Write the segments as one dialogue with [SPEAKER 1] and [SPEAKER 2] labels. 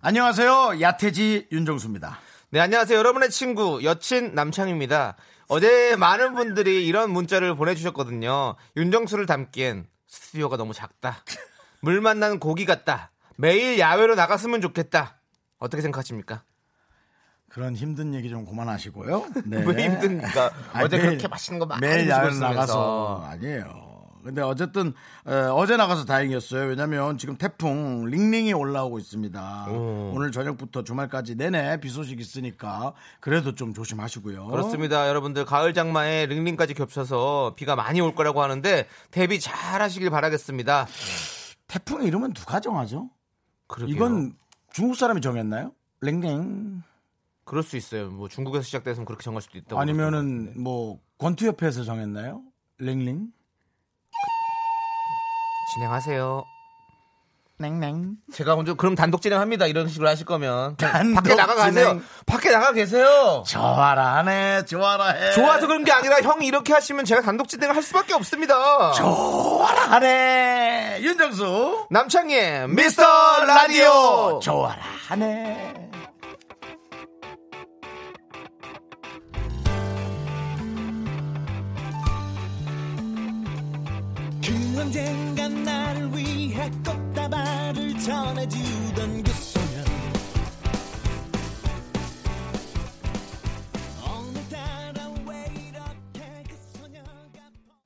[SPEAKER 1] 안녕하세요. 야태지 윤정수입니다.
[SPEAKER 2] 네, 안녕하세요. 여러분의 친구, 여친 남창입니다. 어제 많은 분들이 이런 문자를 보내주셨거든요. 윤정수를 담기엔 스튜디오가 너무 작다. 물 만난 고기 같다. 매일 야외로 나갔으면 좋겠다. 어떻게 생각하십니까?
[SPEAKER 1] 그런 힘든 얘기 좀 그만하시고요. 네.
[SPEAKER 2] 왜 힘듭니까?
[SPEAKER 1] 아니,
[SPEAKER 2] 어제
[SPEAKER 1] 매일-
[SPEAKER 2] 그렇게 맛있는 거 많이
[SPEAKER 1] 매일
[SPEAKER 2] 드시고
[SPEAKER 1] 야외
[SPEAKER 2] 있으면서.
[SPEAKER 1] 나가서 아니에요. 근데 어쨌든 어, 제 나가서 다행이었어요. 왜냐하면 지금 태풍 링링이 올라오고 있습니다.
[SPEAKER 2] 오.
[SPEAKER 1] 오. 늘 저녁부터 주말까지 내내 비 소식 있으니까 그래도 좀 조심하시고요.
[SPEAKER 2] 그렇습니다. 여러분들 가을 장마에 링링까지 겹쳐서 비가 많이 올 거라고 하는데 대비 잘 하시길 바라겠습니다.
[SPEAKER 1] 태풍 이름은 누가 정하죠?
[SPEAKER 2] 그러게요.
[SPEAKER 1] 이건 중국 사람이 정했나요? 링링
[SPEAKER 2] 그럴 수 있어요. 뭐 중국에서 시작돼서 그렇게 정할 수도 있다고.
[SPEAKER 1] 아니면은 뭐 권투협회에서 정했나요? 링링
[SPEAKER 2] 진행하세요.
[SPEAKER 1] 랭랭
[SPEAKER 2] 제가 먼저 그럼 단독 진행합니다. 이런 식으로 하실 거면 그냥
[SPEAKER 1] 단독
[SPEAKER 2] 밖에 나가 가세요.
[SPEAKER 1] 진행.
[SPEAKER 2] 밖에 나가 계세요.
[SPEAKER 1] 좋아라 하네 좋아라 해
[SPEAKER 2] 좋아서 그런 게 아니라 형이 이렇게 하시면 제가 단독 진행을 할 수밖에 없습니다.
[SPEAKER 1] 좋아라 하네 윤정수
[SPEAKER 2] 남창희의 미스터 라디오.
[SPEAKER 1] 좋아라 하네
[SPEAKER 3] 그 언젠간 나를 위해 꽃다발을 전해주던 그 소년 오늘따라 왜 이렇게 그 소녀가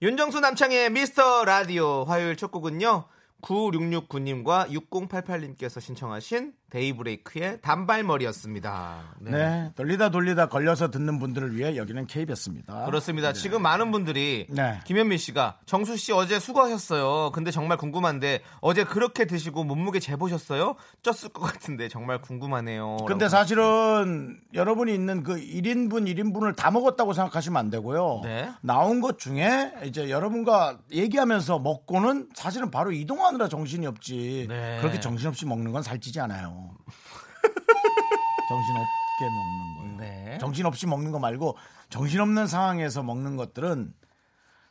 [SPEAKER 2] 윤정수 남창희의 미스터 라디오 화요일 첫 곡은요. 9669님과 6088님께서 신청하신 데이브레이크의 단발머리였습니다.
[SPEAKER 1] 네. 돌리다 돌리다 걸려서 듣는 분들을 위해 여기는 KBS입니다
[SPEAKER 2] 그렇습니다. 지금 많은 분들이
[SPEAKER 1] 아, 네.
[SPEAKER 2] 김현민 씨가 정수 씨 어제 수고하셨어요. 근데 정말 궁금한데 어제 그렇게 드시고 몸무게 재보셨어요? 쪘을 것 같은데 정말 궁금하네요.
[SPEAKER 1] 근데
[SPEAKER 2] 라고.
[SPEAKER 1] 사실은 여러분이 있는 그 1인분 1인분을 다 먹었다고 생각하시면 안 되고요.
[SPEAKER 2] 네.
[SPEAKER 1] 나온 것 중에 이제 여러분과 얘기하면서 먹고는 사실은 바로 이동하느라 정신이 없지.
[SPEAKER 2] 네.
[SPEAKER 1] 그렇게 정신없이 먹는 건 살찌지 않아요. 정신없게 먹는 거예요.
[SPEAKER 2] 네.
[SPEAKER 1] 정신없이 먹는 거 말고 정신없는 상황에서 먹는 것들은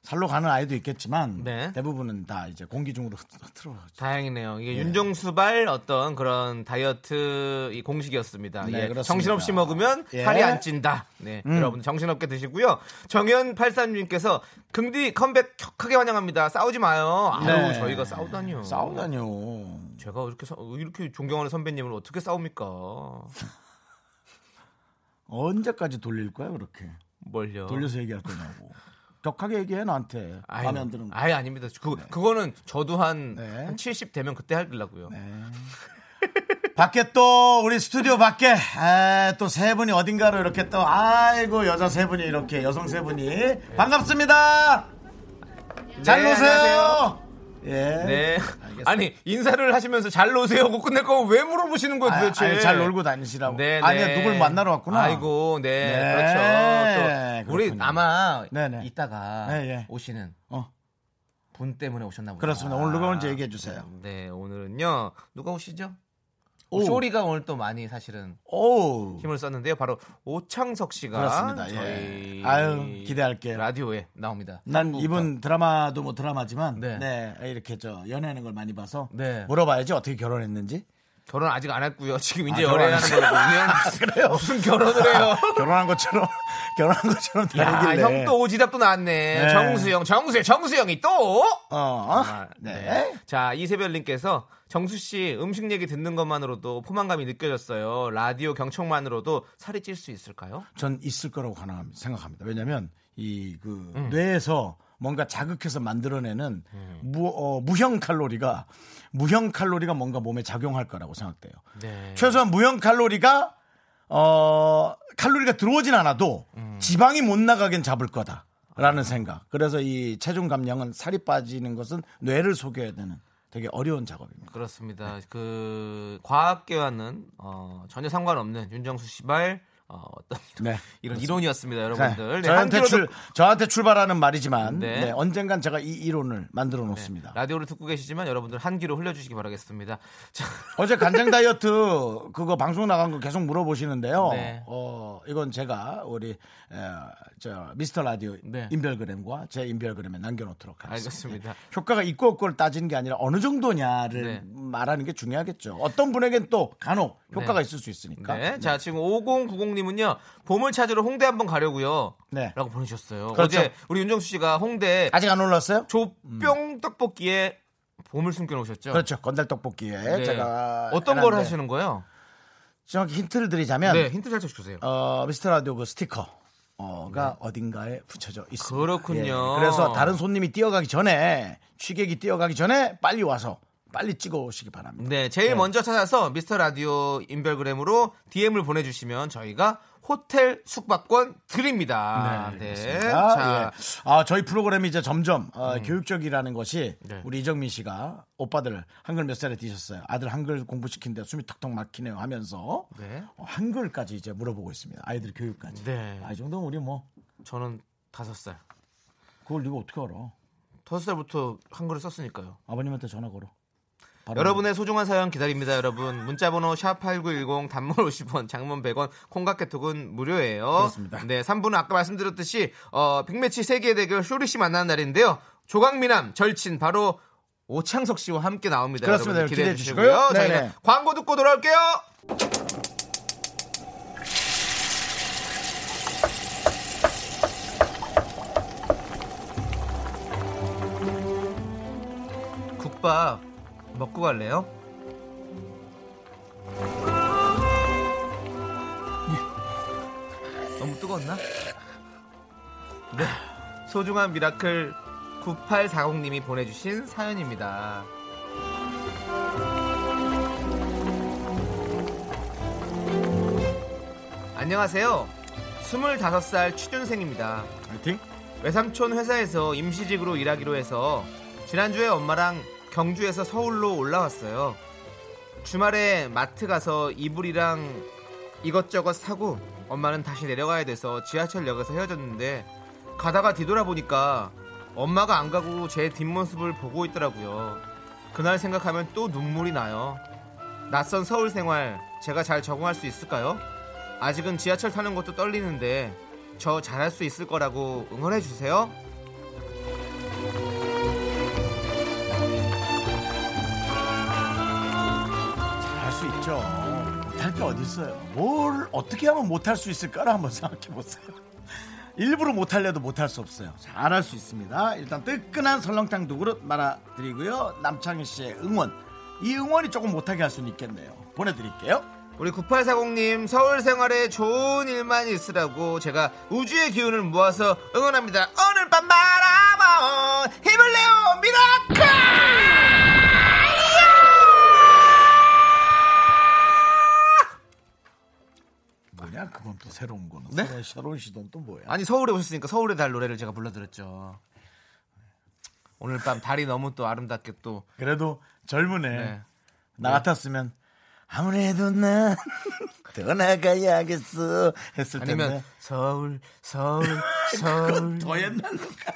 [SPEAKER 1] 살로 가는 아이도 있겠지만
[SPEAKER 2] 네.
[SPEAKER 1] 대부분은 다 이제 공기 중으로 흐- 흐트러져.
[SPEAKER 2] 다행이네요. 이게 윤정수발 어떤 그런 다이어트 이 공식이었습니다.
[SPEAKER 1] 네,
[SPEAKER 2] 예,
[SPEAKER 1] 그렇습니다.
[SPEAKER 2] 정신없이 먹으면
[SPEAKER 1] 예. 음.
[SPEAKER 2] 살이 안 찐다. 네, 여러분 정신없게 드시고요. 정현 83님께서 긍디 컴백 격하게 환영합니다. 싸우지 마요. 아유
[SPEAKER 1] 네.
[SPEAKER 2] 저희가 싸우다니요.
[SPEAKER 1] 싸우다니요.
[SPEAKER 2] 제가 이렇게 서- 이렇게 존경하는 선배님을 어떻게 싸웁니까?
[SPEAKER 1] 언제까지 돌릴 거야 그렇게?
[SPEAKER 2] 뭘요?
[SPEAKER 1] 돌려서 얘기할 거냐고. 격하게 얘기해 나한테.
[SPEAKER 2] 어. 아유,
[SPEAKER 1] 마음에 안 드는 거.
[SPEAKER 2] 아예 아닙니다. 그 그거는 저도 한
[SPEAKER 1] 네.
[SPEAKER 2] 70 되면 그때 하려고요.
[SPEAKER 1] 밖에 또 우리 스튜디오 밖에 아, 또 세 분이 어딘가로 이렇게 또 아이고 여자 세 분이 이렇게 여성 세 분이 반갑습니다. 잘
[SPEAKER 2] 네,
[SPEAKER 1] 노세요.
[SPEAKER 2] 안녕하세요.
[SPEAKER 1] 예.
[SPEAKER 2] 네. 아니 인사를 하시면서 잘 노세요고 끝낼 거면 왜 물어보시는 거예요
[SPEAKER 1] 아,
[SPEAKER 2] 도대체?
[SPEAKER 1] 아니, 잘 놀고 다니시라고.
[SPEAKER 2] 네,
[SPEAKER 1] 아니
[SPEAKER 2] 네.
[SPEAKER 1] 누굴 만나러 왔구나.
[SPEAKER 2] 아이고, 네,
[SPEAKER 1] 네,
[SPEAKER 2] 그렇죠. 또 우리
[SPEAKER 1] 그렇군요.
[SPEAKER 2] 아마
[SPEAKER 1] 네, 네.
[SPEAKER 2] 이따가
[SPEAKER 1] 네, 예.
[SPEAKER 2] 오시는
[SPEAKER 1] 어,
[SPEAKER 2] 분 때문에 오셨나 보다.
[SPEAKER 1] 그렇습니다. 오늘 누가 오는지 얘기해 주세요.
[SPEAKER 2] 네, 오늘은요 누가 오시죠?
[SPEAKER 1] 오.
[SPEAKER 2] 쇼리가 오늘 또 많이 사실은
[SPEAKER 1] 오.
[SPEAKER 2] 힘을 썼는데요. 바로 오창석 씨가
[SPEAKER 1] 그렇습니다.
[SPEAKER 2] 저희
[SPEAKER 1] 예. 아유, 기대할게요.
[SPEAKER 2] 라디오에 나옵니다.
[SPEAKER 1] 난
[SPEAKER 2] 한국과.
[SPEAKER 1] 이분 드라마도 뭐 드라마지만 네.
[SPEAKER 2] 뭐, 네.
[SPEAKER 1] 이렇게 저 연애하는 걸 많이 봐서
[SPEAKER 2] 네.
[SPEAKER 1] 물어봐야지 어떻게 결혼했는지
[SPEAKER 2] 결혼 아직 안 했고요. 지금 이제
[SPEAKER 1] 아, 결혼 안 아,
[SPEAKER 2] 연애하는 거거든요. 그래요? 무슨 결혼을 해요?
[SPEAKER 1] 결혼한 것처럼 결혼한 것처럼
[SPEAKER 2] 야,
[SPEAKER 1] 다르길래
[SPEAKER 2] 형 또 오지답도 나왔네.
[SPEAKER 1] 네.
[SPEAKER 2] 정수영, 정수영, 정수영이 또.
[SPEAKER 1] 어, 어?
[SPEAKER 2] 아,
[SPEAKER 1] 네.
[SPEAKER 2] 자 이세별님께서 정수 씨 음식 얘기 듣는 것만으로도 포만감이 느껴졌어요. 라디오 경청만으로도 살이 찔 수 있을까요?
[SPEAKER 1] 전 있을 거라고 가능합- 생각합니다. 왜냐하면 이 그
[SPEAKER 2] 음.
[SPEAKER 1] 뇌에서 뭔가 자극해서 만들어내는 무, 어, 무형 칼로리가 무형 칼로리가 뭔가 몸에 작용할 거라고 생각돼요.
[SPEAKER 2] 네.
[SPEAKER 1] 최소한 무형 칼로리가 어 칼로리가 들어오진 않아도
[SPEAKER 2] 음.
[SPEAKER 1] 지방이 못 나가긴 잡을 거다라는 생각. 그래서 이 체중 감량은 살이 빠지는 것은 뇌를 속여야 되는 되게 어려운 작업입니다.
[SPEAKER 2] 그렇습니다. 그 과학계와는 어, 전혀 상관없는 윤정수 씨발 어, 어떤
[SPEAKER 1] 네.
[SPEAKER 2] 이런 이론이었습니다,
[SPEAKER 1] 자,
[SPEAKER 2] 여러분들. 네, 한
[SPEAKER 1] 저한테,
[SPEAKER 2] 킬로
[SPEAKER 1] 출, 저한테 출발하는 말이지만
[SPEAKER 2] 네.
[SPEAKER 1] 네, 언젠간 제가 이 이론을 만들어
[SPEAKER 2] 듣-
[SPEAKER 1] 놓습니다.
[SPEAKER 2] 네, 라디오를 듣고 계시지만 여러분들 한 귀로 흘려주시기 바라겠습니다. 자,
[SPEAKER 1] 어제 간장 다이어트 그거 방송 나간 거 계속 물어보시는데요.
[SPEAKER 2] 네.
[SPEAKER 1] 어, 이건 제가 우리 에, 저 미스터 라디오
[SPEAKER 2] 네.
[SPEAKER 1] 인별그램과 제 인별그램에 남겨놓도록 하겠습니다. 예.
[SPEAKER 2] 알겠습니다.
[SPEAKER 1] 효과가 있고 없고를 따지는 게 아니라 어느 정도냐를
[SPEAKER 2] 네.
[SPEAKER 1] 말하는 게 중요하겠죠. 어떤 분에겐 또 간혹 효과가
[SPEAKER 2] 네.
[SPEAKER 1] 있을 수 있으니까.
[SPEAKER 2] 네. 자, 지금 5090님은요, 봄을 찾으러 홍대 한번 가려고요.
[SPEAKER 1] 네.
[SPEAKER 2] 라고 보내주셨어요.
[SPEAKER 1] 그렇죠.
[SPEAKER 2] 어제 우리 윤정수 씨가 홍대
[SPEAKER 1] 아직 안 올랐어요?
[SPEAKER 2] 조뿅 떡볶이에 봄을 숨겨놓으셨죠?
[SPEAKER 1] 그렇죠. 건달 떡볶이에
[SPEAKER 2] 네.
[SPEAKER 1] 제가
[SPEAKER 2] 어떤 걸
[SPEAKER 1] 해놨는데
[SPEAKER 2] 하시는 거예요?
[SPEAKER 1] 정확히 힌트를 드리자면
[SPEAKER 2] 네, 힌트 살짝 주세요.
[SPEAKER 1] 어, 미스터 라디오 그 스티커. 가 어딘가에 붙여져 있습니다.
[SPEAKER 2] 네. 그렇군요.
[SPEAKER 1] 예, 그래서 다른 손님이 뛰어가기 전에 취객이 뛰어가기 전에 빨리 와서 빨리 찍어 오시기 바랍니다.
[SPEAKER 2] 네, 제일 먼저 찾아서 미스터 라디오 인별그램으로 DM을 보내주시면 저희가 호텔 숙박권 드립니다. 네,
[SPEAKER 1] 아,
[SPEAKER 2] 자, 음.
[SPEAKER 1] 예. 아, 저희 프로그램이 이제 점점 어, 교육적이라는 것이
[SPEAKER 2] 네.
[SPEAKER 1] 우리 이정민 씨가 오빠들 한글 몇 살에 뛰셨어요? 아들 한글 공부시킨데 숨이 턱턱 막히네요 하면서
[SPEAKER 2] 네.
[SPEAKER 1] 어, 한글까지 이제 물어보고 있습니다. 아이들 교육까지.
[SPEAKER 2] 네.
[SPEAKER 1] 아, 이 정도면 우리 뭐
[SPEAKER 2] 저는 다섯 살,
[SPEAKER 1] 그걸 네가 어떻게 알아?
[SPEAKER 2] 다섯 살부터 한글을 썼으니까요.
[SPEAKER 1] 아버님한테 전화 걸어. 바로
[SPEAKER 2] 여러분의 소중한 사연 기다립니다, 여러분. 문자번호 샵8910 단문 50원, 장문 100원, 콩깍개톡은 무료예요.
[SPEAKER 1] 그렇습니다.
[SPEAKER 2] 네, 3분은 아까 말씀드렸듯이 어, 빅매치 세계 대결 쇼리 씨 만나는 날인데요. 조강미남 절친 바로 오창석 씨와 함께 나옵니다.
[SPEAKER 1] 그렇습니다.
[SPEAKER 2] 여러분 기대해
[SPEAKER 1] 기대해
[SPEAKER 2] 주시고요.
[SPEAKER 1] 주시고요.
[SPEAKER 2] 저희는
[SPEAKER 1] 네네.
[SPEAKER 2] 광고 듣고 돌아올게요. 국밥 먹고 갈래요? 너무 뜨거웠나? 네. 소중한 미라클 9840님이 보내주신 사연입니다. 안녕하세요. 25살 취준생입니다.
[SPEAKER 1] 파이팅.
[SPEAKER 2] 외삼촌 회사에서 임시직으로 일하기로 해서 지난주에 엄마랑 경주에서 서울로 올라왔어요. 주말에 마트 가서 이불이랑 이것저것 사고 엄마는 다시 내려가야 돼서 지하철역에서 헤어졌는데 가다가 뒤돌아보니까 엄마가 안 가고 제 뒷모습을 보고 있더라고요. 그날 생각하면 또 눈물이 나요. 낯선 서울 생활 제가 잘 적응할 수 있을까요? 아직은 지하철 타는 것도 떨리는데 저 잘할 수 있을 거라고 응원해 주세요.
[SPEAKER 1] 할 수 있죠. 못할 게 어디 있어요. 뭘 어떻게 하면 못할 수 있을까를 한번 생각해 보세요. 일부러 못할래도 못할 수 없어요. 잘할 수 있습니다. 일단 뜨끈한 설렁탕 두 그릇 말아드리고요. 남창희 씨의 응원. 이 응원이 조금 못하게 할 수는 있겠네요. 보내드릴게요.
[SPEAKER 2] 우리 9840님 서울 생활에 좋은 일만 있으라고 제가 우주의 기운을 모아서 응원합니다. 오늘 밤 바라봐 힘을 내요 미라클!
[SPEAKER 1] 뭐냐? 그건 또 새로운 거는.
[SPEAKER 2] 네?
[SPEAKER 1] 새로운, 새로운 시도는 또 뭐야?
[SPEAKER 2] 아니 서울에 오셨으니까 서울의 달 노래를 제가 불러드렸죠. 오늘 밤 달이 너무 또 아름답게 또
[SPEAKER 1] 그래도 젊은 애.
[SPEAKER 2] 네.
[SPEAKER 1] 나 같았으면 아무래도 난 떠나가야겠어 했을 텐데.
[SPEAKER 2] 아니면 서울 서울 서울
[SPEAKER 1] 더 옛날로 가.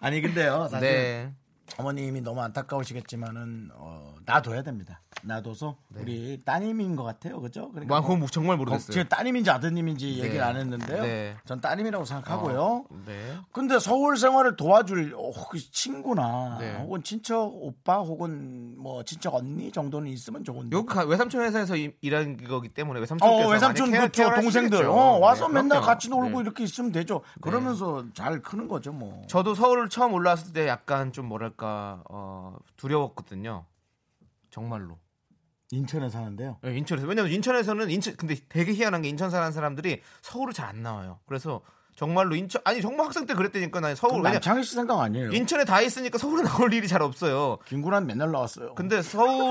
[SPEAKER 1] 아니 근데요 사실
[SPEAKER 2] 네.
[SPEAKER 1] 어머님이 너무 안타까우시겠지만은 어, 놔둬야 됩니다. 놔둬서 우리 따님인 것 같아요, 그죠? 그러니까
[SPEAKER 2] 와, 그건 뭐 정말
[SPEAKER 1] 뭐,
[SPEAKER 2] 네. 모르겠어요.
[SPEAKER 1] 지금 따님인지 아드님인지 얘기를 안 했는데요.
[SPEAKER 2] 네.
[SPEAKER 1] 전 따님이라고 생각하고요.
[SPEAKER 2] 네.
[SPEAKER 1] 근데 서울 생활을 도와줄 어, 혹시 친구나
[SPEAKER 2] 네.
[SPEAKER 1] 혹은 친척 오빠 혹은 뭐 친척 언니 정도는 있으면 좋은데.
[SPEAKER 2] 여기 가- 외삼촌 회사에서 일- 일한 거기 때문에 외삼촌께서
[SPEAKER 1] 어, 외삼촌
[SPEAKER 2] 많이 케어-
[SPEAKER 1] 그쪽
[SPEAKER 2] 케어를
[SPEAKER 1] 동생들
[SPEAKER 2] 하시겠죠.
[SPEAKER 1] 어, 와서
[SPEAKER 2] 네,
[SPEAKER 1] 맨날
[SPEAKER 2] 그럼요.
[SPEAKER 1] 같이 놀고
[SPEAKER 2] 네.
[SPEAKER 1] 이렇게 있으면 되죠. 그러면서 잘 크는 거죠, 뭐.
[SPEAKER 2] 저도 서울을 처음 올라왔을 때 약간 좀 뭐랄까 어, 두려웠거든요. 정말로.
[SPEAKER 1] 인천에 사는데요.
[SPEAKER 2] 예, 인천에서 왜냐면 인천에서는 인천 근데 되게 희한한 게 인천 사는 사람들이 서울을 잘 안 나와요. 그래서 정말로 인천 아니 정말 학생 때 그랬다니까 나 서울 왜냐
[SPEAKER 1] 남창희 씨 생각 아니에요.
[SPEAKER 2] 인천에 다 있으니까 서울에 나올 일이 잘 없어요.
[SPEAKER 1] 김구란 맨날 나왔어요.
[SPEAKER 2] 근데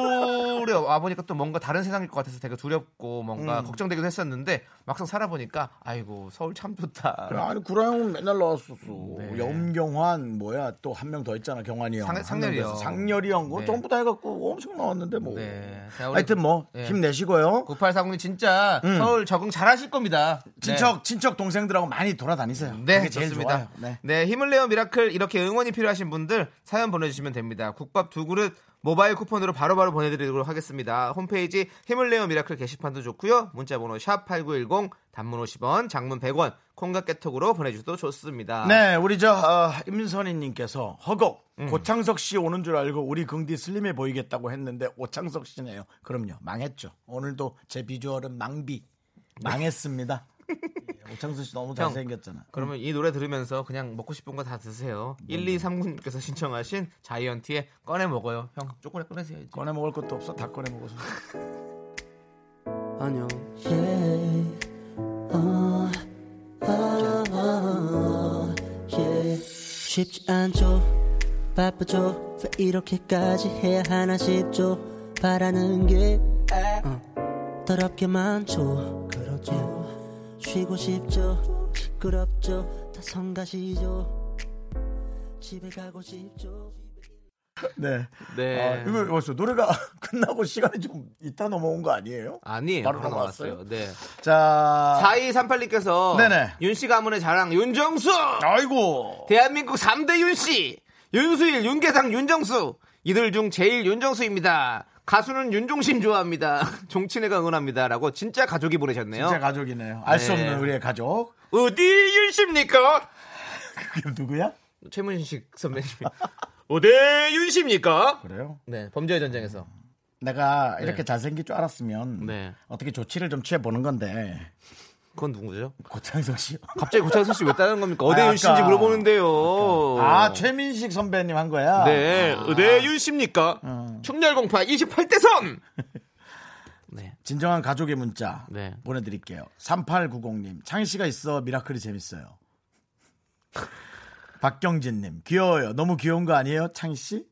[SPEAKER 2] 서울에 와보니까 또 뭔가 다른 세상일 것 같아서 되게 두렵고 뭔가
[SPEAKER 1] 음.
[SPEAKER 2] 걱정되기도 했었는데 막상 살아보니까 아이고 서울 참 좋다.
[SPEAKER 1] 그래, 아니 구라 형은 맨날 나왔었어.
[SPEAKER 2] 네.
[SPEAKER 1] 염경환 뭐야 또 한 명 더 있잖아 경환이 형.
[SPEAKER 2] 상-
[SPEAKER 1] 한명
[SPEAKER 2] 상렬이
[SPEAKER 1] 더 있어.
[SPEAKER 2] 형.
[SPEAKER 1] 상렬이 형 그거
[SPEAKER 2] 네.
[SPEAKER 1] 전부 다 해갖고 엄청 나왔는데 뭐.
[SPEAKER 2] 네. 자, 우리
[SPEAKER 1] 하여튼 뭐
[SPEAKER 2] 네.
[SPEAKER 1] 힘내시고요.
[SPEAKER 2] 9840님 진짜
[SPEAKER 1] 음.
[SPEAKER 2] 서울 적응 잘하실 겁니다.
[SPEAKER 1] 친척 친척 동생들하고 많이 돌아다니세요.
[SPEAKER 2] 네,
[SPEAKER 1] 그게 제일 좋아요.
[SPEAKER 2] 좋습니다.
[SPEAKER 1] 네.
[SPEAKER 2] 네, 힘을 내어 미라클 이렇게 응원이 필요하신 분들 사연 보내주시면 됩니다. 국밥 두 그릇 모바일 쿠폰으로 바로바로 보내드리도록 하겠습니다. 홈페이지 힘을 내어 미라클 게시판도 좋고요. 문자번호 샵 #8910 단문 50원, 장문 100원, 콩과 깨톡으로 보내주셔도 좋습니다.
[SPEAKER 1] 네, 우리 저 어, 임선희님께서 허걱
[SPEAKER 2] 음.
[SPEAKER 1] 고창석 씨 오는 줄 알고 우리 긍디 슬림해 보이겠다고 했는데 오창석 씨네요. 그럼요, 망했죠. 오늘도 제 비주얼은 망비 망했습니다. 예, 오창석 씨 너무 잘생겼잖아.
[SPEAKER 2] 그러면 이 노래 들으면서 그냥 먹고 싶은 거 다 드세요. 1239님께서 신청하신 자이언티의 꺼내 먹어요. 형 초콜릿 꺼내세요. 이제.
[SPEAKER 1] 꺼내 먹을 것도 없어, 다 꺼내 먹어서.
[SPEAKER 4] 안녕.
[SPEAKER 5] yeah. 쉽지 않죠 바쁘죠 왜 이렇게까지 해야 하나 싶죠 바라는 게 어, 더럽게 많죠 그렇죠 쉬고 싶죠 시끄럽죠 다 성가시죠 집에 가고 싶죠
[SPEAKER 1] 네.
[SPEAKER 2] 네.
[SPEAKER 1] 아, 이거 벌써 노래가 끝나고 시간이 좀 이따 넘어온 거 아니에요?
[SPEAKER 2] 아니에요.
[SPEAKER 1] 바로
[SPEAKER 2] 바로
[SPEAKER 1] 넘어갔어요?
[SPEAKER 2] 나왔어요. 네.
[SPEAKER 1] 자,
[SPEAKER 2] 4238님께서
[SPEAKER 1] 네네.
[SPEAKER 2] 윤씨 가문의 자랑 윤정수
[SPEAKER 1] 아이고.
[SPEAKER 2] 대한민국 3대 윤씨 윤수일 윤계상 윤정수 이들 중 제일 윤정수입니다 가수는 윤종신 좋아합니다 종친애가 응원합니다 라고 진짜 가족이 보내셨네요
[SPEAKER 1] 진짜 가족이네요. 알 수
[SPEAKER 2] 네.
[SPEAKER 1] 없는 우리의 가족.
[SPEAKER 2] 어디 윤씨입니까
[SPEAKER 1] 그게 누구야?
[SPEAKER 2] 최문식 선배님이 어디 윤씨입니까
[SPEAKER 1] 그래요?
[SPEAKER 2] 네 범죄의 전쟁에서
[SPEAKER 1] 내가
[SPEAKER 2] 네.
[SPEAKER 1] 이렇게 잘생길 줄 알았으면
[SPEAKER 2] 네.
[SPEAKER 1] 어떻게 조치를 좀 취해보는 건데
[SPEAKER 2] 그건 누구죠
[SPEAKER 1] 고창석 씨.
[SPEAKER 2] 갑자기 고창석 씨왜 따는 겁니까 어디
[SPEAKER 1] 아,
[SPEAKER 2] 윤씨인지
[SPEAKER 1] 아까.
[SPEAKER 2] 물어보는데요
[SPEAKER 1] 아 최민식 선배님 한 거야.
[SPEAKER 2] 네, 의대 윤씨입니까?
[SPEAKER 1] 어.
[SPEAKER 2] 충렬공파 28대선! 네,
[SPEAKER 1] 진정한 가족의 문자
[SPEAKER 2] 네.
[SPEAKER 1] 보내드릴게요. 3890님 창희 씨가 있어 미라클이 재밌어요. 박경진님 귀여워요. 너무 귀여운 거 아니에요, 창희 씨?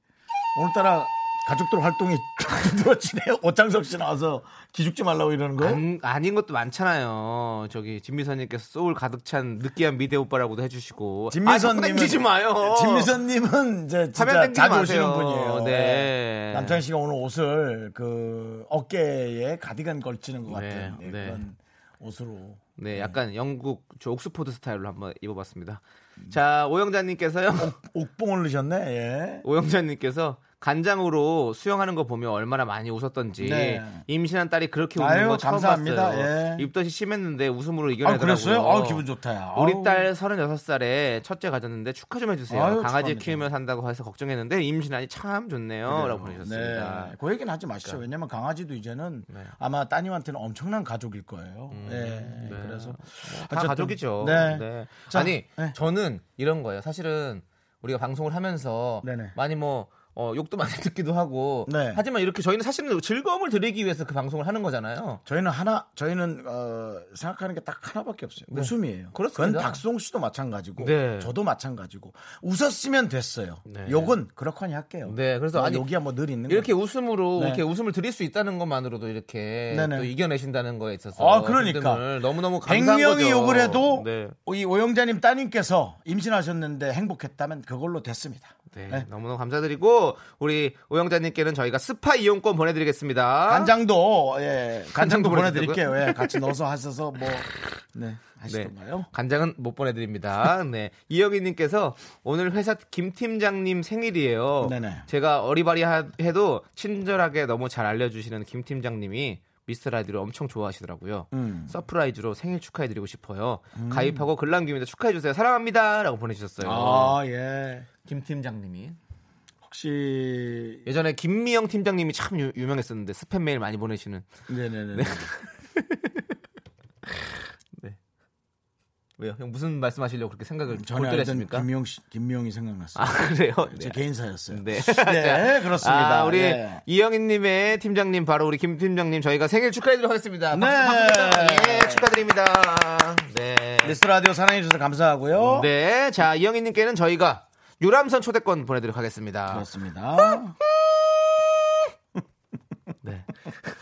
[SPEAKER 1] 오늘따라 가족들 활동이 늘어지네요. 오창석 씨 나와서 기죽지 말라고 이러는 거.
[SPEAKER 2] 안, 아닌 것도 많잖아요. 저기, 진미선님께서 소울 가득 찬 느끼한 미대 오빠라고도 해주시고. 아, 자꾸
[SPEAKER 1] 진미선님은 네,
[SPEAKER 2] 땡기지 마요.
[SPEAKER 1] 진미선님은 이제
[SPEAKER 2] 화면
[SPEAKER 1] 진짜
[SPEAKER 2] 땡기지
[SPEAKER 1] 자주
[SPEAKER 2] 마세요.
[SPEAKER 1] 오시는 분이에요.
[SPEAKER 2] 네.
[SPEAKER 1] 남창희 씨가 오늘 옷을 그 어깨에 가디건 걸치는 것 같은
[SPEAKER 2] 네,
[SPEAKER 1] 예,
[SPEAKER 2] 네.
[SPEAKER 1] 그런 옷으로.
[SPEAKER 2] 네, 약간 영국, 저 옥스포드 스타일로 한번 입어봤습니다.
[SPEAKER 1] 음.
[SPEAKER 2] 자, 오영자님께서요.
[SPEAKER 1] 옥봉을 넣으셨네. 예.
[SPEAKER 2] 오영자님께서 간장으로 수영하는 거 보면 얼마나 많이 웃었던지
[SPEAKER 1] 네.
[SPEAKER 2] 임신한 딸이 그렇게 웃는
[SPEAKER 1] 아유,
[SPEAKER 2] 거 처음
[SPEAKER 1] 감사합니다.
[SPEAKER 2] 봤어요.
[SPEAKER 1] 예.
[SPEAKER 2] 입덧이 심했는데 웃음으로
[SPEAKER 1] 아
[SPEAKER 2] 이겨내더라고요.
[SPEAKER 1] 그랬어요? 아 기분 좋다. 야.
[SPEAKER 2] 우리
[SPEAKER 1] 아우.
[SPEAKER 2] 딸 36살에 첫째 가졌는데 축하 좀 해주세요.
[SPEAKER 1] 아유,
[SPEAKER 2] 강아지
[SPEAKER 1] 축하합니다.
[SPEAKER 2] 키우며 산다고 해서 걱정했는데 임신하니 참 좋네요. 라고 보내주셨습니다. 그러니까.
[SPEAKER 1] 네. 그 얘기는 하지 마시죠. 왜냐면 강아지도 이제는
[SPEAKER 2] 네.
[SPEAKER 1] 아마 따님한테는 엄청난 가족일 거예요. 예.
[SPEAKER 2] 네.
[SPEAKER 1] 그래서
[SPEAKER 2] 다
[SPEAKER 1] 어쨌든,
[SPEAKER 2] 가족이죠.
[SPEAKER 1] 네.
[SPEAKER 2] 네.
[SPEAKER 1] 자,
[SPEAKER 2] 아니,
[SPEAKER 1] 네.
[SPEAKER 2] 저는 이런 거예요. 사실은 우리가 방송을 하면서
[SPEAKER 1] 네네.
[SPEAKER 2] 많이 뭐 어, 욕도 많이 듣기도 하고
[SPEAKER 1] 네.
[SPEAKER 2] 하지만 이렇게 저희는 사실은 즐거움을 드리기 위해서 그 방송을 하는 거잖아요.
[SPEAKER 1] 저희는 하나 저희는 어, 생각하는 게 딱 하나밖에 없어요. 웃음이에요.
[SPEAKER 2] 네. 그렇습니다.
[SPEAKER 1] 건 박송 씨도 마찬가지고
[SPEAKER 2] 네.
[SPEAKER 1] 저도 마찬가지고 웃었으면 됐어요.
[SPEAKER 2] 네.
[SPEAKER 1] 욕은 그렇거니 할게요.
[SPEAKER 2] 네, 그래서
[SPEAKER 1] 뭐
[SPEAKER 2] 아니,
[SPEAKER 1] 욕이야 뭐 늘 있는
[SPEAKER 2] 이렇게
[SPEAKER 1] 거.
[SPEAKER 2] 웃음으로
[SPEAKER 1] 네.
[SPEAKER 2] 이렇게 웃음을 드릴 수 있다는 것만으로도 이렇게
[SPEAKER 1] 네네.
[SPEAKER 2] 또 이겨내신다는 거에 있어서
[SPEAKER 1] 아, 그러니까.
[SPEAKER 2] 힘듦을 너무너무 감사한
[SPEAKER 1] 100명이
[SPEAKER 2] 거죠.
[SPEAKER 1] 욕을 해도
[SPEAKER 2] 네.
[SPEAKER 1] 이 오영자님 따님께서 임신하셨는데 행복했다면 그걸로 됐습니다.
[SPEAKER 2] 네,
[SPEAKER 1] 네.
[SPEAKER 2] 너무너무 감사드리고 우리 오영자님께는 저희가 스파 이용권 보내드리겠습니다.
[SPEAKER 1] 간장도 예, 간장도
[SPEAKER 2] 간장도
[SPEAKER 1] 보내드릴게요. 예, 같이 넣어서 하셔서 뭐 네, 하시던가요?
[SPEAKER 2] 간장은 못 보내드립니다. 네, 이영희님께서 오늘 회사 김 팀장님 생일이에요.
[SPEAKER 1] 네네.
[SPEAKER 2] 제가 어리바리해도 친절하게 너무 잘 알려주시는 김 팀장님이 미스터 라디오를 엄청 좋아하시더라고요.
[SPEAKER 1] 음.
[SPEAKER 2] 서프라이즈로 생일 축하해드리고 싶어요. 가입하고 글 남깁니다. 축하해주세요. 사랑합니다라고 네. 보내주셨어요.
[SPEAKER 1] 아 예.
[SPEAKER 2] 김 팀장님이
[SPEAKER 1] 혹시
[SPEAKER 2] 예전에 김미영 팀장님이 참 유, 유명했었는데 스팸 메일 많이 보내시는
[SPEAKER 1] 네네네.
[SPEAKER 2] 왜요? 형 무슨 말씀하시려고 그렇게 생각을
[SPEAKER 1] 전에 알던
[SPEAKER 2] 골똘했습니까?
[SPEAKER 1] 김용 씨, 김용이 생각났어요.
[SPEAKER 2] 아 그래요?
[SPEAKER 1] 제
[SPEAKER 2] 네.
[SPEAKER 1] 개인사였어요.
[SPEAKER 2] 네.
[SPEAKER 1] 네, 그렇습니다.
[SPEAKER 2] 아, 우리
[SPEAKER 1] 예.
[SPEAKER 2] 이영희님의 팀장님 바로 우리 김 팀장님 저희가 생일 축하해드리도록 하겠습니다. 박수
[SPEAKER 1] 네.
[SPEAKER 2] 박수 부탁드립니다. 예, 축하드립니다. 네.
[SPEAKER 1] 미스터 라디오 사랑해주셔서 감사하고요.
[SPEAKER 2] 네, 자 이영희님께는 저희가 유람선 초대권 보내드리도록 하겠습니다.
[SPEAKER 1] 그렇습니다.
[SPEAKER 2] 네.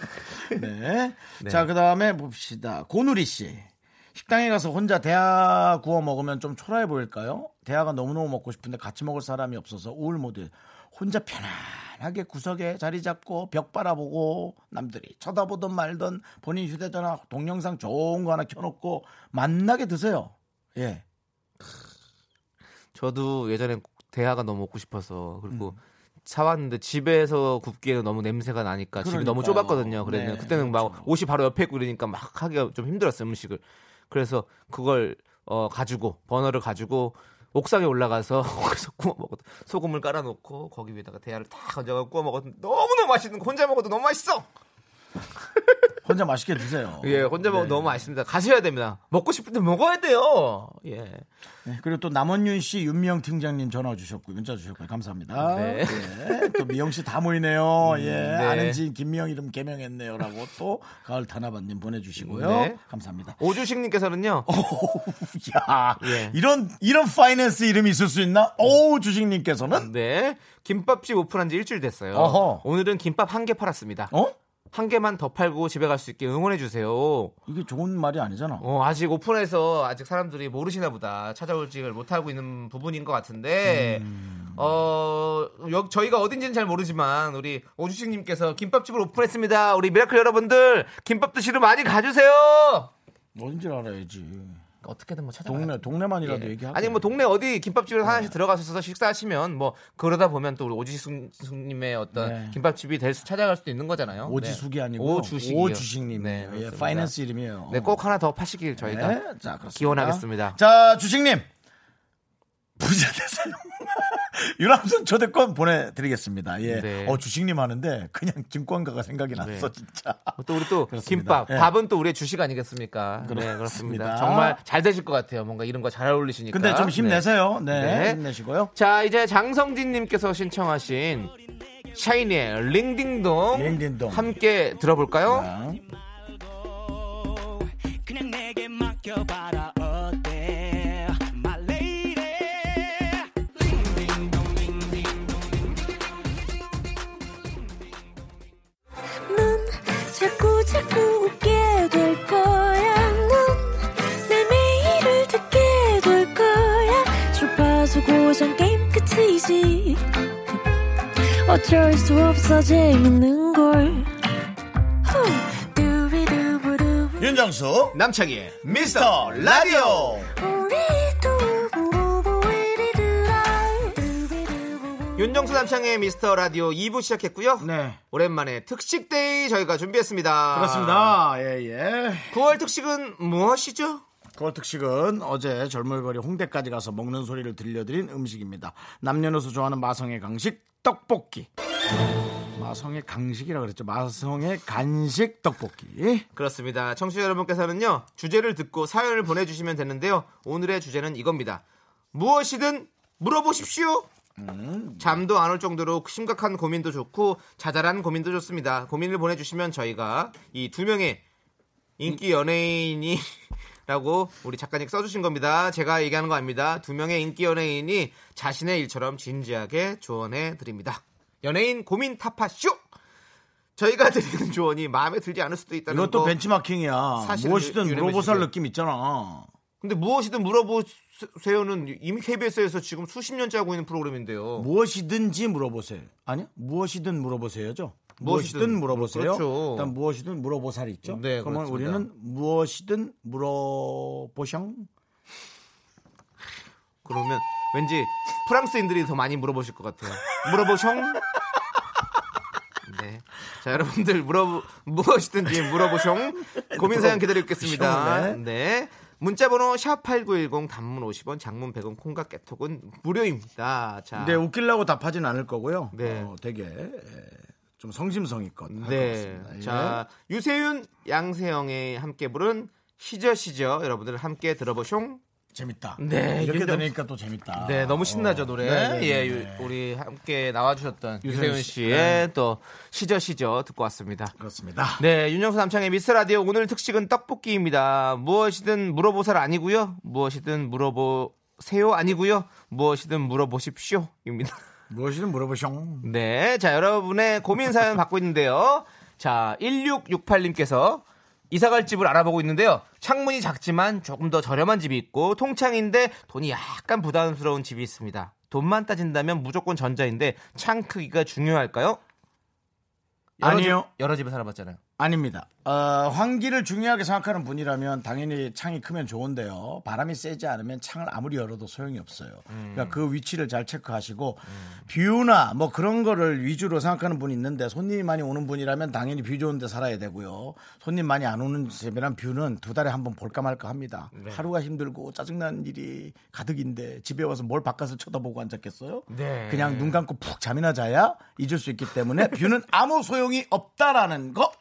[SPEAKER 1] 네. 자, 그 다음에 봅시다. 고누리 씨. 식당에 가서 혼자 대하 구워 먹으면 좀 초라해 보일까요? 대하가 너무너무 먹고 싶은데 같이 먹을 사람이 없어서 우울 모드. 혼자 편안하게 구석에 자리 잡고 벽 바라보고 남들이 쳐다보던 말던 본인 휴대전화 동영상 좋은 거 하나 켜놓고 만나게 드세요. 예.
[SPEAKER 2] 저도 예전에 대하가 너무 먹고 싶어서 그리고
[SPEAKER 1] 음.
[SPEAKER 2] 사왔는데 집에서 굽기에는 너무 냄새가 나니까 집이 너무
[SPEAKER 1] 그러니까요.
[SPEAKER 2] 좁았거든요. 그래서
[SPEAKER 1] 네,
[SPEAKER 2] 그때는 막 옷이 바로 옆에 있고 이러니까 막 하기가 좀 힘들었어요 음식을. 그래서 그걸 어, 가지고 버너를 가지고 옥상에 올라가서 거기서 구워 먹었. 소금을 깔아놓고 거기 위에다가 대하를 탁 얹어서 구워 먹었는데 너무 너무 맛있는 거 혼자 먹어도 너무 맛있어.
[SPEAKER 1] 혼자 맛있게 드세요.
[SPEAKER 2] 예, 혼자 먹어 도
[SPEAKER 1] 네.
[SPEAKER 2] 너무 맛있습니다. 가셔야 됩니다. 먹고 싶을 때 먹어야 돼요. 예.
[SPEAKER 1] 네, 그리고 또 남원윤 씨, 윤미영 팀장님 전화 주셨고 문자 주셨고요. 감사합니다.
[SPEAKER 2] 네. 음,
[SPEAKER 1] 예, 또 미영 씨 다 모이네요. 예, 아는 지인 김미영 이름 개명했네요라고 또 가을 타나반님 보내주시고요.
[SPEAKER 2] 네.
[SPEAKER 1] 감사합니다.
[SPEAKER 2] 오주식님께서는요.
[SPEAKER 1] 야,
[SPEAKER 2] 예.
[SPEAKER 1] 이런 이런 파이낸스 이름이 있을 수 있나? 오 주식님께서는
[SPEAKER 2] 네. 김밥집 오픈한 지 일주일 됐어요.
[SPEAKER 1] 어허.
[SPEAKER 2] 오늘은 김밥 한 개 팔았습니다.
[SPEAKER 1] 어?
[SPEAKER 2] 한 개만 더 팔고 집에 갈 수 있게 응원해 주세요.
[SPEAKER 1] 이게 좋은 말이 아니잖아.
[SPEAKER 2] 어, 아직 오픈해서 아직 사람들이 모르시나 보다. 찾아올지를 못 하고 있는 부분인 것 같은데. 어, 여, 저희가 어딘지는 잘 모르지만 우리 오주식 님께서 김밥집을 오픈했습니다. 우리 미라클 여러분들 김밥 드시러 많이 가 주세요.
[SPEAKER 1] 뭔지 알아야지.
[SPEAKER 2] 어떻게든 뭐 찾아가
[SPEAKER 1] 동네 동네만이라도
[SPEAKER 2] 예.
[SPEAKER 1] 얘기하고.
[SPEAKER 2] 아니 뭐 동네 어디 김밥집을 하나씩 들어가셔서 식사하시면 뭐 그러다 보면 또 우리 오지숙님의 어떤
[SPEAKER 1] 네.
[SPEAKER 2] 김밥집이 될 수 찾아갈 수도 있는 거잖아요.
[SPEAKER 1] 오지숙이
[SPEAKER 2] 네.
[SPEAKER 1] 아니고
[SPEAKER 2] 오주식이요.
[SPEAKER 1] 오주식님.
[SPEAKER 2] 네,
[SPEAKER 1] 네, 예,
[SPEAKER 2] 그렇습니다.
[SPEAKER 1] 파이낸스 이름이에요.
[SPEAKER 2] 네, 꼭 하나 더 파시길 저희가
[SPEAKER 1] 어. 네, 자, 그렇습니다.
[SPEAKER 2] 기원하겠습니다.
[SPEAKER 1] 자, 주식님. 부자 되세요. 유람선 초대권 보내드리겠습니다. 예.
[SPEAKER 2] 네.
[SPEAKER 1] 어, 주식님 하는데 그냥 증권가가 생각이 났어,
[SPEAKER 2] 네.
[SPEAKER 1] 진짜.
[SPEAKER 2] 또 우리 또
[SPEAKER 1] 그렇습니다.
[SPEAKER 2] 김밥,
[SPEAKER 1] 예.
[SPEAKER 2] 밥은 또 우리의 주식 아니겠습니까? 네,
[SPEAKER 1] 그렇습니다.
[SPEAKER 2] 그렇습니다. 정말 잘 되실 것 같아요. 뭔가 이런 거 잘 어울리시니까.
[SPEAKER 1] 근데 좀
[SPEAKER 2] 네.
[SPEAKER 1] 힘내세요. 네.
[SPEAKER 2] 네.
[SPEAKER 1] 힘내시고요.
[SPEAKER 2] 자, 이제 장성진님께서 신청하신 샤이니의 링딩동,
[SPEAKER 1] 링딩동. 네.
[SPEAKER 2] 함께 들어볼까요?
[SPEAKER 1] 자,
[SPEAKER 3] 그냥 내게 맡겨봐라 어때 My lady
[SPEAKER 4] 넌 자꾸 자꾸 웃게 될 거야. 넌내 매일을 듣게 될 거야. 주파수 고정 게임 끝이지. 어쩔 수 없어 재밌는 걸. 후. 두비두부두.
[SPEAKER 1] 윤정수,
[SPEAKER 2] 남창희의
[SPEAKER 1] 미스터 라디오.
[SPEAKER 4] 우리 두부부부 우리 두라. 두비두부부.
[SPEAKER 2] 윤정수 남창의 미스터 라디오 2부 시작했고요.
[SPEAKER 1] 네.
[SPEAKER 2] 오랜만에 특식 데이 저희가 준비했습니다.
[SPEAKER 1] 그렇습니다. 예, 예.
[SPEAKER 2] 9월 특식은 무엇이죠?
[SPEAKER 1] 9월 특식은 어제 젊을거리 홍대까지 가서 먹는 소리를 들려드린 음식입니다. 남녀노소 좋아하는 마성의 강식 떡볶이. 마성의 강식이라 그랬죠. 마성의 간식 떡볶이.
[SPEAKER 2] 그렇습니다. 청취자 여러분께서는요. 주제를 듣고 사연을 보내주시면 되는데요. 오늘의 주제는 이겁니다. 무엇이든 물어보십시오.
[SPEAKER 1] 음.
[SPEAKER 2] 잠도 안 올 정도로 심각한 고민도 좋고 자잘한 고민도 좋습니다. 고민을 보내주시면 저희가 이 두 명의 인기 연예인이 라고 우리 작가님 써주신 겁니다. 제가 얘기하는 거 아닙니다. 두 명의 인기 연예인이 자신의 일처럼 진지하게 조언해 드립니다. 연예인 고민 타파쇼! 저희가 드리는 조언이 마음에 들지 않을 수도 있다는
[SPEAKER 1] 이것도
[SPEAKER 2] 거.
[SPEAKER 1] benchmarking이야.
[SPEAKER 2] 사실은
[SPEAKER 1] 무엇이든
[SPEAKER 2] 유럽의
[SPEAKER 1] 물어보살
[SPEAKER 2] 시기예요.
[SPEAKER 1] 느낌 있잖아.
[SPEAKER 2] 근데 무엇이든 물어보세요는 이미 KBS에서 지금 수십 년째 하고 있는 프로그램인데요.
[SPEAKER 1] 무엇이든지 물어보세요. 아니요? 무엇이든 물어보세요죠. 무엇이든,
[SPEAKER 2] 무엇이든.
[SPEAKER 1] 물어보세요.
[SPEAKER 2] 그렇죠.
[SPEAKER 1] 일단 무엇이든 물어보살이 있죠.
[SPEAKER 2] 네,
[SPEAKER 1] 그러면
[SPEAKER 2] 그렇습니다.
[SPEAKER 1] 우리는 무엇이든 물어보샹.
[SPEAKER 2] 그러면 왠지 프랑스인들이 더 많이 물어보실 것 같아요. 물어보숑. 네. 자, 여러분들 물어 무엇이든지 물어보숑. 고민 사연 기다리고 있겠습니다.
[SPEAKER 1] 물어보숑,
[SPEAKER 2] 네. 문자 번호 샵8910 단문 50원, 장문 100원, 콩과 깨톡은 무료입니다. 자.
[SPEAKER 1] 근데 웃기려고 답하진 않을 거고요.
[SPEAKER 2] 네.
[SPEAKER 1] 어, 되게 예, 좀 성심성의껏 할
[SPEAKER 2] 네.
[SPEAKER 1] 것 같습니다. 예.
[SPEAKER 2] 자, 유세윤, 양세형이 함께 부른 시저시저 여러분들 함께 들어보숑.
[SPEAKER 1] 재밌다.
[SPEAKER 2] 네,
[SPEAKER 1] 이렇게
[SPEAKER 2] 윤정-
[SPEAKER 1] 들으니까 또 재밌다.
[SPEAKER 2] 네, 너무 신나죠
[SPEAKER 1] 어.
[SPEAKER 2] 노래.
[SPEAKER 1] 네, 네, 네.
[SPEAKER 2] 예, 유- 우리 함께 나와주셨던
[SPEAKER 1] 유세윤
[SPEAKER 2] 유세윤
[SPEAKER 1] 씨. 네.
[SPEAKER 2] 씨의 또 시저 시저 듣고 왔습니다.
[SPEAKER 1] 그렇습니다.
[SPEAKER 2] 네, 윤정수 남창의 미스 라디오 오늘 특식은 떡볶이입니다. 무엇이든 물어보살 아니고요. 무엇이든 물어보세요 아니고요. 무엇이든 물어보십시오입니다.
[SPEAKER 1] 무엇이든 물어보숑.
[SPEAKER 2] 네, 자 여러분의 고민 사연 받고 있는데요. 자 1668님께서 이사갈 집을 알아보고 있는데요. 창문이 작지만 조금 더 저렴한 집이 있고 통창인데 돈이 약간 부담스러운 집이 있습니다. 돈만 따진다면 무조건 전자인데 창 크기가 중요할까요? 여러
[SPEAKER 1] 아니요.
[SPEAKER 2] 집- 여러 집에 살아봤잖아요.
[SPEAKER 1] 아닙니다. 어, 환기를 중요하게 생각하는 분이라면 당연히 창이 크면 좋은데요. 바람이 세지 않으면 창을 아무리 열어도 소용이 없어요. 그러니까 그 위치를 잘 체크하시고 뷰나 뭐 그런 거를 위주로 생각하는 분이 있는데 손님이 많이 오는 분이라면 당연히 뷰 좋은 데 살아야 되고요. 손님 많이 안 오는 집이란 뷰는 두 달에 한 번 볼까 말까 합니다. 하루가 힘들고 짜증나는 일이 가득인데 집에 와서 뭘 바깥을 쳐다보고 앉았겠어요?
[SPEAKER 2] 네.
[SPEAKER 1] 그냥 눈 감고 푹 잠이나 자야 잊을 수 있기 때문에 뷰는 아무 소용이 없다라는 거.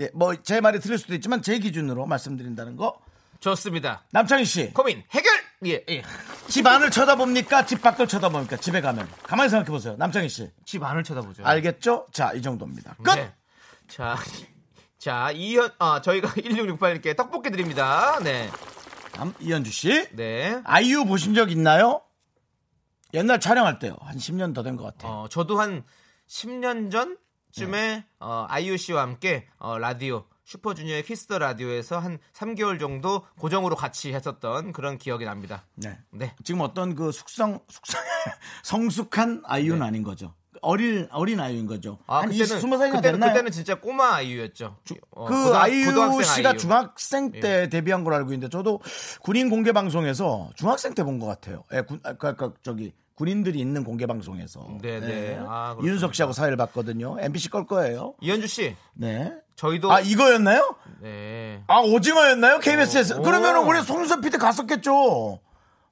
[SPEAKER 1] 예, 뭐 제 말이 틀릴 수도 있지만 제 기준으로 말씀드린다는 거.
[SPEAKER 2] 좋습니다.
[SPEAKER 1] 남창희 씨,
[SPEAKER 2] 고민 해결. 예, 예.
[SPEAKER 1] 집 안을 쳐다봅니까? 집 밖을 쳐다봅니까? 집에 가면 가만히 생각해 보세요, 남창희 씨.
[SPEAKER 2] 집 안을 쳐다보죠.
[SPEAKER 1] 알겠죠? 자, 이 정도입니다. 끝.
[SPEAKER 2] 네. 자, 자 이현 아 저희가 1668님께 떡볶이 드립니다. 네,
[SPEAKER 1] 다음 이현주 씨,
[SPEAKER 2] 네.
[SPEAKER 1] 아이유 보신 적 있나요? 옛날 촬영할 때요, 한 10년 더 된 것 같아요. 네.
[SPEAKER 2] 어, 저도 한 10년 전쯤에 어, 아이유 씨와 함께 어, 라디오 슈퍼주니어의 키스터 라디오에서 한 3개월 정도 고정으로 같이 했었던 그런 기억이 납니다.
[SPEAKER 1] 네.
[SPEAKER 2] 네.
[SPEAKER 1] 지금 어떤 그 숙성 숙성 성숙한 아이유는 아닌 거죠. 어릴 어린 아이유인 거죠.
[SPEAKER 2] 네. 아,
[SPEAKER 1] 한
[SPEAKER 2] 그때는
[SPEAKER 1] 20, 20살이나
[SPEAKER 2] 그때는
[SPEAKER 1] 됐나요?
[SPEAKER 2] 그때는 진짜 꼬마 아이유였죠. 어,
[SPEAKER 1] 그
[SPEAKER 2] 고등-
[SPEAKER 1] 아이유
[SPEAKER 2] 고등학생
[SPEAKER 1] 씨가
[SPEAKER 2] 아이유. 예.
[SPEAKER 1] 중학생 때 데뷔한 걸 알고 있는데 저도 군인 공개 방송에서 중학생 때 본 것 같아요. 예, 군, 아, 까, 까, 저기 군인들이 있는 공개 방송에서. 예.
[SPEAKER 2] 네, 네. 아, 그렇군요.
[SPEAKER 1] 이윤석 씨하고 사회를 봤거든요. MBC 걸 거예요.
[SPEAKER 2] 이현주 씨,
[SPEAKER 1] 네.
[SPEAKER 2] 저희도
[SPEAKER 1] 아 이거였나요?
[SPEAKER 2] 네.
[SPEAKER 1] 아 오징어였나요? KBS에서.
[SPEAKER 2] 오.
[SPEAKER 1] 그러면 우리 송수 PD 갔었겠죠.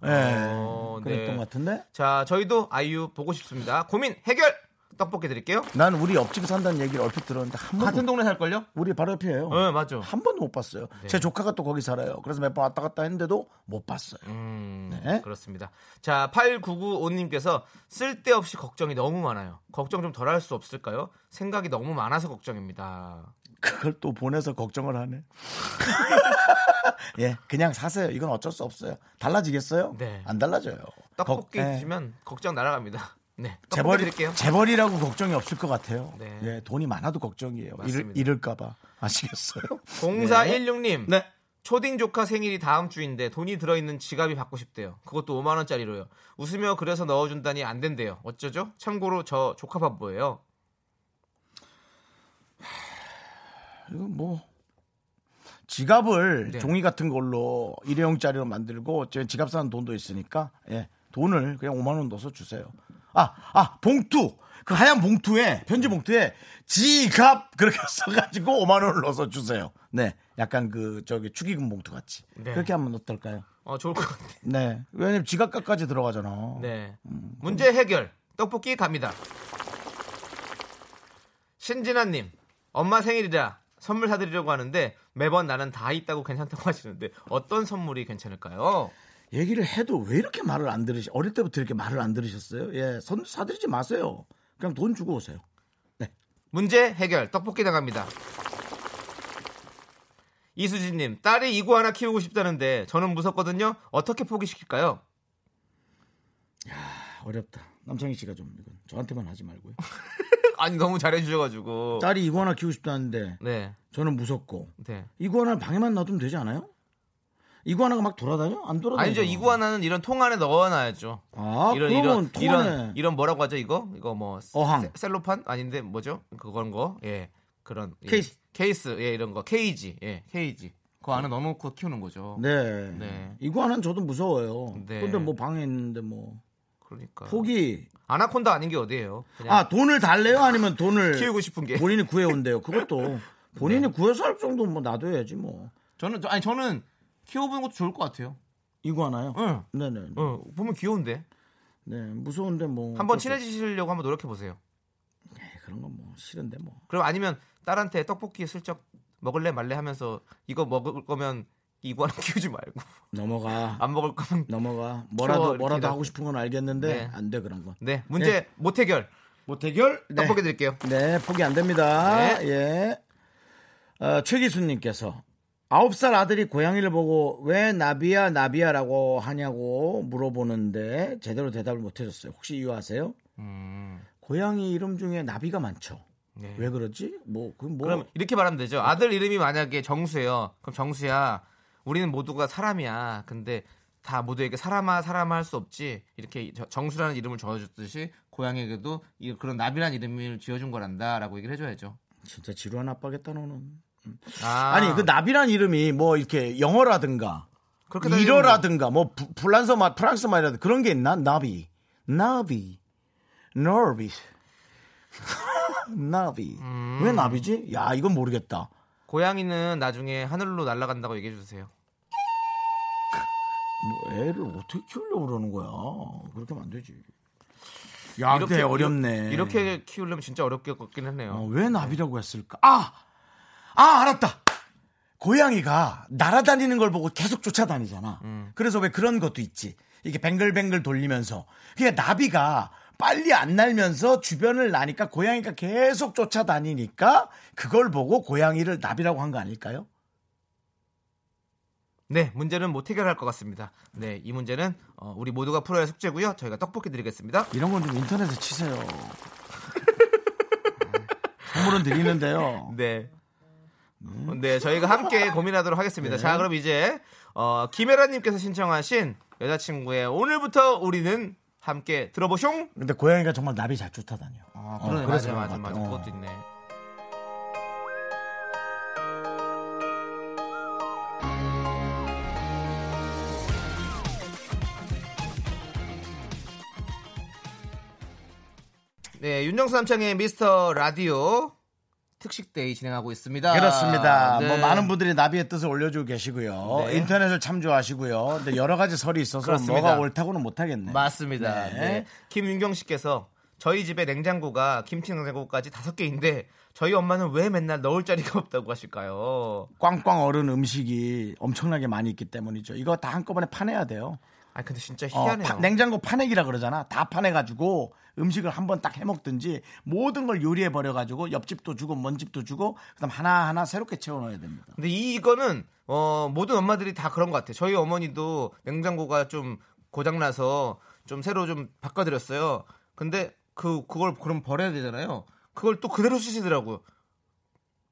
[SPEAKER 1] 예.
[SPEAKER 2] 어,
[SPEAKER 1] 그랬던
[SPEAKER 2] 네.
[SPEAKER 1] 것 같은데.
[SPEAKER 2] 자, 저희도 아이유 보고 싶습니다. 고민 해결 떡볶이 드릴게요.
[SPEAKER 1] 난 우리 옆집에 산다는 얘기를 얼핏 들었는데 한 번도
[SPEAKER 2] 같은 동네 살 걸요?
[SPEAKER 1] 우리 바로 옆이에요.
[SPEAKER 2] 네, 맞죠.
[SPEAKER 1] 한 번도 못 봤어요. 제 조카가 또 거기 살아요. 그래서 몇 번 왔다 갔다 했는데도 못 봤어요. 네.
[SPEAKER 2] 음, 그렇습니다. 자, 8995님께서 쓸데없이 걱정이 너무 많아요. 걱정 좀 덜 할 수 없을까요? 생각이 너무 많아서 걱정입니다.
[SPEAKER 1] 그걸 또 보내서 걱정을 하네. 예, 그냥 사세요. 이건 어쩔 수 없어요. 달라지겠어요?
[SPEAKER 2] 네.
[SPEAKER 1] 안 달라져요.
[SPEAKER 2] 떡볶이
[SPEAKER 1] 걱- 예.
[SPEAKER 2] 드시면 걱정 날아갑니다. 네. 떡볶이
[SPEAKER 1] 재벌이,
[SPEAKER 2] 드릴게요.
[SPEAKER 1] 재벌이라고 걱정이 없을 것 같아요.
[SPEAKER 2] 네.
[SPEAKER 1] 예, 돈이 많아도 걱정이에요.
[SPEAKER 2] 맞습니다.
[SPEAKER 1] 잃, 을까봐 아시겠어요?
[SPEAKER 2] 0416님.
[SPEAKER 1] 네.
[SPEAKER 2] 초딩 조카 생일이 다음 주인데 돈이 들어있는 지갑이 받고 싶대요. 그것도 5만 원짜리로요. 웃으며 그래서 넣어준다니 안 된대요. 어쩌죠? 참고로 저 조카 바보예요.
[SPEAKER 1] 이거 뭐 지갑을
[SPEAKER 2] 네.
[SPEAKER 1] 종이 같은 걸로 일회용짜리로 만들고 제 지갑 사는 돈도 있으니까 예 돈을 그냥 5만 원 넣어서 주세요. 아, 아, 봉투. 그 하얀 봉투에 편지
[SPEAKER 2] 네.
[SPEAKER 1] 봉투에 지갑 그렇게 써가지고 5만 원을 넣어서 주세요. 네, 약간 그 저기 축의금 봉투 같이
[SPEAKER 2] 네.
[SPEAKER 1] 그렇게 하면 어떨까요?
[SPEAKER 2] 어, 좋을 것 같아요.
[SPEAKER 1] 네, 왜냐면 지갑값까지 들어가잖아.
[SPEAKER 2] 네. 문제 해결. 떡볶이 갑니다. 신진아님, 엄마 생일이라 선물 사드리려고 하는데 매번 나는 다 있다고 괜찮다고 하시는데 어떤 선물이 괜찮을까요?
[SPEAKER 1] 얘기를 해도 왜 이렇게 말을 안 들으시? 어릴 때부터 이렇게 말을 안 들으셨어요? 예, 선 사드리지 마세요. 그냥 돈 주고 오세요.
[SPEAKER 2] 문제 해결. 떡볶이 나갑니다. 이수진님, 딸이 이구 하나 키우고 싶다는데 저는 무섭거든요. 어떻게 포기시킬까요?
[SPEAKER 1] 어렵다. 남창희 씨가 좀 이건 저한테만 하지 말고요.
[SPEAKER 2] 아니 너무 잘해주셔가지고.
[SPEAKER 1] 딸이 이구아나 키우고 싶다는데
[SPEAKER 2] 네,
[SPEAKER 1] 저는 무섭고
[SPEAKER 2] 네.
[SPEAKER 1] 이구아나 방에만 놔두면 되지 않아요? 이구아나가 막 돌아다녀? 안 돌아다녀?
[SPEAKER 2] 아니죠. 이구 하나는 이런 통 안에 넣어놔야죠.
[SPEAKER 1] 아
[SPEAKER 2] 이런
[SPEAKER 1] 그러면
[SPEAKER 2] 이런
[SPEAKER 1] 통화
[SPEAKER 2] 이런
[SPEAKER 1] 네
[SPEAKER 2] 이런 뭐라고 하죠 이거 이거 뭐
[SPEAKER 1] 어항.
[SPEAKER 2] 셀- 셀로판 아닌데 뭐죠 그건 거예 그런 예.
[SPEAKER 1] 케이스.
[SPEAKER 2] 케이스 예 이런 거 케이지 예 케이지 그 안에 넣어놓고 키우는 거죠
[SPEAKER 1] 네.
[SPEAKER 2] 네.
[SPEAKER 1] 이구아나는 저도 무서워요.
[SPEAKER 2] 네.
[SPEAKER 1] 근데 뭐 방에 있는데 뭐
[SPEAKER 2] 그러니까
[SPEAKER 1] 포기.
[SPEAKER 2] 아나콘다 아닌 게 어디예요 그냥
[SPEAKER 1] 아 돈을 달래요? 아니면 돈을
[SPEAKER 2] 네. 키우고 싶은 게 네.
[SPEAKER 1] 본인이 구해온대요. 그것도 본인이 구해서 할 정도 뭐 놔둬야지 뭐
[SPEAKER 2] 저는 저- 아니 저는 키워보는 것도 좋을 것 같아요
[SPEAKER 1] 이구아나요.
[SPEAKER 2] 응
[SPEAKER 1] 네네. 네.
[SPEAKER 2] 응, 예. 보면 귀여운데
[SPEAKER 1] 네, 무서운데 뭐
[SPEAKER 2] 한번
[SPEAKER 1] 어쩔 수
[SPEAKER 2] 친해지시려고 한번 노력해 보세요
[SPEAKER 1] 없- 에이, 그런 건 뭐 싫은데 뭐.
[SPEAKER 2] 그럼 아니면 딸한테 떡볶이 슬쩍 먹을래 말래 하면서 이거 먹을 거면 이관은 키우지 말고
[SPEAKER 1] 넘어가.
[SPEAKER 2] 안 먹을 거면
[SPEAKER 1] 넘어가.
[SPEAKER 2] 추워,
[SPEAKER 1] 뭐라도
[SPEAKER 2] 이렇게
[SPEAKER 1] 뭐라도
[SPEAKER 2] 해갖고.
[SPEAKER 1] 하고 싶은 건 알겠는데
[SPEAKER 2] 네.
[SPEAKER 1] 안 돼 그런 건.
[SPEAKER 2] 네 문제 못 해결
[SPEAKER 1] 모태결
[SPEAKER 2] 떡볶이 드릴게요.
[SPEAKER 1] 네, 포기 안 됩니다.
[SPEAKER 2] 네.
[SPEAKER 1] 예. 어, 최기수님께서 아홉 살 아들이 고양이를 보고 왜 나비야 나비야라고 하냐고 물어보는데 제대로 대답을 못 해줬어요. 혹시 이유 아세요?
[SPEAKER 2] 음.
[SPEAKER 1] 고양이 이름 중에 나비가 많죠. 왜 그러지? 뭐 그럼 뭐
[SPEAKER 2] 네. 그럼 이렇게 말하면 되죠. 아들 이름이 만약에 정수예요. 그럼 정수야, 우리는 모두가 사람이야. 근데 다 모두에게 사람아 사람아 할 수 없지. 이렇게 저- 정수라는 이름을 지어줬듯이 고양이에게도 이- 그런 나비란 이름을 지어준 거란다라고 얘기를 해줘야죠.
[SPEAKER 1] 진짜 지루한 아빠겠다 너는.
[SPEAKER 2] 아,
[SPEAKER 1] 아니 그 나비란 이름이 뭐 이렇게 영어라든가
[SPEAKER 2] 그렇게 다니는
[SPEAKER 1] 일어라든가 뭐 부- 프랑스 말 프랑스 말이라든 그런 게 있나? 나비, 나비, 너비, 나비.
[SPEAKER 2] 음.
[SPEAKER 1] 왜 나비지? 야 이건 모르겠다.
[SPEAKER 2] 고양이는 나중에 하늘로 날아간다고 얘기해 주세요.
[SPEAKER 1] 뭐 애를 어떻게 키우려고 그러는 거야? 그렇게 하면 안 되지. 야, 근데 아, 어렵네.
[SPEAKER 2] 이렇게 키우려면 진짜 어렵겠긴 하네요.
[SPEAKER 1] 어, 왜 나비라고 했을까? 아, 아 알았다. 고양이가 날아다니는 걸 보고 계속 쫓아다니잖아. 그래서 왜 그런 것도 있지. 이게 뱅글뱅글 돌리면서. 그러니까 나비가 빨리 안 날면서 주변을 나니까 고양이가 계속 쫓아다니니까 그걸 보고 고양이를 나비라고 한 거 아닐까요?
[SPEAKER 2] 네, 문제는 못 해결할 것 같습니다. 네, 이 문제는 어, 우리 모두가 풀어야 할 숙제고요. 저희가 떡볶이 드리겠습니다.
[SPEAKER 1] 이런 건 좀 인터넷에 치세요. 선물은 드리는데요.
[SPEAKER 2] 네. 네, 저희가 함께 고민하도록 하겠습니다. 자, 그럼 이제 어, 김혜라님께서 신청하신 여자친구의 오늘부터 우리는 함께 들어보숑.
[SPEAKER 1] 근데 고양이가 정말 나비 잘 쫓아다녀.
[SPEAKER 2] 아,
[SPEAKER 1] 어, 그러네.
[SPEAKER 2] 맞아,
[SPEAKER 1] 그래서 그런
[SPEAKER 2] 맞아,
[SPEAKER 1] 것
[SPEAKER 2] 맞아.
[SPEAKER 1] 같아요.
[SPEAKER 2] 그것도 있네. 네, 윤정수 남창의 미스터 라디오 특식데이 진행하고 있습니다.
[SPEAKER 1] 그렇습니다.
[SPEAKER 2] 네.
[SPEAKER 1] 뭐 많은 분들이 나비의 뜻을 올려주고 계시고요.
[SPEAKER 2] 네.
[SPEAKER 1] 인터넷을 참조하시고요. 근데 여러 가지 설이 있어서
[SPEAKER 2] 그렇습니다.
[SPEAKER 1] 뭐가 옳다고는 못하겠네.
[SPEAKER 2] 맞습니다.
[SPEAKER 1] 네.
[SPEAKER 2] 네. 김윤경 씨께서 저희 집에 냉장고가 김치 냉장고까지 다섯 개인데 저희 엄마는 왜 맨날 넣을 자리가 없다고 하실까요?
[SPEAKER 1] 꽝꽝 얼은 음식이 엄청나게 많이 있기 때문이죠. 이거 다 한꺼번에 파내야 돼요.
[SPEAKER 2] 아 근데 진짜
[SPEAKER 1] 어,
[SPEAKER 2] 희한해요.
[SPEAKER 1] 파- 냉장고 파내기라 그러잖아. 다 파내가지고 음식을 한번 딱 해먹든지 모든 걸 요리해 버려가지고 옆집도 주고 먼집도 주고 그다음 하나하나 새롭게 채워넣어야 됩니다.
[SPEAKER 2] 근데 이거는 어, 모든 엄마들이 다 그런 것 같아요. 저희 어머니도 냉장고가 좀 고장나서 좀 새로 좀 바꿔드렸어요. 근데 그 그걸 그럼 버려야 되잖아요. 그걸 또 그대로 쓰시더라고요.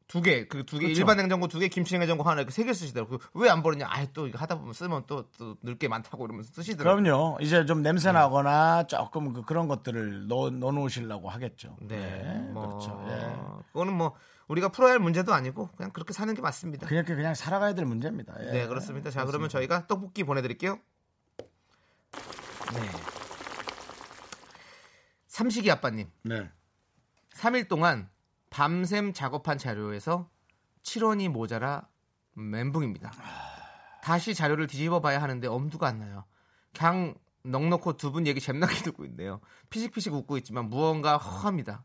[SPEAKER 2] 두 개, 그 두 개,
[SPEAKER 1] 그렇죠.
[SPEAKER 2] 일반 냉장고 두 개, 김치 냉장고 하나 이렇게 세 개 쓰시더라고요. 그 왜 안 버리냐? 아이 또 이거 하다 보면 쓰면 또 또 넣을 게 많다고 이러면서 쓰시더라고요. 네.
[SPEAKER 1] 그럼요. 이제 좀 냄새 나거나 조금 그- 그런 것들을 넣어 넣어놓으시려고 하겠죠.
[SPEAKER 2] 네, 뭐,
[SPEAKER 1] 그렇죠. 예.
[SPEAKER 2] 그거는 뭐 우리가 풀어야 할 문제도 아니고 그냥 그렇게 사는 게 맞습니다.
[SPEAKER 1] 그냥 그냥 살아가야 될 문제입니다. 예.
[SPEAKER 2] 네, 그렇습니다. 자, 그러면 저희가 떡볶이 보내드릴게요. 네. 삼식이 아빠님,
[SPEAKER 1] 네.
[SPEAKER 2] 3일 동안 밤샘 작업한 자료에서 7원이 모자라 멘붕입니다. 다시 자료를 뒤집어 봐야 하는데 엄두가 안 나요. 그냥 넉넉고 두 분 얘기 잼나게 듣고 있네요. 피식피식 웃고 있지만 무언가 허합니다.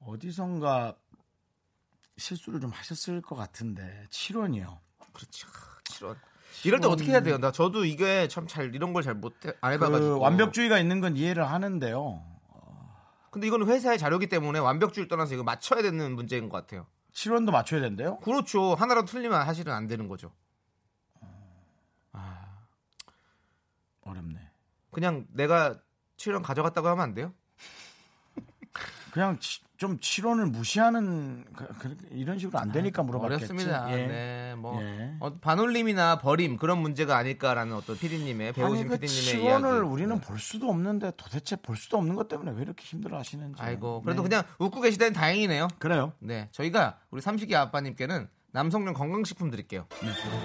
[SPEAKER 1] 어디선가 실수를 좀 하셨을 것 같은데 7원이요.
[SPEAKER 2] 그렇지, 7원. 그렇죠. 아, 이럴 때 어떻게 해야 돼요? 나 저도 이게 참 잘 이런 걸 잘 못 안 해봐가지고
[SPEAKER 1] 그 완벽주의가 있는 건 이해를 하는데요.
[SPEAKER 2] 근데 이건 회사의 자료기 때문에 완벽주의를 떠나서 이거 맞춰야 되는 문제인 것 같아요.
[SPEAKER 1] 7원도 맞춰야 된대요.
[SPEAKER 2] 그렇죠. 하나라도 틀리면 사실은 안 되는 거죠.
[SPEAKER 1] 어렵네.
[SPEAKER 2] 그냥 내가 7원 가져갔다고 하면 안 돼요?
[SPEAKER 1] 그냥 치- 좀 7원을 무시하는 그- 그- 이런 식으로 안 되니까 물어봤겠지.
[SPEAKER 2] 어렵습니다.
[SPEAKER 1] 예.
[SPEAKER 2] 네, 뭐
[SPEAKER 1] 예.
[SPEAKER 2] 어, 반올림이나 버림 그런 문제가 아닐까라는 어떤 피디님의
[SPEAKER 1] 아니
[SPEAKER 2] 배우신
[SPEAKER 1] 그
[SPEAKER 2] 피디님의
[SPEAKER 1] 7원을
[SPEAKER 2] 이야기. 네.
[SPEAKER 1] 우리는 볼 수도 없는데 도대체 볼 수도 없는 것 때문에 왜 이렇게 힘들어하시는지.
[SPEAKER 2] 아이고, 그래도
[SPEAKER 1] 네.
[SPEAKER 2] 그냥 웃고 계시다니 다행이네요.
[SPEAKER 1] 그래요.
[SPEAKER 2] 네, 저희가 우리 삼식이 아빠님께는 남성용 건강식품 드릴게요.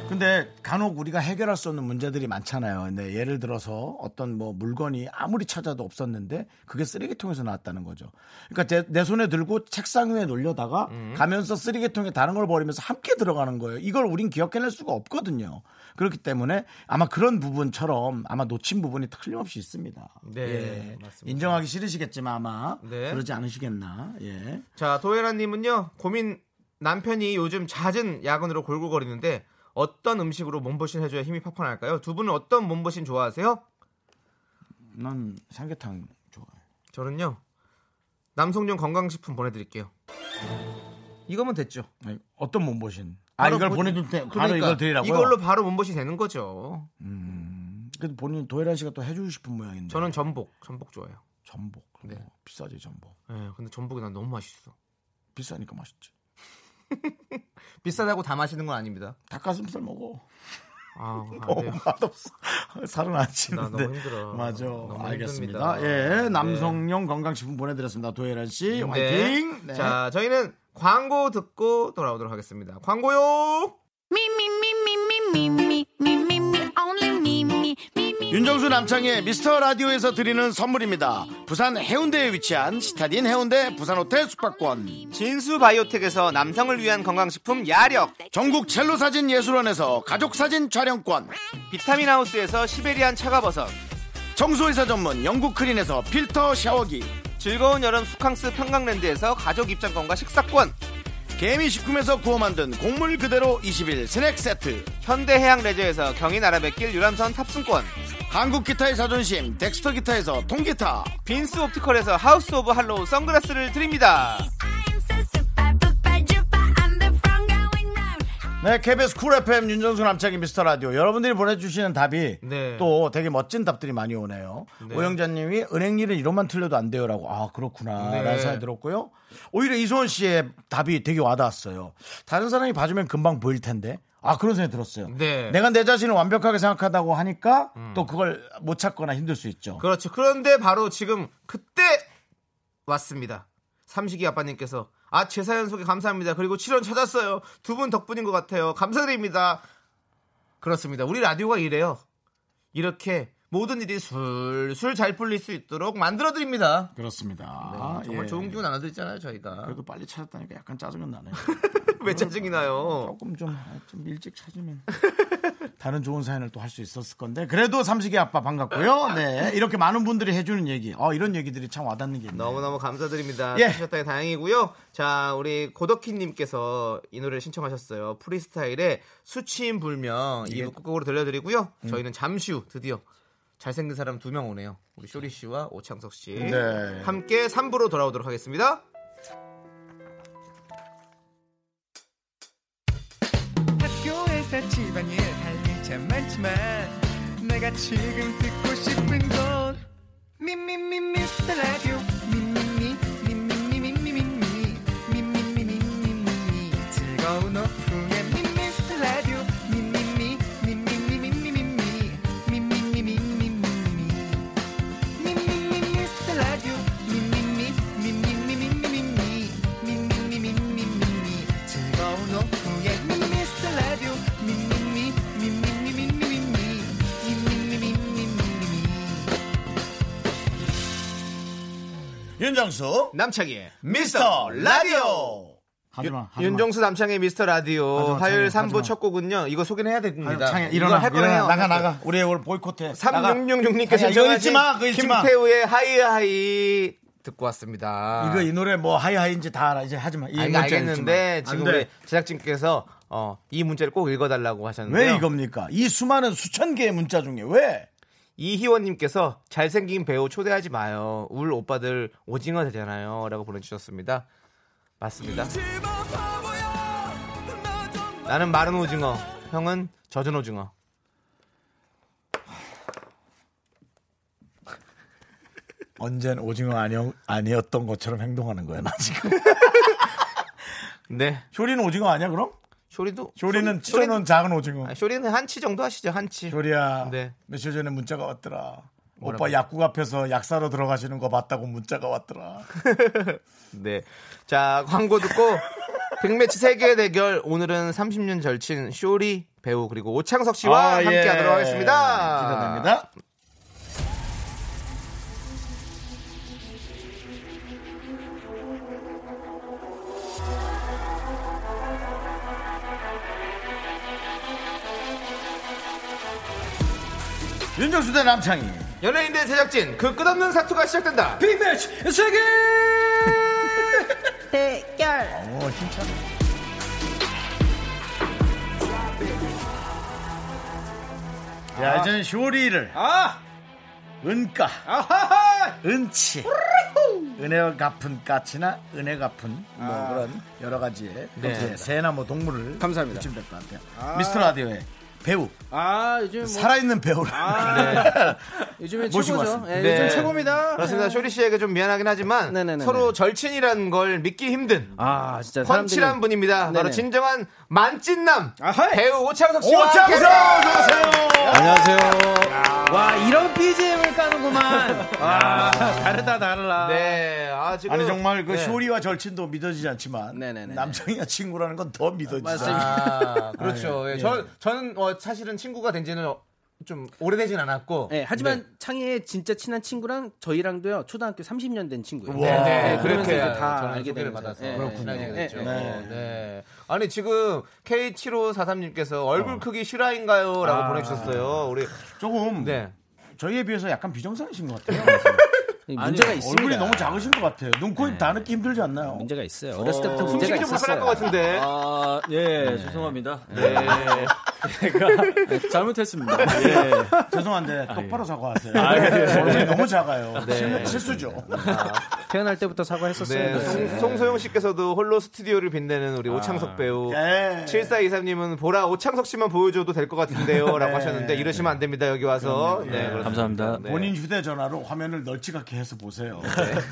[SPEAKER 1] 근데 간혹 우리가 해결할 수 없는 문제들이 많잖아요. 근데 예를 들어서 어떤 뭐 물건이 아무리 찾아도 없었는데 그게 쓰레기통에서 나왔다는 거죠. 그러니까 제- 내 손에 들고 책상 위에 놀려다가
[SPEAKER 2] 음.
[SPEAKER 1] 가면서 쓰레기통에 다른 걸 버리면서 함께 들어가는 거예요. 이걸 우린 기억해낼 수가 없거든요. 그렇기 때문에 아마 그런 부분처럼 아마 놓친 부분이 틀림없이 있습니다. 예.
[SPEAKER 2] 네, 맞습니다.
[SPEAKER 1] 인정하기 싫으시겠지만 아마
[SPEAKER 2] 네.
[SPEAKER 1] 그러지 않으시겠나. 예.
[SPEAKER 2] 자, 도혜라님은요, 고민, 남편이 요즘 잦은 야근으로 골골거리는데 어떤 음식으로 몸보신 해줘야 힘이 팍팍 날까요? 두 분은 어떤 몸보신 좋아하세요?
[SPEAKER 1] 난 삼계탕 좋아해.
[SPEAKER 2] 저는요 남성용 건강식품 보내드릴게요. 이거면 됐죠.
[SPEAKER 1] 아니, 어떤 몸보신? 아 이걸
[SPEAKER 2] 보-
[SPEAKER 1] 보내줄 때 바로
[SPEAKER 2] 그러니까
[SPEAKER 1] 이걸 드리라고요?
[SPEAKER 2] 이걸로 네. 바로 몸보신 되는 거죠.
[SPEAKER 1] 근데 본인 도혜란 씨가 또 해주고 싶은 모양인데.
[SPEAKER 2] 저는 전복, 전복 좋아해요.
[SPEAKER 1] 전복.
[SPEAKER 2] 네.
[SPEAKER 1] 어, 비싸지 전복.
[SPEAKER 2] 예, 근데 전복이 난 너무 맛있어.
[SPEAKER 1] 비싸니까 맛있지.
[SPEAKER 2] 비싸다고 다 마시는 건 아닙니다.
[SPEAKER 1] 닭가슴살 먹어.
[SPEAKER 2] 아, 안
[SPEAKER 1] 어,
[SPEAKER 2] 돼요.
[SPEAKER 1] 맛없어. 살은 안
[SPEAKER 2] 나
[SPEAKER 1] 찌는데.
[SPEAKER 2] 너무 힘들어.
[SPEAKER 1] 맞아.
[SPEAKER 2] 너무
[SPEAKER 1] 알겠습니다.
[SPEAKER 2] 힘듭니다.
[SPEAKER 1] 예,
[SPEAKER 2] 네.
[SPEAKER 1] 남성용 건강식품 보내드렸습니다. 도혜란 씨,
[SPEAKER 2] 네.
[SPEAKER 1] 화이팅! 네.
[SPEAKER 2] 자, 저희는 광고 듣고 돌아오도록 하겠습니다. 광고요.
[SPEAKER 1] 윤정수 남창의 미스터 라디오에서 드리는 선물입니다. 부산 해운대에 위치한 시타딘 해운대 부산 호텔 숙박권.
[SPEAKER 2] 진수 바이오텍에서 남성을 위한 건강식품 야력,
[SPEAKER 1] 전국 첼로 사진 예술원에서 가족 사진 촬영권.
[SPEAKER 2] 비타민 하우스에서 시베리안 차가버섯,
[SPEAKER 1] 청소회사 전문 영국 크린에서 필터 샤워기.
[SPEAKER 2] 즐거운 여름 수캉스 평강랜드에서 가족 입장권과 식사권,
[SPEAKER 1] 개미식품에서 구워 만든 곡물 그대로 20일 스낵 세트.
[SPEAKER 2] 현대해양 레저에서 경인아라뱃길 유람선 탑승권,
[SPEAKER 1] 한국 기타의 자존심 덱스터 기타에서 통기타.
[SPEAKER 2] 빈스 옵티컬에서 하우스 오브 할로우 선글라스를 드립니다.
[SPEAKER 1] 네, KBS 쿨 FM 윤정수 남창희 미스터 라디오. 여러분들이 보내주시는 답이
[SPEAKER 2] 네.
[SPEAKER 1] 또 되게 멋진 답들이 많이 오네요.
[SPEAKER 2] 네.
[SPEAKER 1] 오영자님이 은행 일은 이런만 틀려도 안 돼요라고. 아, 그렇구나.
[SPEAKER 2] 네.
[SPEAKER 1] 라는 생각이 들었고요. 오히려 이소원 씨의 답이 되게 와닿았어요. 다른 사람이 봐주면 금방 보일 텐데. 아, 그런 생각이 들었어요.
[SPEAKER 2] 네. 음.
[SPEAKER 1] 내가 내 자신을 완벽하게 생각하다고 하니까 또 그걸 못 찾거나 힘들 수 있죠.
[SPEAKER 2] 그렇죠. 그런데 바로 지금 그때 왔습니다. 삼식이 아빠님께서 아, 제 사연 소개 감사합니다. 그리고 출연 찾았어요. 두 분 덕분인 것 같아요. 감사드립니다. 그렇습니다. 우리 라디오가 이래요. 이렇게 모든 일이 술술 잘 풀릴 수 있도록 만들어 드립니다.
[SPEAKER 1] 그렇습니다.
[SPEAKER 2] 정말
[SPEAKER 1] 예.
[SPEAKER 2] 좋은 기운 나눠드리잖아요, 저희가.
[SPEAKER 1] 그래도 빨리 찾았다니까 약간 짜증은 나네.
[SPEAKER 2] 왜 짜증이 나요?
[SPEAKER 1] 조금 좀, 아, 좀 일찍 찾으면 다른 좋은 사연을 또 할 수 있었을 건데 그래도 삼식이 아빠 반갑고요. 네 이렇게 많은 분들이 해주는 얘기, 어 이런 얘기들이 참 와닿는 게 있네요.
[SPEAKER 2] 너무너무 감사드립니다.
[SPEAKER 1] 예.
[SPEAKER 2] 하셨다니 다행이고요. 자, 우리 고덕희님께서 이 노래를 신청하셨어요. 프리스타일의 수치인 불명 이부 끝곡으로 들려드리고요.
[SPEAKER 1] 음.
[SPEAKER 2] 저희는 잠시 후 드디어 잘생긴 사람 두 명 오네요. 우리 쇼리 씨와 오창석 씨
[SPEAKER 1] 네.
[SPEAKER 2] 함께 3부로 돌아오도록 하겠습니다.
[SPEAKER 6] 학교에서 집안일 할 일 참 많지만 내가 지금 듣고 싶은 건 미미미 미스터 라디오 미미미 미미미 미미미 미미미 미미미 미미미 즐거운 오후에 예, 미미스터 라디오 미미미 미미미 미미미 미미미 미미미 미미미 미스터 라디오 미미미 미미미 미미미 미미미 미미미 즐거운 오후에 미스터 라디오 미미미 미미미 미미미 미미미 미미미
[SPEAKER 1] 윤정수
[SPEAKER 2] 남창희의
[SPEAKER 1] 미스터 라디오. 하지마. 하지마.
[SPEAKER 2] 윤종수 남창의 미스터 라디오
[SPEAKER 1] 하지마,
[SPEAKER 2] 화요일
[SPEAKER 1] 창희,
[SPEAKER 2] 3부
[SPEAKER 1] 하지마.
[SPEAKER 2] 첫 곡은요. 이거 소개는 해야 됩니다.
[SPEAKER 1] 창이
[SPEAKER 2] 이거
[SPEAKER 1] 일어나.
[SPEAKER 2] 할 거는
[SPEAKER 1] 일어나.
[SPEAKER 2] 해요.
[SPEAKER 1] 나가 나가. 우리 오늘 보이콧해.
[SPEAKER 2] 3666님께서
[SPEAKER 1] 이거 잊지 마. 그거 잊지 마.
[SPEAKER 2] 김태우의 하이하이 듣고 왔습니다.
[SPEAKER 1] 이거 이 노래 뭐 하이하이인지 다 알아. 이제 하지 마. 이
[SPEAKER 2] 아, 이거
[SPEAKER 1] 문자 읽지 마.
[SPEAKER 2] 알겠는데
[SPEAKER 1] 안
[SPEAKER 2] 지금
[SPEAKER 1] 돼.
[SPEAKER 2] 우리 제작진께서 어, 이 문제를 꼭 읽어달라고 하셨는데
[SPEAKER 1] 왜 이겁니까? 이 수많은 수천 개의 문자 중에 왜?
[SPEAKER 2] 이희원님께서 잘생긴 배우 초대하지 마요. 울 오빠들 오징어 되잖아요.라고 보내주셨습니다. 맞습니다. 나는 마른 오징어, 형은 젖은 오징어.
[SPEAKER 1] 언젠 오징어 아니었, 아니었던 것처럼 행동하는 거야 나 지금.
[SPEAKER 2] 네,
[SPEAKER 1] 쇼리는 오징어 아니야 그럼?
[SPEAKER 2] 쇼리도
[SPEAKER 1] 쇼리는
[SPEAKER 2] 쇼리-
[SPEAKER 1] 치료는 작은 오징어.
[SPEAKER 2] 아, 쇼리는 한치 정도 하시죠, 한치.
[SPEAKER 1] 조리야
[SPEAKER 2] 네.
[SPEAKER 1] 며칠 전에 문자가 왔더라
[SPEAKER 2] 뭐라고?
[SPEAKER 1] 오빠 약국 앞에서 약 사러 들어가시는 거 봤다고 문자가 왔더라
[SPEAKER 2] 네. 자, 광고 듣고 빅매치 세계 대결 오늘은 30년 절친 쇼리 배우 그리고 오창석 씨와
[SPEAKER 1] 아,
[SPEAKER 2] 함께
[SPEAKER 1] 예.
[SPEAKER 2] 하도록 하겠습니다.
[SPEAKER 1] 기대됩니다 윤정수 대 남창희
[SPEAKER 2] 연예인 대 제작진 그 끝없는 사투가 시작된다.
[SPEAKER 1] 빅매치 세계 어, 대결 오 진짜
[SPEAKER 7] 아.
[SPEAKER 1] 야, 이제는 쇼리를.
[SPEAKER 2] 아!
[SPEAKER 1] 은가,
[SPEAKER 2] 아하하!
[SPEAKER 1] 은치. 은혜 갚은 까치나 은혜 갚은 뭐 그런 여러 가지의 이제 새나 뭐 동물을
[SPEAKER 7] 아. 네. 감사합니다.
[SPEAKER 1] 붙이면 될것 같아요. 미스터 라디오의 배우
[SPEAKER 7] 아 요즘 뭐,
[SPEAKER 1] 살아있는 배우를 네.
[SPEAKER 7] 요즘에
[SPEAKER 1] 모시고
[SPEAKER 7] 최고죠.
[SPEAKER 1] 왔습니다.
[SPEAKER 7] 예,
[SPEAKER 2] 네.
[SPEAKER 7] 요즘 최고입니다. 네.
[SPEAKER 2] 그렇습니다. 쇼리 씨에게 좀 미안하긴 하지만
[SPEAKER 7] 네네네네.
[SPEAKER 2] 서로 절친이라는 걸 믿기 힘든
[SPEAKER 7] 아 진짜
[SPEAKER 2] 펀칠한
[SPEAKER 7] 사람들이
[SPEAKER 2] 분입니다. 바로
[SPEAKER 7] 네네.
[SPEAKER 2] 진정한 만찢남
[SPEAKER 7] 아하이.
[SPEAKER 2] 배우 오창석 씨와
[SPEAKER 1] 오창석
[SPEAKER 2] 함께합니다.
[SPEAKER 1] 어서오세요.
[SPEAKER 7] 안녕하세요. 와 이런 BGM을 까는구만. 와 다르다 달라.
[SPEAKER 2] 네, 아 지금
[SPEAKER 1] 아니 정말 그
[SPEAKER 2] 네.
[SPEAKER 1] 쇼리와 절친도 믿어지지 않지만
[SPEAKER 7] 네네네.
[SPEAKER 1] 남성이나 친구라는 건 더 믿어지죠.
[SPEAKER 7] 맞습니다.
[SPEAKER 2] 아, 그렇죠. 예, 저, 저는 어, 사실은 친구가 된지는 좀 오래되진 않았고.
[SPEAKER 7] 네, 하지만 창희의 진짜 친한 친구랑 저희랑도요 초등학교 30년 된 친구예요.
[SPEAKER 2] 네, 네,
[SPEAKER 7] 네, 그러면서
[SPEAKER 2] 그렇게
[SPEAKER 7] 이제 다
[SPEAKER 2] 저는
[SPEAKER 7] 알게
[SPEAKER 2] 소개를
[SPEAKER 7] 된 거죠.
[SPEAKER 2] 받아서
[SPEAKER 7] 네,
[SPEAKER 2] 그렇군요.
[SPEAKER 7] 네,
[SPEAKER 2] 네, 죠
[SPEAKER 7] 네,
[SPEAKER 2] 네. 아니 지금 K7543님께서
[SPEAKER 7] 어.
[SPEAKER 2] 얼굴 크기 실화인가요라고
[SPEAKER 7] 아.
[SPEAKER 2] 보내주셨어요. 우리
[SPEAKER 1] 조금
[SPEAKER 2] 네.
[SPEAKER 1] 저희에 비해서 약간 비정상이신 것 같아요.
[SPEAKER 7] 문제가 있습니다. 네.
[SPEAKER 1] 얼굴이 너무 작으신 것 같아요. 눈코입 다 넣기 힘들지 않나요?
[SPEAKER 7] 문제가 있어요. 어렸을 때부터 문제가
[SPEAKER 2] 숨쉬기 좀 불편할
[SPEAKER 7] 있었어요.
[SPEAKER 2] 것 같은데.
[SPEAKER 8] 아, 예, 죄송합니다.
[SPEAKER 2] 네.
[SPEAKER 8] 제가 잘못했습니다. 예.
[SPEAKER 7] 아,
[SPEAKER 1] 죄송한데 똑바로 사과하세요.
[SPEAKER 7] 예.
[SPEAKER 1] 얼굴이 너무 작아요.
[SPEAKER 7] 네.
[SPEAKER 1] 실, 수죠
[SPEAKER 7] 태어날 때부터 사과했었어요. 아.
[SPEAKER 2] 네. 송, 송소영 씨께서도 홀로 스튜디오를 빛내는 우리 오창석
[SPEAKER 7] 네.
[SPEAKER 2] 배우.
[SPEAKER 1] 예.
[SPEAKER 2] 7423님은 보라 오창석 씨만 보여줘도 될 것
[SPEAKER 7] 네.
[SPEAKER 2] 같은데요라고 하셨는데 이러시면 안 됩니다 여기 와서. 네, 그렇습니다.
[SPEAKER 8] 감사합니다.
[SPEAKER 2] 네.
[SPEAKER 1] 본인 휴대전화로 화면을 널찍하게 해서 보세요.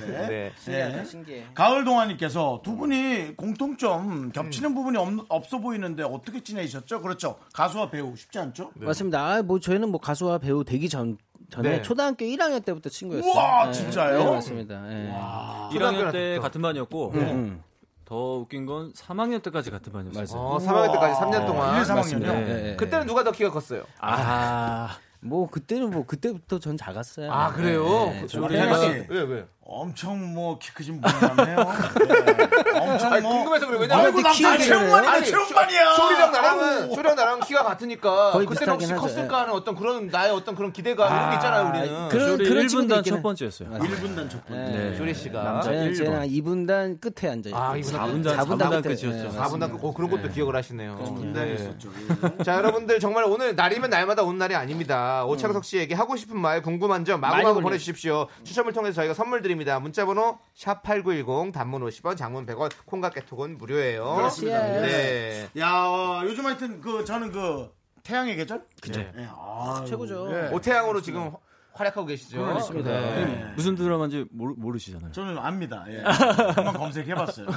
[SPEAKER 1] 네.
[SPEAKER 2] 네.
[SPEAKER 1] 네. 가을 동화님께서 두 분이 공통점 겹치는 부분이 없, 어 보이는데 어떻게 지내셨죠? 그렇죠. 가수와 배우 쉽지 않죠?
[SPEAKER 7] 맞습니다. 아, 뭐 저희는 뭐 가수와 배우 되기 전 전에
[SPEAKER 2] 네.
[SPEAKER 7] 초등학교 1학년 때부터 친구였어요.
[SPEAKER 1] 우와,
[SPEAKER 7] 네,
[SPEAKER 1] 진짜요?
[SPEAKER 7] 네, 맞습니다. 예.
[SPEAKER 8] 1학년
[SPEAKER 2] 초등학교
[SPEAKER 8] 때 같은 반이었고 네. 더 웃긴 건 3학년 때까지 같은 반이었어요.
[SPEAKER 2] 어, 3학년 때까지
[SPEAKER 8] 네.
[SPEAKER 2] 3년 동안. 네.
[SPEAKER 1] 1, 3학년이요?
[SPEAKER 7] 예, 예.
[SPEAKER 2] 그때는 누가 더 키가 컸어요?
[SPEAKER 8] 아,
[SPEAKER 7] 뭐 그때는 뭐 그때부터 전 작았어요.
[SPEAKER 2] 아 그래요?
[SPEAKER 7] 네,
[SPEAKER 2] 저
[SPEAKER 1] 태양
[SPEAKER 2] 제가-
[SPEAKER 1] 씨.
[SPEAKER 2] 왜 왜?
[SPEAKER 1] 엄청 뭐 키 크신 분이라네요. 네. 엄청
[SPEAKER 2] 아니,
[SPEAKER 1] 뭐
[SPEAKER 2] 궁금해서 그래. 왜냐면
[SPEAKER 1] 아이고 남자
[SPEAKER 7] 키우기는-
[SPEAKER 1] 체육만이네
[SPEAKER 2] 아니,
[SPEAKER 1] 체육만이야.
[SPEAKER 2] 쇼리랑 나랑은 쇼리랑 나랑 키가 같으니까
[SPEAKER 7] 거의
[SPEAKER 2] 그때 혹시
[SPEAKER 7] 비슷하긴 하죠.
[SPEAKER 2] 컸을까 하는 어떤 그런 나의 어떤 그런 기대감 이런 게 있잖아요 우리는.
[SPEAKER 7] 그런-
[SPEAKER 8] 쇼리
[SPEAKER 7] 그런
[SPEAKER 8] 1분단
[SPEAKER 7] 친구도 있긴
[SPEAKER 8] 첫 번째였어요.
[SPEAKER 1] 1분단 첫 번째.
[SPEAKER 8] 네.
[SPEAKER 2] 쇼리 씨가
[SPEAKER 7] 저는 제가 2분단 끝에 앉아 있고 네,
[SPEAKER 2] 아, 이분은
[SPEAKER 8] 4분단, 4분단 끝이었죠.
[SPEAKER 2] 4분단 그- 어, 그런 것도 기억을 하시네요. 네.
[SPEAKER 1] 있었죠.
[SPEAKER 2] 자 여러분들 정말 오늘 날이면 날마다 오는 날이 아닙니다. 오창석 씨에게 하고 싶은 말 궁금한 점 마구마구 보내주십시오. 추첨을 통해서 저희가 선물 드립니다. 문자번호 샵 #8910 단문 50원, 장문 100원, 콩과 깨톡은 무료예요.
[SPEAKER 7] 그렇습니다.
[SPEAKER 2] 네.
[SPEAKER 1] 야 어, 요즘 하여튼 그 저는 그 태양의 계절 그죠? 네. 아유,
[SPEAKER 7] 최고죠.
[SPEAKER 1] 예.
[SPEAKER 2] 오태양으로 지금 활약하고 계시죠.
[SPEAKER 7] 그렇습니다. 예.
[SPEAKER 2] 네.
[SPEAKER 8] 무슨 드라마인지 모르, 모르시잖아요.
[SPEAKER 1] 저는 압니다. 예. 한번 검색해봤어요.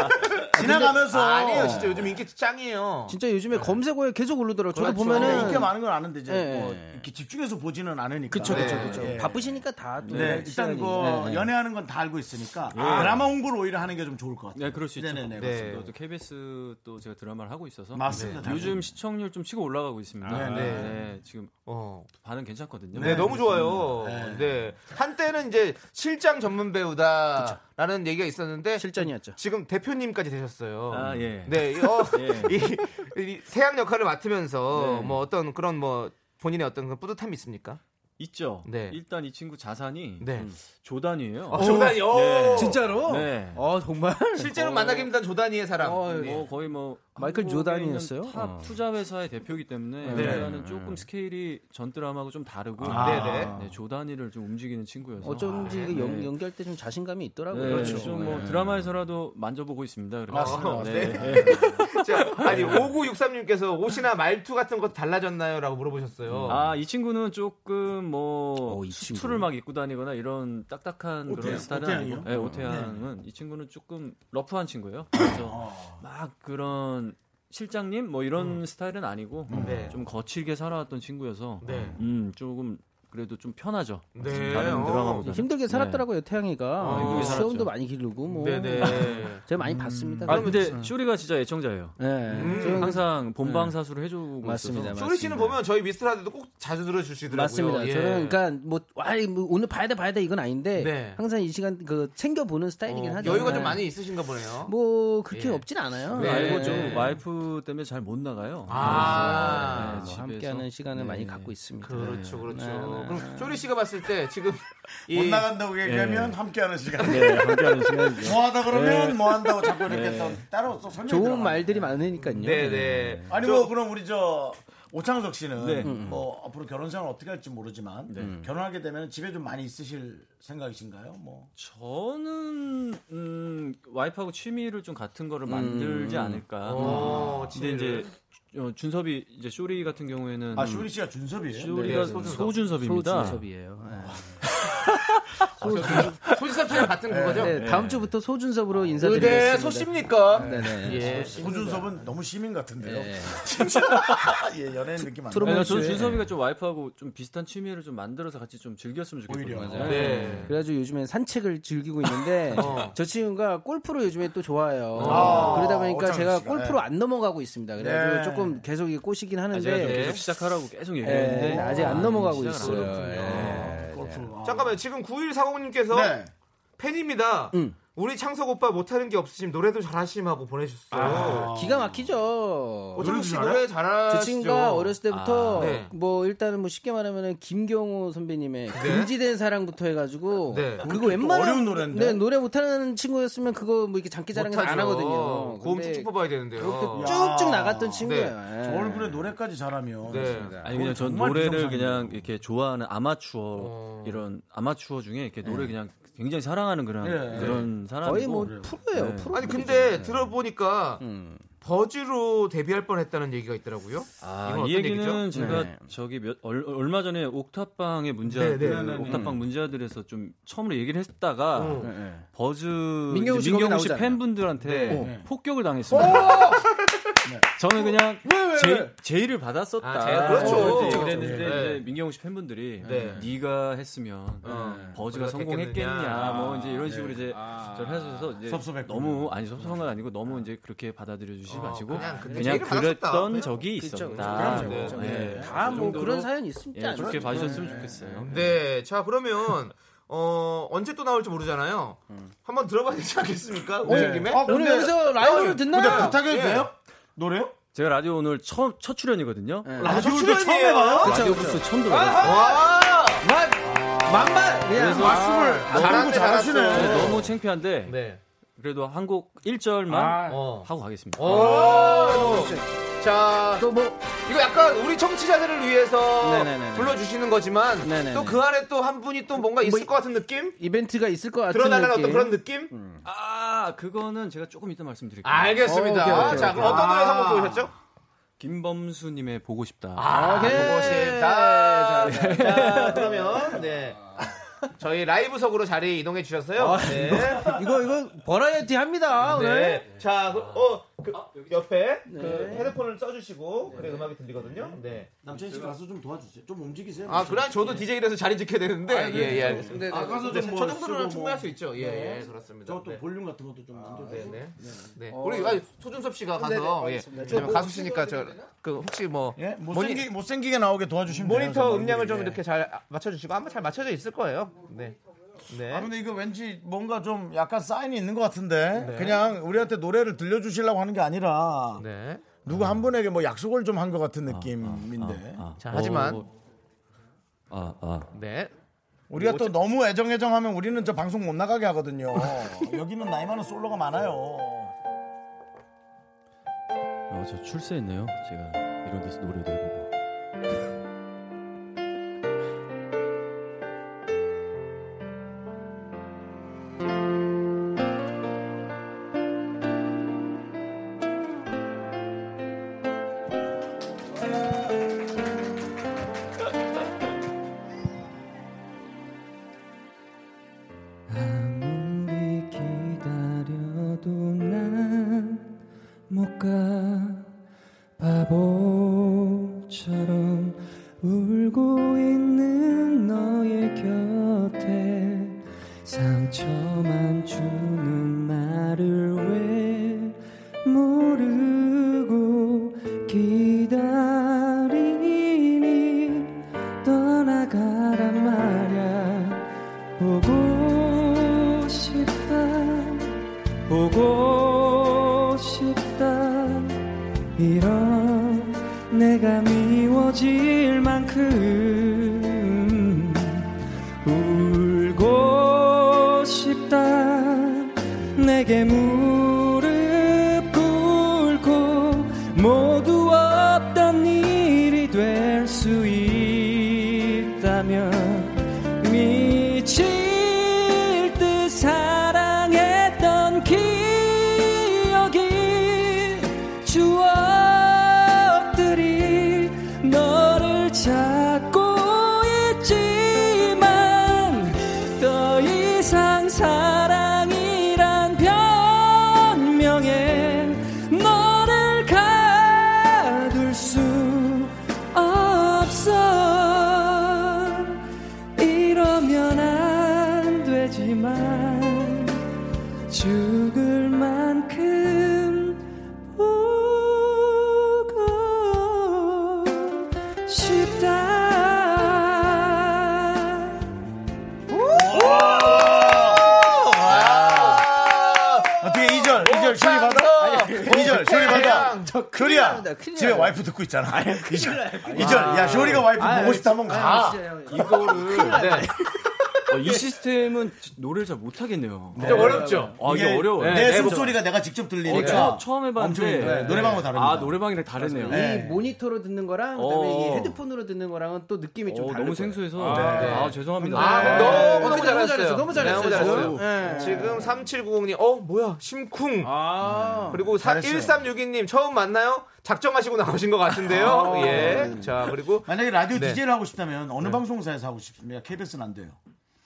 [SPEAKER 1] 아. 지나가면서
[SPEAKER 2] 아니에요, 진짜 요즘 인기 짱이에요. 네.
[SPEAKER 7] 진짜 요즘에 검색어에 계속 오르더라고요. 저도
[SPEAKER 1] 보면은
[SPEAKER 7] 보면은
[SPEAKER 1] 인기가 많은 건 아는데 이제
[SPEAKER 7] 예.
[SPEAKER 1] 뭐 이렇게 집중해서 보지는 않으니까.
[SPEAKER 7] 그쵸
[SPEAKER 2] 네.
[SPEAKER 7] 그쵸 그쵸.
[SPEAKER 1] 예.
[SPEAKER 7] 바쁘시니까 다. 또
[SPEAKER 1] 네, 일단
[SPEAKER 7] 시간이.
[SPEAKER 1] 그
[SPEAKER 7] 네, 네.
[SPEAKER 1] 연애하는 건 다 알고 있으니까
[SPEAKER 7] 예.
[SPEAKER 1] 드라마 홍보를 오히려 하는 게 좀 좋을 것 같아요.
[SPEAKER 8] 네, 그럴 수 있죠.
[SPEAKER 1] 네네네.
[SPEAKER 2] 네.
[SPEAKER 8] 네. 또 KBS 또 제가 드라마를 하고 있어서
[SPEAKER 1] 맞습니다.
[SPEAKER 8] 네. 요즘 시청률 좀 치고 올라가고 있습니다.
[SPEAKER 1] 아, 네.
[SPEAKER 8] 네. 지금
[SPEAKER 2] 어.
[SPEAKER 8] 반응 괜찮거든요.
[SPEAKER 2] 네, 너무 좋아요. 네. 한때는 이제 실장 전문 배우다라는 얘기가 있었는데
[SPEAKER 7] 실전이었죠.
[SPEAKER 2] 지금 대표님까지 되셨어요.
[SPEAKER 8] 아, 예.
[SPEAKER 2] 네, 어,
[SPEAKER 8] 예.
[SPEAKER 2] 이, 이 태양 역할을 맡으면서
[SPEAKER 7] 네.
[SPEAKER 2] 뭐 어떤 그런 뭐 본인의 어떤 그런 뿌듯함이 있습니까?
[SPEAKER 8] 있죠.
[SPEAKER 2] 네.
[SPEAKER 8] 일단 이 친구 자산이
[SPEAKER 2] 네. 어,
[SPEAKER 8] 음, 조단이에요.
[SPEAKER 7] 어,
[SPEAKER 2] 조단이, 요
[SPEAKER 7] 아, 진짜로?
[SPEAKER 8] 네.
[SPEAKER 7] 어 정말.
[SPEAKER 2] 실제로 만나기 힘든 조단이의 사람. 네.
[SPEAKER 8] 뭐 거의 뭐
[SPEAKER 7] 마이클
[SPEAKER 8] 한국에
[SPEAKER 7] 조단이었어요?
[SPEAKER 8] 있는 탑
[SPEAKER 7] 어.
[SPEAKER 8] 투자 회사의 대표이기 때문에
[SPEAKER 2] 네.
[SPEAKER 8] 우리와는 조금 스케일이 전 드라마하고 좀 다르고
[SPEAKER 2] 네네.
[SPEAKER 8] 네, 조단이를 좀 움직이는 친구여서
[SPEAKER 7] 아, 어쩐지
[SPEAKER 8] 아,
[SPEAKER 7] 그 연,
[SPEAKER 8] 네.
[SPEAKER 7] 연기할 때 좀 자신감이 있더라고요. 그렇죠.
[SPEAKER 8] 네, 좀뭐 드라마에서라도 만져보고 있습니다. 그래서.
[SPEAKER 7] 아,
[SPEAKER 2] 맞습니다.
[SPEAKER 8] 네.
[SPEAKER 2] 어, 자, 아니 5963님께서 옷이나 말투 같은 것도 달라졌나요?라고
[SPEAKER 7] 음.
[SPEAKER 2] 물어보셨어요.
[SPEAKER 8] 아, 이 친구는 조금 뭐
[SPEAKER 7] 어, 이
[SPEAKER 8] 수트를
[SPEAKER 7] 친구.
[SPEAKER 8] 막 입고 다니거나 이런 딱딱한
[SPEAKER 1] 오태양,
[SPEAKER 8] 그런 스타일은
[SPEAKER 1] 오태양이요? 아.
[SPEAKER 8] 아니고. 네, 오태양은 이 친구는 조금 러프한 친구예요. 그래서 막 그런 실장님 뭐 이런
[SPEAKER 1] 음.
[SPEAKER 8] 스타일은 아니고
[SPEAKER 2] 네.
[SPEAKER 8] 좀 거칠게 살아왔던 친구여서
[SPEAKER 2] 네.
[SPEAKER 8] 음, 조금 그래도 좀 편하죠.
[SPEAKER 2] 네.
[SPEAKER 8] 다른
[SPEAKER 2] 어.
[SPEAKER 8] 드라마보다. 네.
[SPEAKER 7] 힘들게 살았더라고요 태양이가
[SPEAKER 2] 어,
[SPEAKER 7] 뭐
[SPEAKER 2] 힘들게
[SPEAKER 8] 살았죠.
[SPEAKER 7] 수염도 많이 기르고 뭐
[SPEAKER 2] 네네. 음.
[SPEAKER 7] 제가 많이 봤습니다.
[SPEAKER 8] 아, 근데 쇼리가 진짜 애청자예요.
[SPEAKER 7] 네. 저는
[SPEAKER 8] 항상 본방 사수를 해주고
[SPEAKER 7] 네. 맞습니다.
[SPEAKER 8] 있어서.
[SPEAKER 2] 쇼리 씨는
[SPEAKER 7] 맞습니다.
[SPEAKER 2] 보면 저희 미스터라디도 꼭 자주 들어주시더라고요.
[SPEAKER 7] 맞습니다.
[SPEAKER 2] 예.
[SPEAKER 7] 저는 그러니까 뭐, 와, 뭐 오늘 봐야 돼 봐야 돼 이건 아닌데
[SPEAKER 2] 네.
[SPEAKER 7] 항상 이 시간 그 챙겨 보는 스타일이긴
[SPEAKER 2] 어,
[SPEAKER 7] 하죠.
[SPEAKER 2] 여유가 좀
[SPEAKER 7] 네.
[SPEAKER 2] 많이 있으신가 보네요.
[SPEAKER 7] 뭐 그렇게
[SPEAKER 2] 예.
[SPEAKER 7] 없진 않아요.
[SPEAKER 2] 네.
[SPEAKER 8] 알고
[SPEAKER 7] 네.
[SPEAKER 8] 좀 와이프 때문에 잘 못 나가요.
[SPEAKER 2] 아.
[SPEAKER 8] 그래서,
[SPEAKER 7] 뭐
[SPEAKER 8] 집에서.
[SPEAKER 7] 함께하는 시간을
[SPEAKER 2] 네.
[SPEAKER 7] 많이 갖고 있습니다.
[SPEAKER 2] 그렇죠, 그렇죠. 그럼 쇼리 씨가 봤을 때 지금 이
[SPEAKER 1] 못 나간다고 얘기하면 함께하는 시간.
[SPEAKER 8] 예. 네, 함께하는 시간이죠. 네.
[SPEAKER 1] 뭐하다 그러면 뭐한다고 자꾸
[SPEAKER 9] 네,
[SPEAKER 1] 이렇게 또 따로 또 설명.
[SPEAKER 7] 좋은 말들이 많으니까요.
[SPEAKER 2] 네,
[SPEAKER 7] 네,
[SPEAKER 2] 네네.
[SPEAKER 1] 아니 뭐 그럼 우리 저 오창석 씨는
[SPEAKER 9] 네.
[SPEAKER 1] 뭐 앞으로 결혼 생활 어떻게 할지 모르지만
[SPEAKER 9] 네.
[SPEAKER 1] 결혼하게 되면 집에 좀 많이 있으실 생각이신가요? 뭐
[SPEAKER 9] 저는 음, 와이프하고 취미를 좀 같은 거를 만들지 않을까.
[SPEAKER 2] 오,
[SPEAKER 9] 근데
[SPEAKER 2] 어. 취미를.
[SPEAKER 9] 이제 어, 준섭이 이제 쇼리 같은 경우에는
[SPEAKER 1] 아, 쇼리 씨가 준섭이에요?
[SPEAKER 9] 쇼리가
[SPEAKER 1] 네,
[SPEAKER 9] 소준섭.
[SPEAKER 1] 네.
[SPEAKER 9] 소준섭입니다.
[SPEAKER 7] 소준섭이에요.
[SPEAKER 2] 소지섭 씨랑 같은 그거죠?
[SPEAKER 7] 네, 다음 주부터 소준섭으로 인사드리겠습니다.
[SPEAKER 9] 네,
[SPEAKER 2] 의대 소십니까?
[SPEAKER 7] 네네.
[SPEAKER 2] 예.
[SPEAKER 1] 소준섭은 너무 시민 같은데요.
[SPEAKER 7] 네. 예.
[SPEAKER 1] 진짜 예, 연예인 느낌 안
[SPEAKER 7] 트로트
[SPEAKER 1] 나요.
[SPEAKER 9] 아니, 저는
[SPEAKER 7] 네.
[SPEAKER 9] 준섭이가 좀 와이프하고 좀 비슷한 취미를 좀 만들어서 같이 좀 즐겼으면 좋겠어요.
[SPEAKER 1] 오히려.
[SPEAKER 9] 맞아요.
[SPEAKER 2] 네.
[SPEAKER 7] 그래가지고 요즘엔 산책을 즐기고 있는데
[SPEAKER 2] 어.
[SPEAKER 7] 저 친구가 골프로 요즘에 또 좋아해요.
[SPEAKER 1] 아,
[SPEAKER 7] 그러다 보니까
[SPEAKER 1] 오창훈
[SPEAKER 7] 제가
[SPEAKER 1] 씨가,
[SPEAKER 7] 골프로
[SPEAKER 1] 네.
[SPEAKER 7] 안 넘어가고 있습니다. 그래가지고
[SPEAKER 1] 네.
[SPEAKER 7] 조금 계속 이게 꼬시긴
[SPEAKER 9] 아, 제가 좀
[SPEAKER 7] 하는데
[SPEAKER 9] 계속 시작하라고 계속 얘기했는데
[SPEAKER 7] 예, 네. 아직
[SPEAKER 9] 아,
[SPEAKER 7] 안 넘어가고
[SPEAKER 9] 시작을 안
[SPEAKER 7] 있어요. 예.
[SPEAKER 1] 골프. 아.
[SPEAKER 2] 잠깐만요. 지금 9140님께서
[SPEAKER 1] 네.
[SPEAKER 2] 팬입니다. 우리 창석 오빠 못하는 게 없으심 노래도 잘하심 하고 보내주셨어요. 어,
[SPEAKER 7] 기가
[SPEAKER 9] 어,
[SPEAKER 7] 막히죠.
[SPEAKER 2] 오창석 씨
[SPEAKER 1] 노래도
[SPEAKER 2] 노래
[SPEAKER 7] 아, 제
[SPEAKER 2] 잘하시죠?
[SPEAKER 7] 그 친구가 어렸을 때부터
[SPEAKER 2] 아, 네.
[SPEAKER 7] 뭐 일단은 뭐 쉽게 말하면은 김경호 선배님의
[SPEAKER 2] 네.
[SPEAKER 7] 금지된 사랑부터 해가지고
[SPEAKER 2] 네.
[SPEAKER 7] 그거 웬만한
[SPEAKER 1] 어려운 노래인데?
[SPEAKER 7] 네, 노래 못하는 친구였으면 그거 뭐 이렇게 장기자랑에서 안 하거든요.
[SPEAKER 2] 고음
[SPEAKER 7] 근데
[SPEAKER 2] 쭉쭉 뽑아야 되는데요.
[SPEAKER 1] 야.
[SPEAKER 7] 쭉쭉 나갔던 친구예요.
[SPEAKER 1] 저
[SPEAKER 7] 예.
[SPEAKER 1] 얼굴에 노래까지 잘하면
[SPEAKER 2] 네.
[SPEAKER 9] 아니 그냥 전
[SPEAKER 1] 정말
[SPEAKER 9] 노래를
[SPEAKER 1] 비정상이네요.
[SPEAKER 9] 그냥 이렇게 좋아하는 아마추어
[SPEAKER 2] 어.
[SPEAKER 9] 이런 아마추어 중에 이렇게 노래 그냥 굉장히 사랑하는 그런
[SPEAKER 1] 예,
[SPEAKER 9] 그런 사람
[SPEAKER 7] 거의 뭐 프로예요. 프로.
[SPEAKER 2] 아니 근데 들어보니까 버즈로 데뷔할 뻔했다는 얘기가 있더라고요.
[SPEAKER 9] 아,
[SPEAKER 2] 이건 어떤
[SPEAKER 9] 이 얘기는
[SPEAKER 2] 얘기죠?
[SPEAKER 9] 제가 저기 몇, 얼, 얼마 전에 옥탑방의 문제아들
[SPEAKER 2] 네, 네, 네, 네.
[SPEAKER 9] 옥탑방 문제아들에서 좀 처음으로 얘기를
[SPEAKER 8] 아,
[SPEAKER 9] 했다가
[SPEAKER 7] 네.
[SPEAKER 2] 어.
[SPEAKER 7] 예.
[SPEAKER 9] 버즈
[SPEAKER 7] 민경우 씨
[SPEAKER 9] 이제 민경우
[SPEAKER 7] 거기
[SPEAKER 9] 씨
[SPEAKER 7] 나오잖아요.
[SPEAKER 9] 팬분들한테 어,
[SPEAKER 2] 네.
[SPEAKER 9] 폭격을 당했습니다.
[SPEAKER 8] 어!
[SPEAKER 9] 저는 그냥 제, 네. 제의를 받았었다.
[SPEAKER 2] 아, 제의. 그렇죠.
[SPEAKER 9] 이렇게
[SPEAKER 2] 그렇죠.
[SPEAKER 9] 그랬는데
[SPEAKER 2] 네.
[SPEAKER 9] 이제 민경우 씨 팬분들이
[SPEAKER 2] 네.
[SPEAKER 9] 네. 가 했으면
[SPEAKER 8] 네.
[SPEAKER 2] 어,
[SPEAKER 9] 버즈가
[SPEAKER 2] 우리가
[SPEAKER 9] 성공했겠냐
[SPEAKER 2] 했겠느냐.
[SPEAKER 9] 뭐 이제 이런 식으로 이제
[SPEAKER 8] 아.
[SPEAKER 9] 저를 해주셔서 이제
[SPEAKER 1] 섭섭했군요.
[SPEAKER 9] 너무 아니 섭섭한 건 아니고 너무 이제 그렇게 받아들여 주시지
[SPEAKER 2] 어,
[SPEAKER 9] 마시고
[SPEAKER 2] 그냥 근데
[SPEAKER 9] 그냥,
[SPEAKER 2] 제의를 받았었다.
[SPEAKER 9] 그랬던 적이
[SPEAKER 7] 그렇죠.
[SPEAKER 9] 있었다.
[SPEAKER 2] 그럼요.
[SPEAKER 9] 뭐,
[SPEAKER 2] 네.
[SPEAKER 9] 예.
[SPEAKER 7] 아, 다
[SPEAKER 9] 그
[SPEAKER 7] 뭐
[SPEAKER 9] 정도로
[SPEAKER 7] 그런 사연이 있습니다.
[SPEAKER 9] 예, 좋게 봐주셨으면 좋겠어요.
[SPEAKER 2] 네, 자 그러면 어, 언제 또 나올지 모르잖아요. 한번 들어봐야 되지 않겠습니까? 오늘 김에
[SPEAKER 1] 어,
[SPEAKER 7] 오늘
[SPEAKER 1] 근데-
[SPEAKER 7] 여기서 라이브를
[SPEAKER 1] 근데
[SPEAKER 7] 듣나요?
[SPEAKER 1] 부탁해도
[SPEAKER 2] 예.
[SPEAKER 1] 돼요? 노래요?
[SPEAKER 9] 제가 라디오 오늘 처음 첫 출연이거든요.
[SPEAKER 1] 라디오도
[SPEAKER 2] 아, 출연이에요.
[SPEAKER 1] 처음 해봐요?
[SPEAKER 7] 예. 그쵸,
[SPEAKER 9] 라디오
[SPEAKER 7] 그쵸.
[SPEAKER 9] 부스 처음 들어봤어요.
[SPEAKER 2] 와, 예.
[SPEAKER 7] 만만
[SPEAKER 2] 아.
[SPEAKER 7] 그냥
[SPEAKER 2] 말씀을
[SPEAKER 1] 잘하고 잘하시네.
[SPEAKER 9] 네, 너무 창피한데
[SPEAKER 2] 네.
[SPEAKER 9] 그래도 한 곡 1절만
[SPEAKER 2] 어.
[SPEAKER 9] 하고 가겠습니다.
[SPEAKER 2] 오. 자,
[SPEAKER 7] 또뭐
[SPEAKER 2] 이거 약간 우리 청취자들을 위해서
[SPEAKER 7] 네네네네.
[SPEAKER 2] 불러주시는 거지만
[SPEAKER 7] 네네네.
[SPEAKER 2] 또 그 안에 또 한 분이 또 뭔가 있을
[SPEAKER 7] 뭐-
[SPEAKER 2] 것 같은 느낌?
[SPEAKER 7] 이벤트가 있을 것 같은
[SPEAKER 2] 드러나는
[SPEAKER 7] 느낌.
[SPEAKER 2] 어떤 그런 느낌?
[SPEAKER 9] 아, 그거는 제가 조금 이따 말씀드릴게요.
[SPEAKER 2] 알겠습니다.
[SPEAKER 7] 어, 오케이, 오케이,
[SPEAKER 2] 아, 자,
[SPEAKER 7] 오케이.
[SPEAKER 2] 그럼 어떤 노래 선곡 보셨죠?
[SPEAKER 9] 김범수 님의 보고 싶다.
[SPEAKER 2] 아, 네.
[SPEAKER 7] 오케이.
[SPEAKER 2] 보고 싶다. 자, 자, 자, 그러면 네. 저희 라이브석으로 자리 이동해 주셨어요. 네.
[SPEAKER 7] 이거 이거 버라이어티 합니다 오늘.
[SPEAKER 2] 네. 자, 그, 어, 그 옆에 그 헤드폰을 써주시고 그래 음악이 들리거든요. 네.
[SPEAKER 1] 남창희 씨 가서 좀 도와주세요. 좀 움직이세요. 예.
[SPEAKER 2] 아, 그래 저도 DJ라서 자리 지켜야 되는데. 예, 예, 알겠습니다.
[SPEAKER 1] 아, 가서 좀뭐
[SPEAKER 2] 저 정도로는
[SPEAKER 1] 쓰고
[SPEAKER 2] 충분할
[SPEAKER 1] 뭐.
[SPEAKER 2] 수 있죠. 예, 예, 그렇습니다.
[SPEAKER 1] 저것도
[SPEAKER 2] 네.
[SPEAKER 1] 볼륨 같은 것도 좀 만들어 주세요.
[SPEAKER 2] 네네. 네. 우리 아, 소준섭 씨가 가서 예. 왜냐면 가수시니까 저 그 혹시 뭐
[SPEAKER 1] 예?
[SPEAKER 2] 모니-
[SPEAKER 1] 못생기, 못생기게 나오게 도와주시면 돼요,
[SPEAKER 2] 모니터
[SPEAKER 1] 저는.
[SPEAKER 2] 음량을 좀
[SPEAKER 1] 예.
[SPEAKER 2] 이렇게 잘 맞춰주시고 아마 잘 맞춰져 있을 거예요. 네.
[SPEAKER 1] 아
[SPEAKER 2] 네.
[SPEAKER 1] 근데 이거 왠지 뭔가 좀 약간 사인이 있는 것 같은데 그냥 우리한테 노래를 들려주시려고 하는 게 아니라
[SPEAKER 2] 네.
[SPEAKER 1] 누구 한 분에게 뭐 약속을 좀 한 것 같은 느낌인데
[SPEAKER 2] 아,
[SPEAKER 9] 자,
[SPEAKER 2] 하지만-
[SPEAKER 1] 어, 뭐.
[SPEAKER 9] 아, 아.
[SPEAKER 2] 네.
[SPEAKER 1] 우리가 또 너무 애정애정하면 우리는 저 방송 못 나가게 하거든요 여기는 나이 많은 솔로가 많아요
[SPEAKER 9] 어, 저 출세했네요. 제가 이런 데서 노래도 해보고.
[SPEAKER 5] 아무리 기다려도 난 못 가 바보처럼 울고 있는 너의 곁에 상처만 주는 나를 왜 모르고 기다리니 떠나가란 말야 보고 싶다 보고 싶다 이런 내가 미워질 만큼 울고 싶다 내게 무릎 꿇고 모두 없던 일이 죽을 만큼 보고 싶다
[SPEAKER 1] 어떻게 2절, 2절 아, 줄이 받아? 2절 줄이 받아. 쇼리야, 집에 와이프 듣고 있잖아. 아니, 2절, 야, 쇼리가 와이프 보고 싶다 한번
[SPEAKER 7] 아,
[SPEAKER 1] 가.
[SPEAKER 9] 이거를 네. 어, 이 시스템은 지- 노래를 잘 못하겠네요.
[SPEAKER 1] 네. 좀 어렵죠?
[SPEAKER 9] 아, 이게
[SPEAKER 1] 이게
[SPEAKER 9] 어려워요.
[SPEAKER 1] 내 목소리가 내가 직접 들리니까.
[SPEAKER 9] 어, 처, 처음
[SPEAKER 1] 엄청
[SPEAKER 9] 해봤는데
[SPEAKER 1] 힘들어요. 노래방하고 다릅니다.
[SPEAKER 9] 아 노래방이랑 뭐- 다르네요.
[SPEAKER 7] 이 모니터로 듣는 거랑 그다음에
[SPEAKER 9] 어.
[SPEAKER 7] 이 헤드폰으로 듣는 거랑은 또 느낌이 좀
[SPEAKER 9] 어,
[SPEAKER 7] 다르
[SPEAKER 9] 너무 생소해서
[SPEAKER 1] 네.
[SPEAKER 9] 아, 죄송합니다.
[SPEAKER 2] 아,
[SPEAKER 9] 네.
[SPEAKER 2] 너무,
[SPEAKER 7] 너무
[SPEAKER 2] 잘했어요.
[SPEAKER 7] 잘했어요. 너무 잘했어요,
[SPEAKER 2] 네, 너무
[SPEAKER 7] 지금.
[SPEAKER 2] 잘했어요.
[SPEAKER 7] 네.
[SPEAKER 2] 지금 3790님, 어, 뭐야, 심쿵. 음. 그리고 사-
[SPEAKER 1] 잘했어요.
[SPEAKER 2] 1362님, 처음 만나요? 작정하시고 나오신 것 같은데요.
[SPEAKER 1] 아.
[SPEAKER 2] 예. 자, 그리고.
[SPEAKER 1] 만약에 라디오
[SPEAKER 2] 네.
[SPEAKER 1] DJ를 하고 싶다면 어느 방송사에서 하고 싶습니까? KBS는 안 돼요.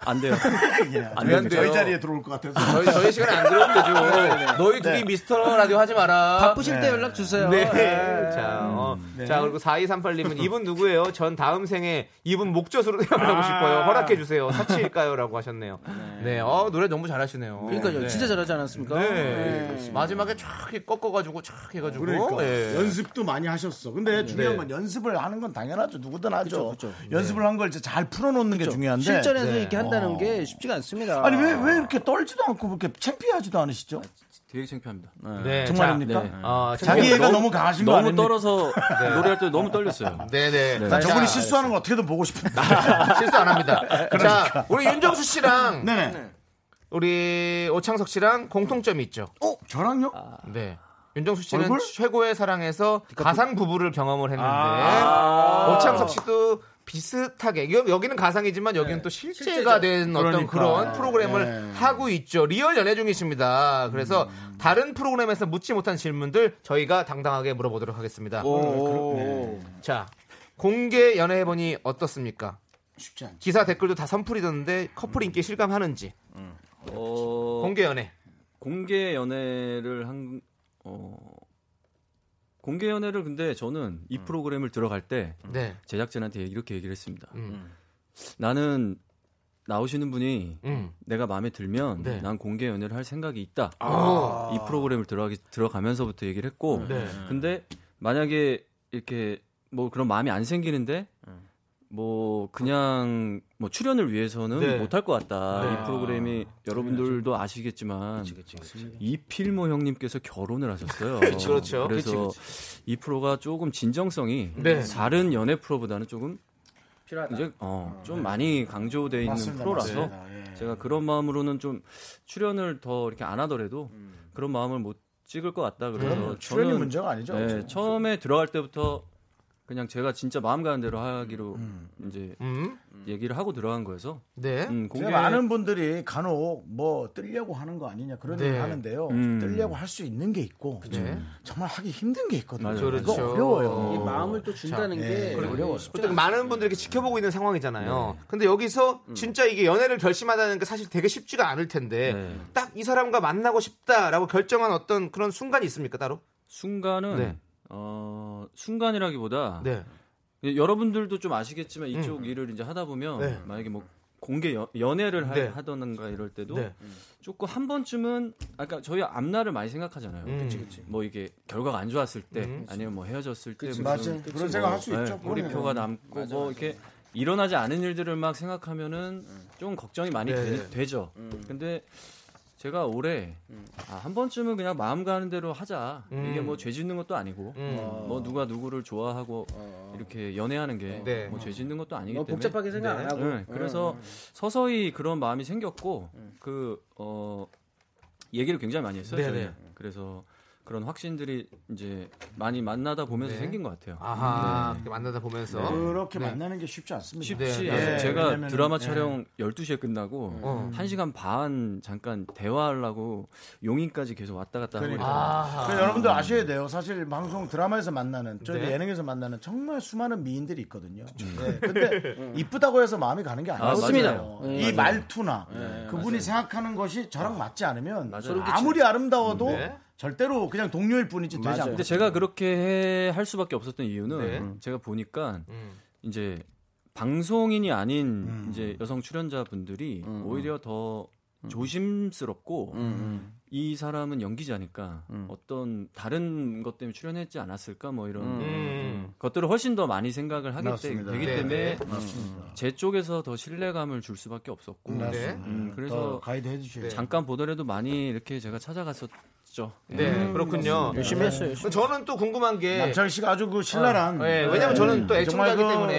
[SPEAKER 9] 안 돼요.
[SPEAKER 1] 예,
[SPEAKER 2] 안 돼요.
[SPEAKER 1] 저희 자리에 들어올 것 같아서.
[SPEAKER 2] 저희, 저희 시간에 안
[SPEAKER 1] 네,
[SPEAKER 2] 들어오죠. 너희 둘이 미스터 라디오 하지 마라.
[SPEAKER 7] 바쁘실 때 연락 주세요.
[SPEAKER 2] 네.
[SPEAKER 7] 예.
[SPEAKER 2] 자, 어.
[SPEAKER 1] 네.
[SPEAKER 2] 자, 그리고 4238님은 이분 누구예요? 전 다음 생에 이분 목젖으로 태어나고 싶어요. 허락해주세요. 사치일까요? 라고 하셨네요. 네. 어, 노래 너무 잘하시네요.
[SPEAKER 7] 그러니까요.
[SPEAKER 2] 네.
[SPEAKER 7] 진짜 잘하지 않았습니까?
[SPEAKER 2] 네.
[SPEAKER 7] 네.
[SPEAKER 2] 마지막에 촥 꺾어가지고 촥 해가지고.
[SPEAKER 1] 그러니까
[SPEAKER 2] 예.
[SPEAKER 1] 연습도 많이 하셨어. 근데 중요한
[SPEAKER 2] 네.
[SPEAKER 1] 건 연습을 하는 건 당연하죠. 누구든 하죠. 연습을 한 걸 잘 풀어놓는 게 중요한데.
[SPEAKER 7] 실전에서
[SPEAKER 2] 네.
[SPEAKER 7] 이렇게 한다는 게 쉽지가 않습니다.
[SPEAKER 1] 아니 왜 왜 이렇게 떨지도 않고 그렇게 창피하지도 않으시죠?
[SPEAKER 9] 되게 창피합니다.
[SPEAKER 2] 네.
[SPEAKER 1] 정말입니까?
[SPEAKER 9] 네.
[SPEAKER 2] 아,
[SPEAKER 1] 자기 애가
[SPEAKER 2] 너무-
[SPEAKER 1] 너무 강하신 거
[SPEAKER 9] 너무
[SPEAKER 1] 아닙니까?
[SPEAKER 9] 떨어서 네.
[SPEAKER 1] 네.
[SPEAKER 9] 노래할 때 너무 떨렸어요.
[SPEAKER 2] 네네.
[SPEAKER 1] 나 저분이 실수하는 거 어떻게든 보고 싶은데.
[SPEAKER 2] 실수 안 합니다. 자, 우리 윤정수 씨랑
[SPEAKER 1] 네네.
[SPEAKER 2] 우리 오창석 씨랑 공통점이 있죠.
[SPEAKER 1] 어? 저랑요?
[SPEAKER 2] 네. 윤정수 씨는
[SPEAKER 1] 얼굴?
[SPEAKER 2] 최고의 사랑에서 가상 부부를 경험을 했는데
[SPEAKER 1] 아.
[SPEAKER 2] 오창석 씨도 비슷하게 이건 여기는 가상이지만 여기는 또 실제가 된 어떤
[SPEAKER 1] 네. 그러니까.
[SPEAKER 2] 그런 프로그램을
[SPEAKER 1] 네. 음.
[SPEAKER 2] 하고 있죠. 리얼 연애 중이십니다. 그래서 다른 프로그램에서 묻지 못한 질문들 저희가 당당하게 물어보도록 하겠습니다. 자, 공개 연애해보니 어떻습니까?
[SPEAKER 1] 쉽지 않죠.
[SPEAKER 2] 기사 댓글도 다 선풀이던데 커플 인기 실감하는지
[SPEAKER 9] 어,
[SPEAKER 2] 공개 연애
[SPEAKER 9] 공개 연애를 한 어, 공개 연애를 근데 저는
[SPEAKER 1] 음.
[SPEAKER 9] 이 프로그램을 들어갈 때
[SPEAKER 2] 네
[SPEAKER 9] 제작진한테 이렇게 얘기를 했습니다.
[SPEAKER 2] 음.
[SPEAKER 9] 나는 나오시는 분이
[SPEAKER 2] 음.
[SPEAKER 9] 내가 마음에 들면
[SPEAKER 2] 네.
[SPEAKER 9] 난 공개 연애를 할 생각이 있다.
[SPEAKER 2] 어.
[SPEAKER 1] 아.
[SPEAKER 9] 이 프로그램을 들어가기 들어가면서부터 얘기를 했고
[SPEAKER 2] 네.
[SPEAKER 9] 근데 만약에 이렇게 뭐 그런 마음이 안 생기는데
[SPEAKER 2] 네.
[SPEAKER 9] 뭐 그냥 뭐 출연을 위해서는
[SPEAKER 2] 네. 아. 그렇죠.
[SPEAKER 9] 못할 것 같다 이 프로그램이 여러분들도 아시겠지만 이필모 형님께서 결혼을 하셨어요.
[SPEAKER 2] 그렇죠, 그렇죠.
[SPEAKER 9] 래서
[SPEAKER 2] 그렇지,
[SPEAKER 9] 이 프로가 조금 진정성이
[SPEAKER 2] 네.
[SPEAKER 9] 다른 연애 프로보다는 조금
[SPEAKER 7] 필요하다.
[SPEAKER 9] 이제 어, 좀 많이 강조돼 있는
[SPEAKER 1] 네. 맞습니다,
[SPEAKER 9] 프로라서
[SPEAKER 1] 맞습니다. 예.
[SPEAKER 9] 제가 그런 마음으로는 좀 출연을 더 이렇게 안 하더라도 그런 마음을 못 찍을 것 같다 그래서
[SPEAKER 1] 출연이
[SPEAKER 9] 저는
[SPEAKER 1] 문제가 아니죠. 그렇죠.
[SPEAKER 9] 네, 처음에 들어갈 때부터 그냥 제가 진짜 마음 가는 대로 하기로 이제
[SPEAKER 2] 음.
[SPEAKER 9] 얘기를 하고 들어간 거여서
[SPEAKER 2] 네.
[SPEAKER 1] 제가
[SPEAKER 9] 음, 공개
[SPEAKER 1] 많은 분들이 간혹 뭐 뜨려고 하는 거 아니냐 그런
[SPEAKER 2] 네.
[SPEAKER 1] 얘기를 하는데요.
[SPEAKER 9] 음.
[SPEAKER 1] 뜨려고 할 수 있는 게 있고 음.
[SPEAKER 2] 네.
[SPEAKER 1] 정말 하기 힘든 게 있거든요.
[SPEAKER 9] 맞아요.
[SPEAKER 1] 이거
[SPEAKER 2] 그렇죠.
[SPEAKER 1] 어려워요.
[SPEAKER 7] 이 마음을 또 준다는
[SPEAKER 1] 자, 예,
[SPEAKER 7] 게
[SPEAKER 1] 그리고 어려워요.
[SPEAKER 7] 쉽지
[SPEAKER 2] 그때
[SPEAKER 7] 않-
[SPEAKER 2] 많은 분들이 이렇게 지켜보고 있는 상황이잖아요. 근데 여기서 진짜 이게 연애를 결심하다는 게 사실 되게 쉽지가 않을 텐데
[SPEAKER 9] 네.
[SPEAKER 2] 딱 이 사람과 만나고 싶다라고 결정한 어떤 그런 순간이 있습니까 따로?
[SPEAKER 9] 순간은
[SPEAKER 2] 네.
[SPEAKER 9] 어, 순간이라기보다
[SPEAKER 2] 네.
[SPEAKER 9] 예, 여러분들도 좀 아시겠지만 이쪽 일을 이제 하다 보면
[SPEAKER 2] 음. 네.
[SPEAKER 9] 만약에 뭐 공개 연, 연애를 하,
[SPEAKER 2] 네.
[SPEAKER 9] 하던가 이럴 때도
[SPEAKER 2] 네.
[SPEAKER 9] 조금 한 번쯤은 아까 저희 앞날을 많이 생각하잖아요.
[SPEAKER 2] 음. 그치,
[SPEAKER 9] 뭐 이게 결과가 안 좋았을 때
[SPEAKER 2] 음.
[SPEAKER 9] 아니면 뭐 헤어졌을 때 무슨
[SPEAKER 1] 맞아요. 그런 생각 할 수
[SPEAKER 9] 네,
[SPEAKER 1] 있죠.
[SPEAKER 9] 꼬리표가 남고 뭐 이렇게 일어나지 않은 일들을 막 생각하면은 좀 걱정이 많이
[SPEAKER 2] 네.
[SPEAKER 9] 되, 죠
[SPEAKER 7] 음.
[SPEAKER 9] 근데 제가 올해 아, 한 번쯤은 그냥 마음 가는 대로 하자.
[SPEAKER 2] 음.
[SPEAKER 9] 이게 뭐 죄짓는 것도 아니고
[SPEAKER 2] 음.
[SPEAKER 7] 어.
[SPEAKER 9] 뭐 누가 누구를 좋아하고 이렇게 연애하는 게
[SPEAKER 2] 네.
[SPEAKER 9] 뭐 죄짓는 것도 아니기
[SPEAKER 7] 뭐
[SPEAKER 9] 때문에
[SPEAKER 7] 어. 복잡하게 생각 안 하고.
[SPEAKER 9] 네,
[SPEAKER 7] 어.
[SPEAKER 9] 그래서 서서히 그런 마음이 생겼고 그 어, 얘기를 굉장히 많이 했어요.
[SPEAKER 2] 네,
[SPEAKER 9] 저희는.
[SPEAKER 2] 네.
[SPEAKER 9] 그래서 그런 확신들이 이제 많이 만나다 보면서
[SPEAKER 2] 네.
[SPEAKER 9] 생긴 것 같아요.
[SPEAKER 2] 아하 이렇게 만나다 보면서
[SPEAKER 1] 그렇게
[SPEAKER 2] 음. 네.
[SPEAKER 1] 만나는 게 쉽지 않습니다.
[SPEAKER 9] 쉽지
[SPEAKER 2] 네.
[SPEAKER 9] 않아요.
[SPEAKER 2] 예,
[SPEAKER 9] 제가
[SPEAKER 1] 왜냐면은,
[SPEAKER 9] 드라마
[SPEAKER 1] 예.
[SPEAKER 9] 촬영 12시에 끝나고
[SPEAKER 2] 어.
[SPEAKER 9] 1시간 반 잠깐 대화하려고 용인까지 계속 왔다 갔다 하고
[SPEAKER 1] 그러니까.
[SPEAKER 9] 그래서
[SPEAKER 2] 아하.
[SPEAKER 1] 그래서 여러분들 아셔야 돼요. 사실 방송 드라마에서 만나는 저희
[SPEAKER 2] 네.
[SPEAKER 1] 예능에서 만나는 정말 수많은 미인들이 있거든요. 네.
[SPEAKER 2] 음.
[SPEAKER 1] 근데 이쁘다고 해서 마음이 가는 게
[SPEAKER 9] 아,
[SPEAKER 1] 아니에요.
[SPEAKER 9] 맞아요.
[SPEAKER 1] 이
[SPEAKER 2] 네,
[SPEAKER 9] 맞아요.
[SPEAKER 1] 말투나 그분이 생각하는 것이 저랑 맞지 않으면 아무리 아름다워도
[SPEAKER 2] 아, 네.
[SPEAKER 1] 절대로 그냥 동료일 뿐이지 되지 않아요.
[SPEAKER 9] 근데 제가 그렇게 해- 할 수밖에 없었던 이유는
[SPEAKER 2] 네.
[SPEAKER 9] 음, 제가 보니까
[SPEAKER 2] 음.
[SPEAKER 1] 음.
[SPEAKER 9] 이제 방송인이 아닌 이제 여성 출연자분들이 오히려 더
[SPEAKER 1] 음.
[SPEAKER 9] 조심스럽고 이 사람은 연기자니까
[SPEAKER 1] 음.
[SPEAKER 9] 어떤 다른 것 때문에 출연했지 않았을까 뭐 이런
[SPEAKER 2] 음.
[SPEAKER 9] 것들을 훨씬 더 많이 생각을 하기
[SPEAKER 1] 맞습니다.
[SPEAKER 9] 때- 되기
[SPEAKER 2] 네,
[SPEAKER 9] 때문에
[SPEAKER 2] 네.
[SPEAKER 1] 맞습니다.
[SPEAKER 9] 제 쪽에서 더 신뢰감을 줄 수밖에 없었고
[SPEAKER 2] 네.
[SPEAKER 1] 맞습니다.
[SPEAKER 9] 음,
[SPEAKER 1] 더
[SPEAKER 9] 그래서
[SPEAKER 1] 가이드 해주셔야 돼요.
[SPEAKER 9] 잠깐 보더라도 많이 이렇게 제가 찾아갔었죠.
[SPEAKER 2] 네, 그렇군요.
[SPEAKER 7] 열심히 했어요. 열심히.
[SPEAKER 2] 저는 또 궁금한 게
[SPEAKER 1] 남철 씨가 아주 그 신랄한.
[SPEAKER 2] 네. 어, 예, 왜냐면 저는 또 애청자이기
[SPEAKER 1] 정말 그,
[SPEAKER 2] 때문에.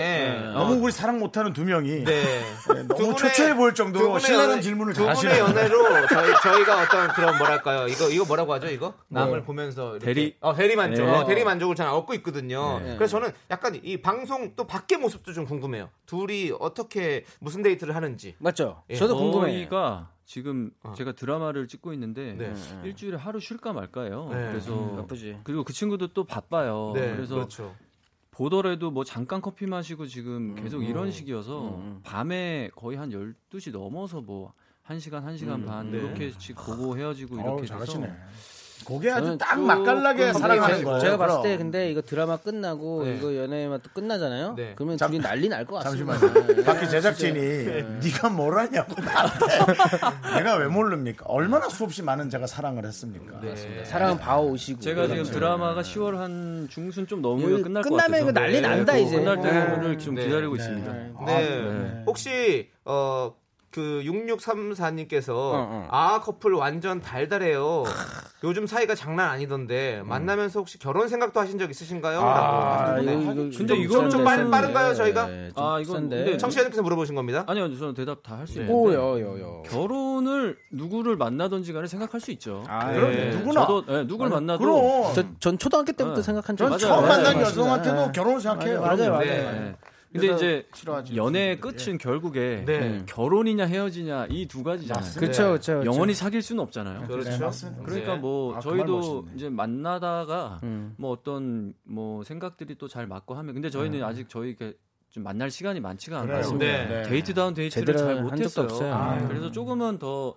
[SPEAKER 1] 예, 너무 우리 사랑 못하는 두 명이
[SPEAKER 2] 네.
[SPEAKER 1] 너무
[SPEAKER 2] 두 분의-
[SPEAKER 1] 초췌해 보일 정도로
[SPEAKER 2] 두 분의
[SPEAKER 1] 신랄한
[SPEAKER 2] 연애-
[SPEAKER 1] 질문을
[SPEAKER 2] 두 분의
[SPEAKER 1] 잘하시네요.
[SPEAKER 2] 연애로 저희, 저희가 어떤 그런 뭐랄까요 이거 이거 뭐라고 하죠 이거
[SPEAKER 1] 네.
[SPEAKER 2] 남을 보면서 이렇게-
[SPEAKER 9] 대리?
[SPEAKER 2] 어 대리 만족
[SPEAKER 9] 네.
[SPEAKER 2] 어, 대리 만족을 잘 얻고 있거든요.
[SPEAKER 1] 네.
[SPEAKER 2] 그래서 저는 약간 이 방송 또 밖의 모습도 좀 궁금해요. 둘이 어떻게 무슨 데이트를 하는지.
[SPEAKER 7] 맞죠?
[SPEAKER 2] 예.
[SPEAKER 7] 저도
[SPEAKER 9] 어,
[SPEAKER 7] 궁금해요.
[SPEAKER 9] 저희가 지금
[SPEAKER 2] 어.
[SPEAKER 9] 제가 드라마를 찍고 있는데
[SPEAKER 2] 네.
[SPEAKER 9] 일주일에 하루 쉴까 말까요.
[SPEAKER 2] 네.
[SPEAKER 9] 그래서
[SPEAKER 7] 바쁘지.
[SPEAKER 9] 그리고 그 친구도 또
[SPEAKER 1] 어,
[SPEAKER 9] 바빠요.
[SPEAKER 2] 네,
[SPEAKER 9] 그래서
[SPEAKER 2] 그렇죠.
[SPEAKER 9] 보더라도 뭐 잠깐 커피 마시고 지금 계속 이런 식이어서 밤에 거의 한 12시 넘어서 뭐 1시간, 1시간 반 이렇게씩 보고 헤어지고 이렇게
[SPEAKER 1] 어우,
[SPEAKER 9] 돼서
[SPEAKER 1] 잘하시네. 그게 아주
[SPEAKER 7] 저는
[SPEAKER 1] 딱
[SPEAKER 7] 조금
[SPEAKER 9] 그
[SPEAKER 1] 맛깔나게 사랑하는
[SPEAKER 7] 제가-
[SPEAKER 1] 거예요.
[SPEAKER 7] 제가
[SPEAKER 1] 그럼.
[SPEAKER 7] 봤을 때 근데 이거 드라마 끝나고
[SPEAKER 2] 네.
[SPEAKER 7] 이거 연애만 또 끝나잖아요.
[SPEAKER 2] 네.
[SPEAKER 7] 그러면
[SPEAKER 1] 잠-
[SPEAKER 7] 둘이 난리 날 것 같습니다.
[SPEAKER 1] 잠시만요.
[SPEAKER 7] 예.
[SPEAKER 1] 밖에 아, 제작진이 네가 뭘 하냐고 나한테 내가 왜 모릅니까? 얼마나 수없이 많은 제가 사랑을 했습니까? 예.
[SPEAKER 2] 네.
[SPEAKER 7] 사랑은 봐오시고.
[SPEAKER 9] 제가 지금
[SPEAKER 7] 그렇죠.
[SPEAKER 9] 드라마가 10월 한 중순 좀
[SPEAKER 7] 이거
[SPEAKER 9] 넘으면 끝날 것
[SPEAKER 7] 끝나면
[SPEAKER 9] 같아서
[SPEAKER 7] 이거 난리 난다,
[SPEAKER 9] 그거
[SPEAKER 7] 이제.
[SPEAKER 9] 끝날
[SPEAKER 7] 네.
[SPEAKER 9] 때를 좀
[SPEAKER 2] 네.
[SPEAKER 9] 기다리고 있습니다.
[SPEAKER 1] 아,
[SPEAKER 2] 네. 혹시 어. 그 6634님께서
[SPEAKER 7] 어.
[SPEAKER 2] 아 커플 완전 달달해요. 요즘 사이가 장난
[SPEAKER 1] 음.
[SPEAKER 2] 아니던데 만나면서 혹시 결혼 생각도 하신 적 있으신가요? 라고
[SPEAKER 7] 아,
[SPEAKER 2] 하셨는데.
[SPEAKER 7] 이거, 이거 네,
[SPEAKER 9] 근데 이거는 좀 빠른-
[SPEAKER 2] 빠른가요, 저희가?
[SPEAKER 9] 아, 이건
[SPEAKER 1] 예.
[SPEAKER 9] 근데 청-
[SPEAKER 2] 청취자님께서 물어보신 겁니다.
[SPEAKER 9] 아니요, 저는 대답 다 할 수 있는데
[SPEAKER 7] 오여여여.
[SPEAKER 9] 결혼을 누구를 만나든지 간에 생각할 수 있죠.
[SPEAKER 7] 아,
[SPEAKER 1] 그럼
[SPEAKER 9] 예,
[SPEAKER 1] 누구나.
[SPEAKER 9] 저도 예, 누굴 만나도
[SPEAKER 1] 그럼
[SPEAKER 7] 전 초등학교 때부터
[SPEAKER 9] 어.
[SPEAKER 7] 생각한 네, 적
[SPEAKER 1] 전
[SPEAKER 9] 맞아요,
[SPEAKER 1] 처음
[SPEAKER 9] 맞아요,
[SPEAKER 1] 만난
[SPEAKER 9] 맞습니다.
[SPEAKER 1] 여성한테도 결혼을 생각해요.
[SPEAKER 7] 예. 맞아요, 맞아요.
[SPEAKER 2] 네.
[SPEAKER 7] 맞아요.
[SPEAKER 9] 예. 근데 이제
[SPEAKER 1] 싫어하지.
[SPEAKER 9] 연애의 끝은
[SPEAKER 1] 음.
[SPEAKER 9] 결국에
[SPEAKER 2] 네.
[SPEAKER 9] 결혼이냐 헤어지냐 이 두 가지잖아요.
[SPEAKER 7] 그렇죠, 그렇죠. 그렇죠.
[SPEAKER 9] 영원히 사귈 수는 없잖아요.
[SPEAKER 2] 그렇죠.
[SPEAKER 1] 맞습니다.
[SPEAKER 9] 그러니까 뭐
[SPEAKER 1] 네. 아, 그말
[SPEAKER 9] 저희도
[SPEAKER 1] 멋있네.
[SPEAKER 9] 이제 만나다가
[SPEAKER 7] 음.
[SPEAKER 9] 뭐 어떤 뭐 생각들이 또 잘 맞고 하면 근데 저희는
[SPEAKER 1] 네.
[SPEAKER 9] 아직 저희 이렇게 좀 만날 시간이 많지가 않아서
[SPEAKER 2] 네.
[SPEAKER 9] 데이트다운 데이트를
[SPEAKER 7] 제대로
[SPEAKER 9] 잘
[SPEAKER 7] 한 적도
[SPEAKER 9] 못했어요.
[SPEAKER 7] 없어요.
[SPEAKER 9] 아, 그래서 조금은 더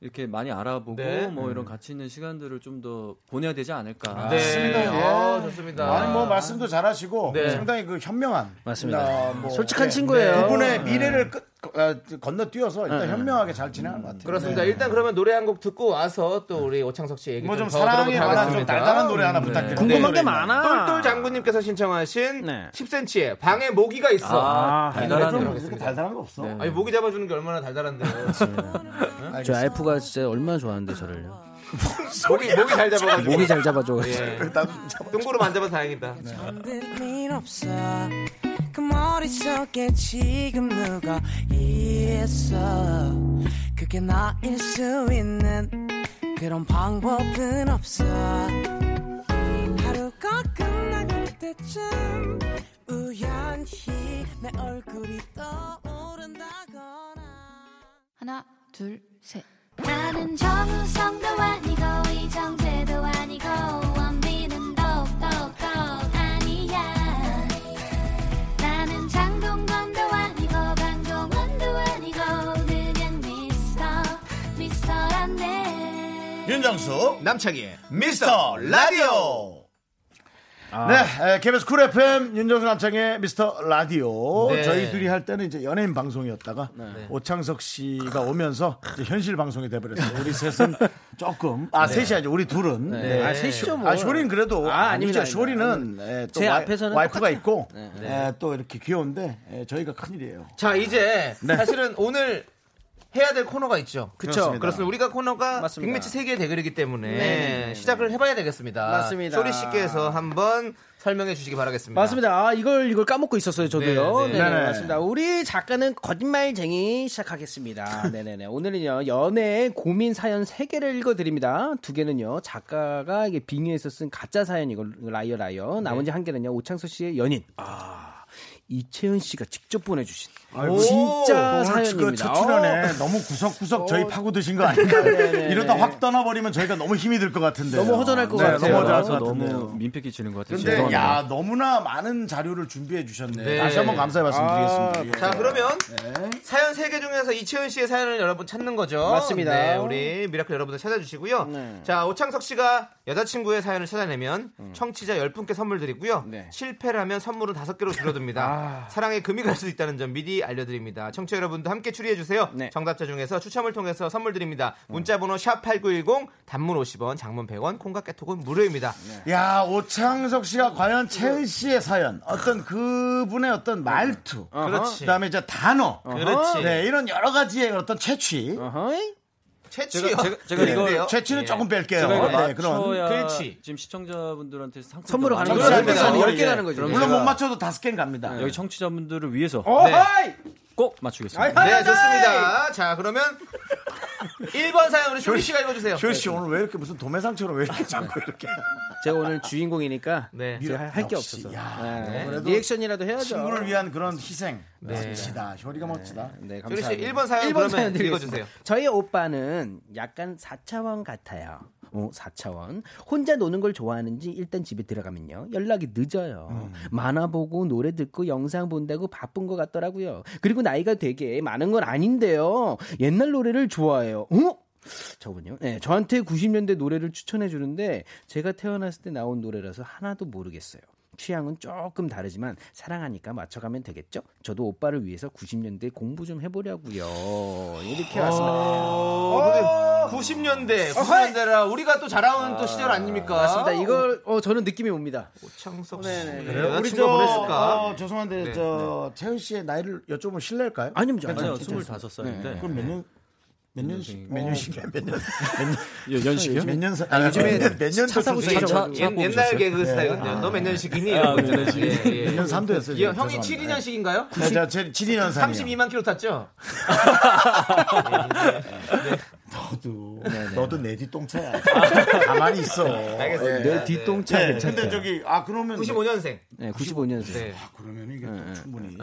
[SPEAKER 9] 이렇게 많이 알아보고
[SPEAKER 2] 네.
[SPEAKER 9] 뭐
[SPEAKER 1] 음.
[SPEAKER 9] 이런 가치 있는 시간들을 좀 더 보내야 되지 않을까.
[SPEAKER 2] 네.
[SPEAKER 1] 맞습니다. 예.
[SPEAKER 2] 아, 좋습니다.
[SPEAKER 1] 아니 뭐 말씀도 잘하시고
[SPEAKER 2] 네.
[SPEAKER 1] 상당히 그 현명한
[SPEAKER 7] 맞습니다.
[SPEAKER 1] 아, 뭐
[SPEAKER 7] 솔직한
[SPEAKER 1] 네.
[SPEAKER 7] 친구예요.
[SPEAKER 1] 두 분의 미래를 끝, 어, 건너뛰어서 일단 현명하게 잘 진행한 것 같아요.
[SPEAKER 2] 그렇습니다.
[SPEAKER 1] 네.
[SPEAKER 2] 일단 그러면 노래 한 곡 듣고 와서 또 우리 오창석 씨
[SPEAKER 7] 예,
[SPEAKER 2] 얘기
[SPEAKER 1] 뭐 좀
[SPEAKER 2] 좀더
[SPEAKER 1] 사랑에
[SPEAKER 2] 들어보도록
[SPEAKER 1] 관한 좀
[SPEAKER 2] 하겠습니다.
[SPEAKER 1] 달달한 노래
[SPEAKER 7] 네.
[SPEAKER 1] 하나 네. 부탁드립니다.
[SPEAKER 7] 궁금한
[SPEAKER 9] 네,
[SPEAKER 7] 게
[SPEAKER 1] 노래.
[SPEAKER 7] 많아.
[SPEAKER 2] 똘똘 장군님께서 신청하신
[SPEAKER 7] 네.
[SPEAKER 2] 10cm의 방에 모기가 있어.
[SPEAKER 9] 아,
[SPEAKER 1] 아니,
[SPEAKER 9] 달달한
[SPEAKER 1] 좀
[SPEAKER 9] 노래.
[SPEAKER 1] 그렇게 달달한 거 없어.
[SPEAKER 7] 네.
[SPEAKER 2] 아니 모기 잡아주는 게 얼마나 달달한데요.
[SPEAKER 7] 저 알프가 진짜 얼마나 좋아하는데 저를요.
[SPEAKER 2] 모기 모기 잘 잡아가지고.
[SPEAKER 7] 목이 잘 잡아줘가지고.
[SPEAKER 2] 예. 뚱그로 만져봐 다행이다.
[SPEAKER 4] 흔들림 없어 그 머릿속에 지금 누가 있어 그게 나일 수 있는 그런 방법은 없어 하루가 끝나갈 때쯤 우연히 내 얼굴이 떠오른다거나
[SPEAKER 10] 하나, 둘, 셋.
[SPEAKER 4] 나는 정우성도 아니고 이정재도 아니고 원빈은 더욱더 아니야 나는 장동건도 아니고 강동원도 아니고 그냥 미스터 미스터란데
[SPEAKER 1] 윤정수
[SPEAKER 2] 남창희.
[SPEAKER 1] 미스터 라디오. 네, 에, KBS 쿨 FM 윤정수 남창의 미스터 라디오.
[SPEAKER 2] 네.
[SPEAKER 1] 저희 둘이 할 때는 이제 연예인 방송이었다가
[SPEAKER 7] 네.
[SPEAKER 1] 오창석 씨가 오면서 이제 현실 방송이 돼버렸어요. 우리 셋은 조금 아 셋이 아니죠. 우리 둘은. 네.
[SPEAKER 7] 네. 아, 셋이죠 뭐.
[SPEAKER 1] 아, 쇼린 그래도
[SPEAKER 7] 아,
[SPEAKER 1] 아니
[SPEAKER 7] 아닙니다,
[SPEAKER 1] 죠
[SPEAKER 7] 아닙니다.
[SPEAKER 1] 쇼린은 에, 또
[SPEAKER 7] 제
[SPEAKER 1] 와,
[SPEAKER 7] 앞에서는 네.
[SPEAKER 1] 와이프가 있고 에, 또 이렇게 귀여운데 에, 저희가 큰일이에요.
[SPEAKER 2] 자 이제 사실은 오늘 해야 될 코너가 있죠.
[SPEAKER 7] 네. 그쵸.
[SPEAKER 2] 그렇습니다. 우리가 코너가
[SPEAKER 7] 맞습니다. 네.
[SPEAKER 2] 빅매치 세개의 대결이기 때문에 시작을 해봐야 되겠습니다.
[SPEAKER 7] 맞습니다.
[SPEAKER 2] 쇼리 씨께서 한번 설명해 주시기 바라겠습니다.
[SPEAKER 7] 맞습니다. 아, 이걸 이걸 까먹고 있었어요, 저도요.
[SPEAKER 2] 네,
[SPEAKER 7] 네,
[SPEAKER 2] 네.
[SPEAKER 7] 네,
[SPEAKER 1] 네네.
[SPEAKER 7] 맞습니다. 우리 작가는 거짓말쟁이 시작하겠습니다. 네, 네, 네. 오늘은요. 연애의 고민 사연 세개를 읽어 드립니다. 두개는요 작가가 이게 빙의해서 쓴 가짜 사연 이거 라이어
[SPEAKER 1] 네.
[SPEAKER 7] 라이어. 나머지 한개는요 오창석 씨의 연인. 아. 이채은 씨가 직접 보내 주신
[SPEAKER 1] 아이고,
[SPEAKER 7] 진짜
[SPEAKER 1] 오늘 그
[SPEAKER 7] 사연입니다. 어,
[SPEAKER 1] 첫 출연에 너무 구석구석 저희 파고 드신 거 아닌가? 이러다 확 떠나버리면 저희가 너무 힘이 들 것 같은데. 네,
[SPEAKER 7] 너무 허전할 것 같아요.
[SPEAKER 1] 너무 허전할
[SPEAKER 9] 나와서
[SPEAKER 1] 것
[SPEAKER 9] 너무
[SPEAKER 1] 같은데요.
[SPEAKER 9] 민폐 끼치는 것 같아요.
[SPEAKER 1] 근데
[SPEAKER 9] 죄송합니다.
[SPEAKER 1] 야 너무나 많은 자료를 준비해 주셨네.
[SPEAKER 2] 네.
[SPEAKER 1] 요 다시 한번 감사의 말씀 드리겠습니다.
[SPEAKER 7] 네.
[SPEAKER 2] 자
[SPEAKER 1] 예.
[SPEAKER 2] 그러면 사연 세 개 중에서 이채은 씨의 사연을 여러분 찾는 거죠.
[SPEAKER 7] 맞습니다.
[SPEAKER 2] 네, 우리 미라클 여러분들 찾아주시고요.
[SPEAKER 7] 네.
[SPEAKER 2] 자 오창석 씨가 여자친구의 사연을 찾아내면 청취자 10분께 선물 드리고요.
[SPEAKER 7] 음. 네. 아.
[SPEAKER 2] 실패라면 선물은 다섯 개로 줄어듭니다. 사랑에 금이 갈 수도 있다는 점 미리 알려드립니다. 청취자 여러분도 함께 추리해 주세요.
[SPEAKER 7] 네.
[SPEAKER 2] 정답자 중에서 추첨을 통해서 선물 드립니다.
[SPEAKER 7] 음.
[SPEAKER 2] 문자번호 샵 #8910 단문 50원, 장문 100원, 콩과 깨톡은 무료입니다.
[SPEAKER 7] 네.
[SPEAKER 1] 야 오창석 씨가 과연 채은 씨의 사연 어떤 그분의 어떤 말투
[SPEAKER 2] 그렇지.
[SPEAKER 1] 그다음에 이제 단어
[SPEAKER 7] 아,
[SPEAKER 2] 그렇지.
[SPEAKER 1] 네 이런 여러 가지의 어떤 채취
[SPEAKER 2] 채취요?
[SPEAKER 1] 제가- 제가- 제가 이거- 채취는 조금 뺄게요.
[SPEAKER 9] 제가 이거
[SPEAKER 1] 네, 그런.
[SPEAKER 9] 맞춰야
[SPEAKER 7] 아,
[SPEAKER 1] 그렇지.
[SPEAKER 9] 지금 시청자분들한테 상품
[SPEAKER 1] 선물을 가는 거죠. 열 개라는 거죠. 물론 못 맞춰도 다섯 개는 갑니다.
[SPEAKER 9] 여기 청취자분들을 위해서 네.
[SPEAKER 1] 어허이!
[SPEAKER 9] 꼭
[SPEAKER 7] 아,
[SPEAKER 9] 맞추겠습니다.
[SPEAKER 2] 네, 좋습니다. 자, 그러면 1번 사연 우리 쇼리 씨가 읽어주세요.
[SPEAKER 1] 쇼리 씨 오늘 왜 이렇게 무슨 도매상처럼 왜 이렇게 자꾸 이렇게
[SPEAKER 7] 제가 오늘 주인공이니까
[SPEAKER 2] 네.
[SPEAKER 7] 할 게
[SPEAKER 1] 역시,
[SPEAKER 7] 없어서
[SPEAKER 1] 야,
[SPEAKER 7] 네.
[SPEAKER 1] 그래도
[SPEAKER 7] 리액션이라도 해야죠.
[SPEAKER 1] 친구를 위한 그런 희생
[SPEAKER 7] 네.
[SPEAKER 1] 멋지다 효리가 멋지다
[SPEAKER 7] 네,
[SPEAKER 2] 쇼리 씨
[SPEAKER 7] 감사합니다.
[SPEAKER 2] 1번 사연
[SPEAKER 7] 일본
[SPEAKER 2] 그러면
[SPEAKER 7] 사연 드리겠습니다.
[SPEAKER 2] 읽어주세요.
[SPEAKER 7] 저희 오빠는 약간 4차원 같아요. 어, 4차원. 혼자 노는 걸 좋아하는지 일단 집에 들어가면요. 연락이 늦어요.
[SPEAKER 2] 음.
[SPEAKER 7] 만화 보고 노래 듣고 영상 본다고 바쁜 것 같더라고요. 그리고 나이가 되게 많은 건 아닌데요. 옛날 노래를 좋아해요. 어? 저군요. 네, 저한테 90년대 노래를 추천해 주는데 제가 태어났을 때 나온 노래라서 하나도 모르겠어요. 취향은 조금 다르지만 사랑하니까 맞춰가면 되겠죠? 저도 오빠를 위해서 90년대 공부 좀 해보려고요. 이렇게 왔습니다.
[SPEAKER 2] 어, 근데 90년대, 90년대라 우리가 또 자라온 또 시절 아닙니까?
[SPEAKER 7] 맞습니다. 이걸 어, 저는 느낌이 옵니다.
[SPEAKER 2] 오창석 씨.
[SPEAKER 7] 네네.
[SPEAKER 2] 그래요?
[SPEAKER 1] 우리
[SPEAKER 2] 친구
[SPEAKER 1] 저
[SPEAKER 2] 보냈을까?
[SPEAKER 1] 어, 죄송한데
[SPEAKER 2] 네,
[SPEAKER 1] 저 채은 씨의 나이를 여쭤보면 실례일까요?
[SPEAKER 7] 아니면 저-
[SPEAKER 9] 아니요,
[SPEAKER 7] 괜찮-
[SPEAKER 9] 25살인데.
[SPEAKER 7] 네.
[SPEAKER 1] 그럼 몇 년? 몇 년씩? 몇 년씩이야? 몇 년?
[SPEAKER 9] 연식이요?
[SPEAKER 1] 몇 년? 아, 요즘에 몇년
[SPEAKER 7] 사고
[SPEAKER 2] 예, 옛, 옛날 개그 스타일이거든요. 너 몇 년식이니? 이러고 있잖아요. 네. 예, 예.
[SPEAKER 1] 몇년 3도였어요. 아,
[SPEAKER 2] 예, 형이 72년식인가요?
[SPEAKER 1] 제가 72년 3이요
[SPEAKER 2] 32만 킬로 탔죠? 네,
[SPEAKER 7] 네,
[SPEAKER 1] 너도 너도 내 뒤똥차야. 아, 가만히 있어.
[SPEAKER 2] 알겠습니다.
[SPEAKER 1] 예.
[SPEAKER 7] 내 뒤통차
[SPEAKER 1] 예,
[SPEAKER 7] 괜찮다.
[SPEAKER 1] 근데 저기 아 그러면
[SPEAKER 2] 95년생.
[SPEAKER 7] 네, 95년생.
[SPEAKER 2] 뭐 네.
[SPEAKER 1] 아, 그러면 이게 또 충분히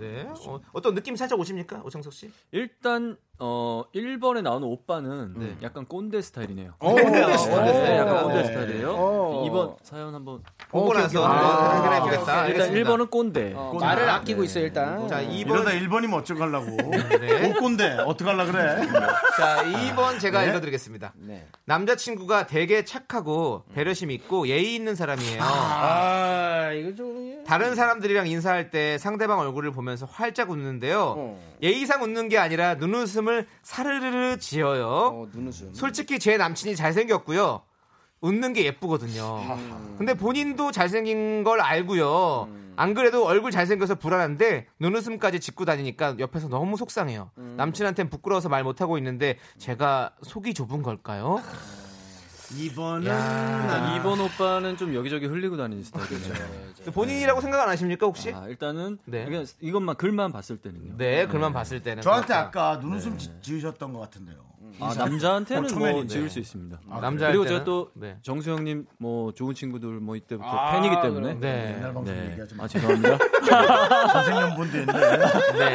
[SPEAKER 2] 네. 어, 떤 느낌 살짝 오십니까? 오창석 씨?
[SPEAKER 9] 일단 어 1번에 나오는 오빠는 약간 꼰대 스타일이네요.
[SPEAKER 7] 아,
[SPEAKER 2] 꼰대
[SPEAKER 9] 어, 네, 약간
[SPEAKER 2] 스타일.
[SPEAKER 9] 꼰대 스타일이에요.
[SPEAKER 7] 어.
[SPEAKER 9] 2번 사연 한번
[SPEAKER 2] 보고 나서 아, 그래 보겠다.
[SPEAKER 9] 일단
[SPEAKER 2] 알겠습니다.
[SPEAKER 9] 1번은 꼰대.
[SPEAKER 7] 어, 말을 아끼고 있어요, 일단.
[SPEAKER 2] 자,
[SPEAKER 1] 이러다
[SPEAKER 2] 2번.
[SPEAKER 1] 1번이면 뭐 어쩌려고.
[SPEAKER 2] 네.
[SPEAKER 1] 올 건데 어떡하려 그래.
[SPEAKER 2] 자, 2번 제가
[SPEAKER 1] 네?
[SPEAKER 2] 읽어드리겠습니다.
[SPEAKER 7] 네.
[SPEAKER 2] 남자친구가 되게 착하고 배려심 있고 예의 있는 사람이에요.
[SPEAKER 7] 아, 이거 좀. 예.
[SPEAKER 2] 다른 사람들이랑 인사할 때 상대방 얼굴을 보면서 활짝 웃는데요.
[SPEAKER 7] 어.
[SPEAKER 2] 예의상 웃는 게 아니라 눈웃음을 사르르르 지어요.
[SPEAKER 7] 어, 눈웃음.
[SPEAKER 2] 솔직히 제 남친이 잘생겼고요. 웃는 게 예쁘거든요.
[SPEAKER 9] 음.
[SPEAKER 2] 근데 본인도 잘생긴 걸 알고요. 안 그래도 얼굴 잘생겨서 불안한데 눈웃음까지 짓고 다니니까 옆에서 너무 속상해요.
[SPEAKER 9] 음.
[SPEAKER 2] 남친한텐 부끄러워서 말 못하고 있는데 제가 속이 좁은 걸까요?
[SPEAKER 9] 아,
[SPEAKER 1] 2번은
[SPEAKER 2] 야.
[SPEAKER 9] 2번 오빠는 좀 여기저기 흘리고 다니는 스타일이에요.
[SPEAKER 2] 본인이라고 생각 안 하십니까 혹시?
[SPEAKER 9] 그렇죠. 아, 일단은
[SPEAKER 2] 네.
[SPEAKER 9] 그냥 이것만 글만 봤을 때는요.
[SPEAKER 2] 네, 글만 봤을 때는
[SPEAKER 1] 저한테
[SPEAKER 2] 그렇다.
[SPEAKER 1] 아까 눈웃음 지- 지으셨던 것 같은데요.
[SPEAKER 9] 아,
[SPEAKER 1] 어,
[SPEAKER 9] 남자한테는 뭐
[SPEAKER 1] 초면인데.
[SPEAKER 9] 지울 수 있습니다.
[SPEAKER 1] 아,
[SPEAKER 2] 남자
[SPEAKER 9] 그리고 제가 또
[SPEAKER 2] 네.
[SPEAKER 9] 정수 형님 뭐 좋은 친구들 뭐 이때부터 팬이기 때문에
[SPEAKER 2] 네.
[SPEAKER 1] 옛날 방송
[SPEAKER 9] 네.
[SPEAKER 1] 얘기하지 마.
[SPEAKER 9] 아 죄송합니다.
[SPEAKER 1] 선생님분도 있는데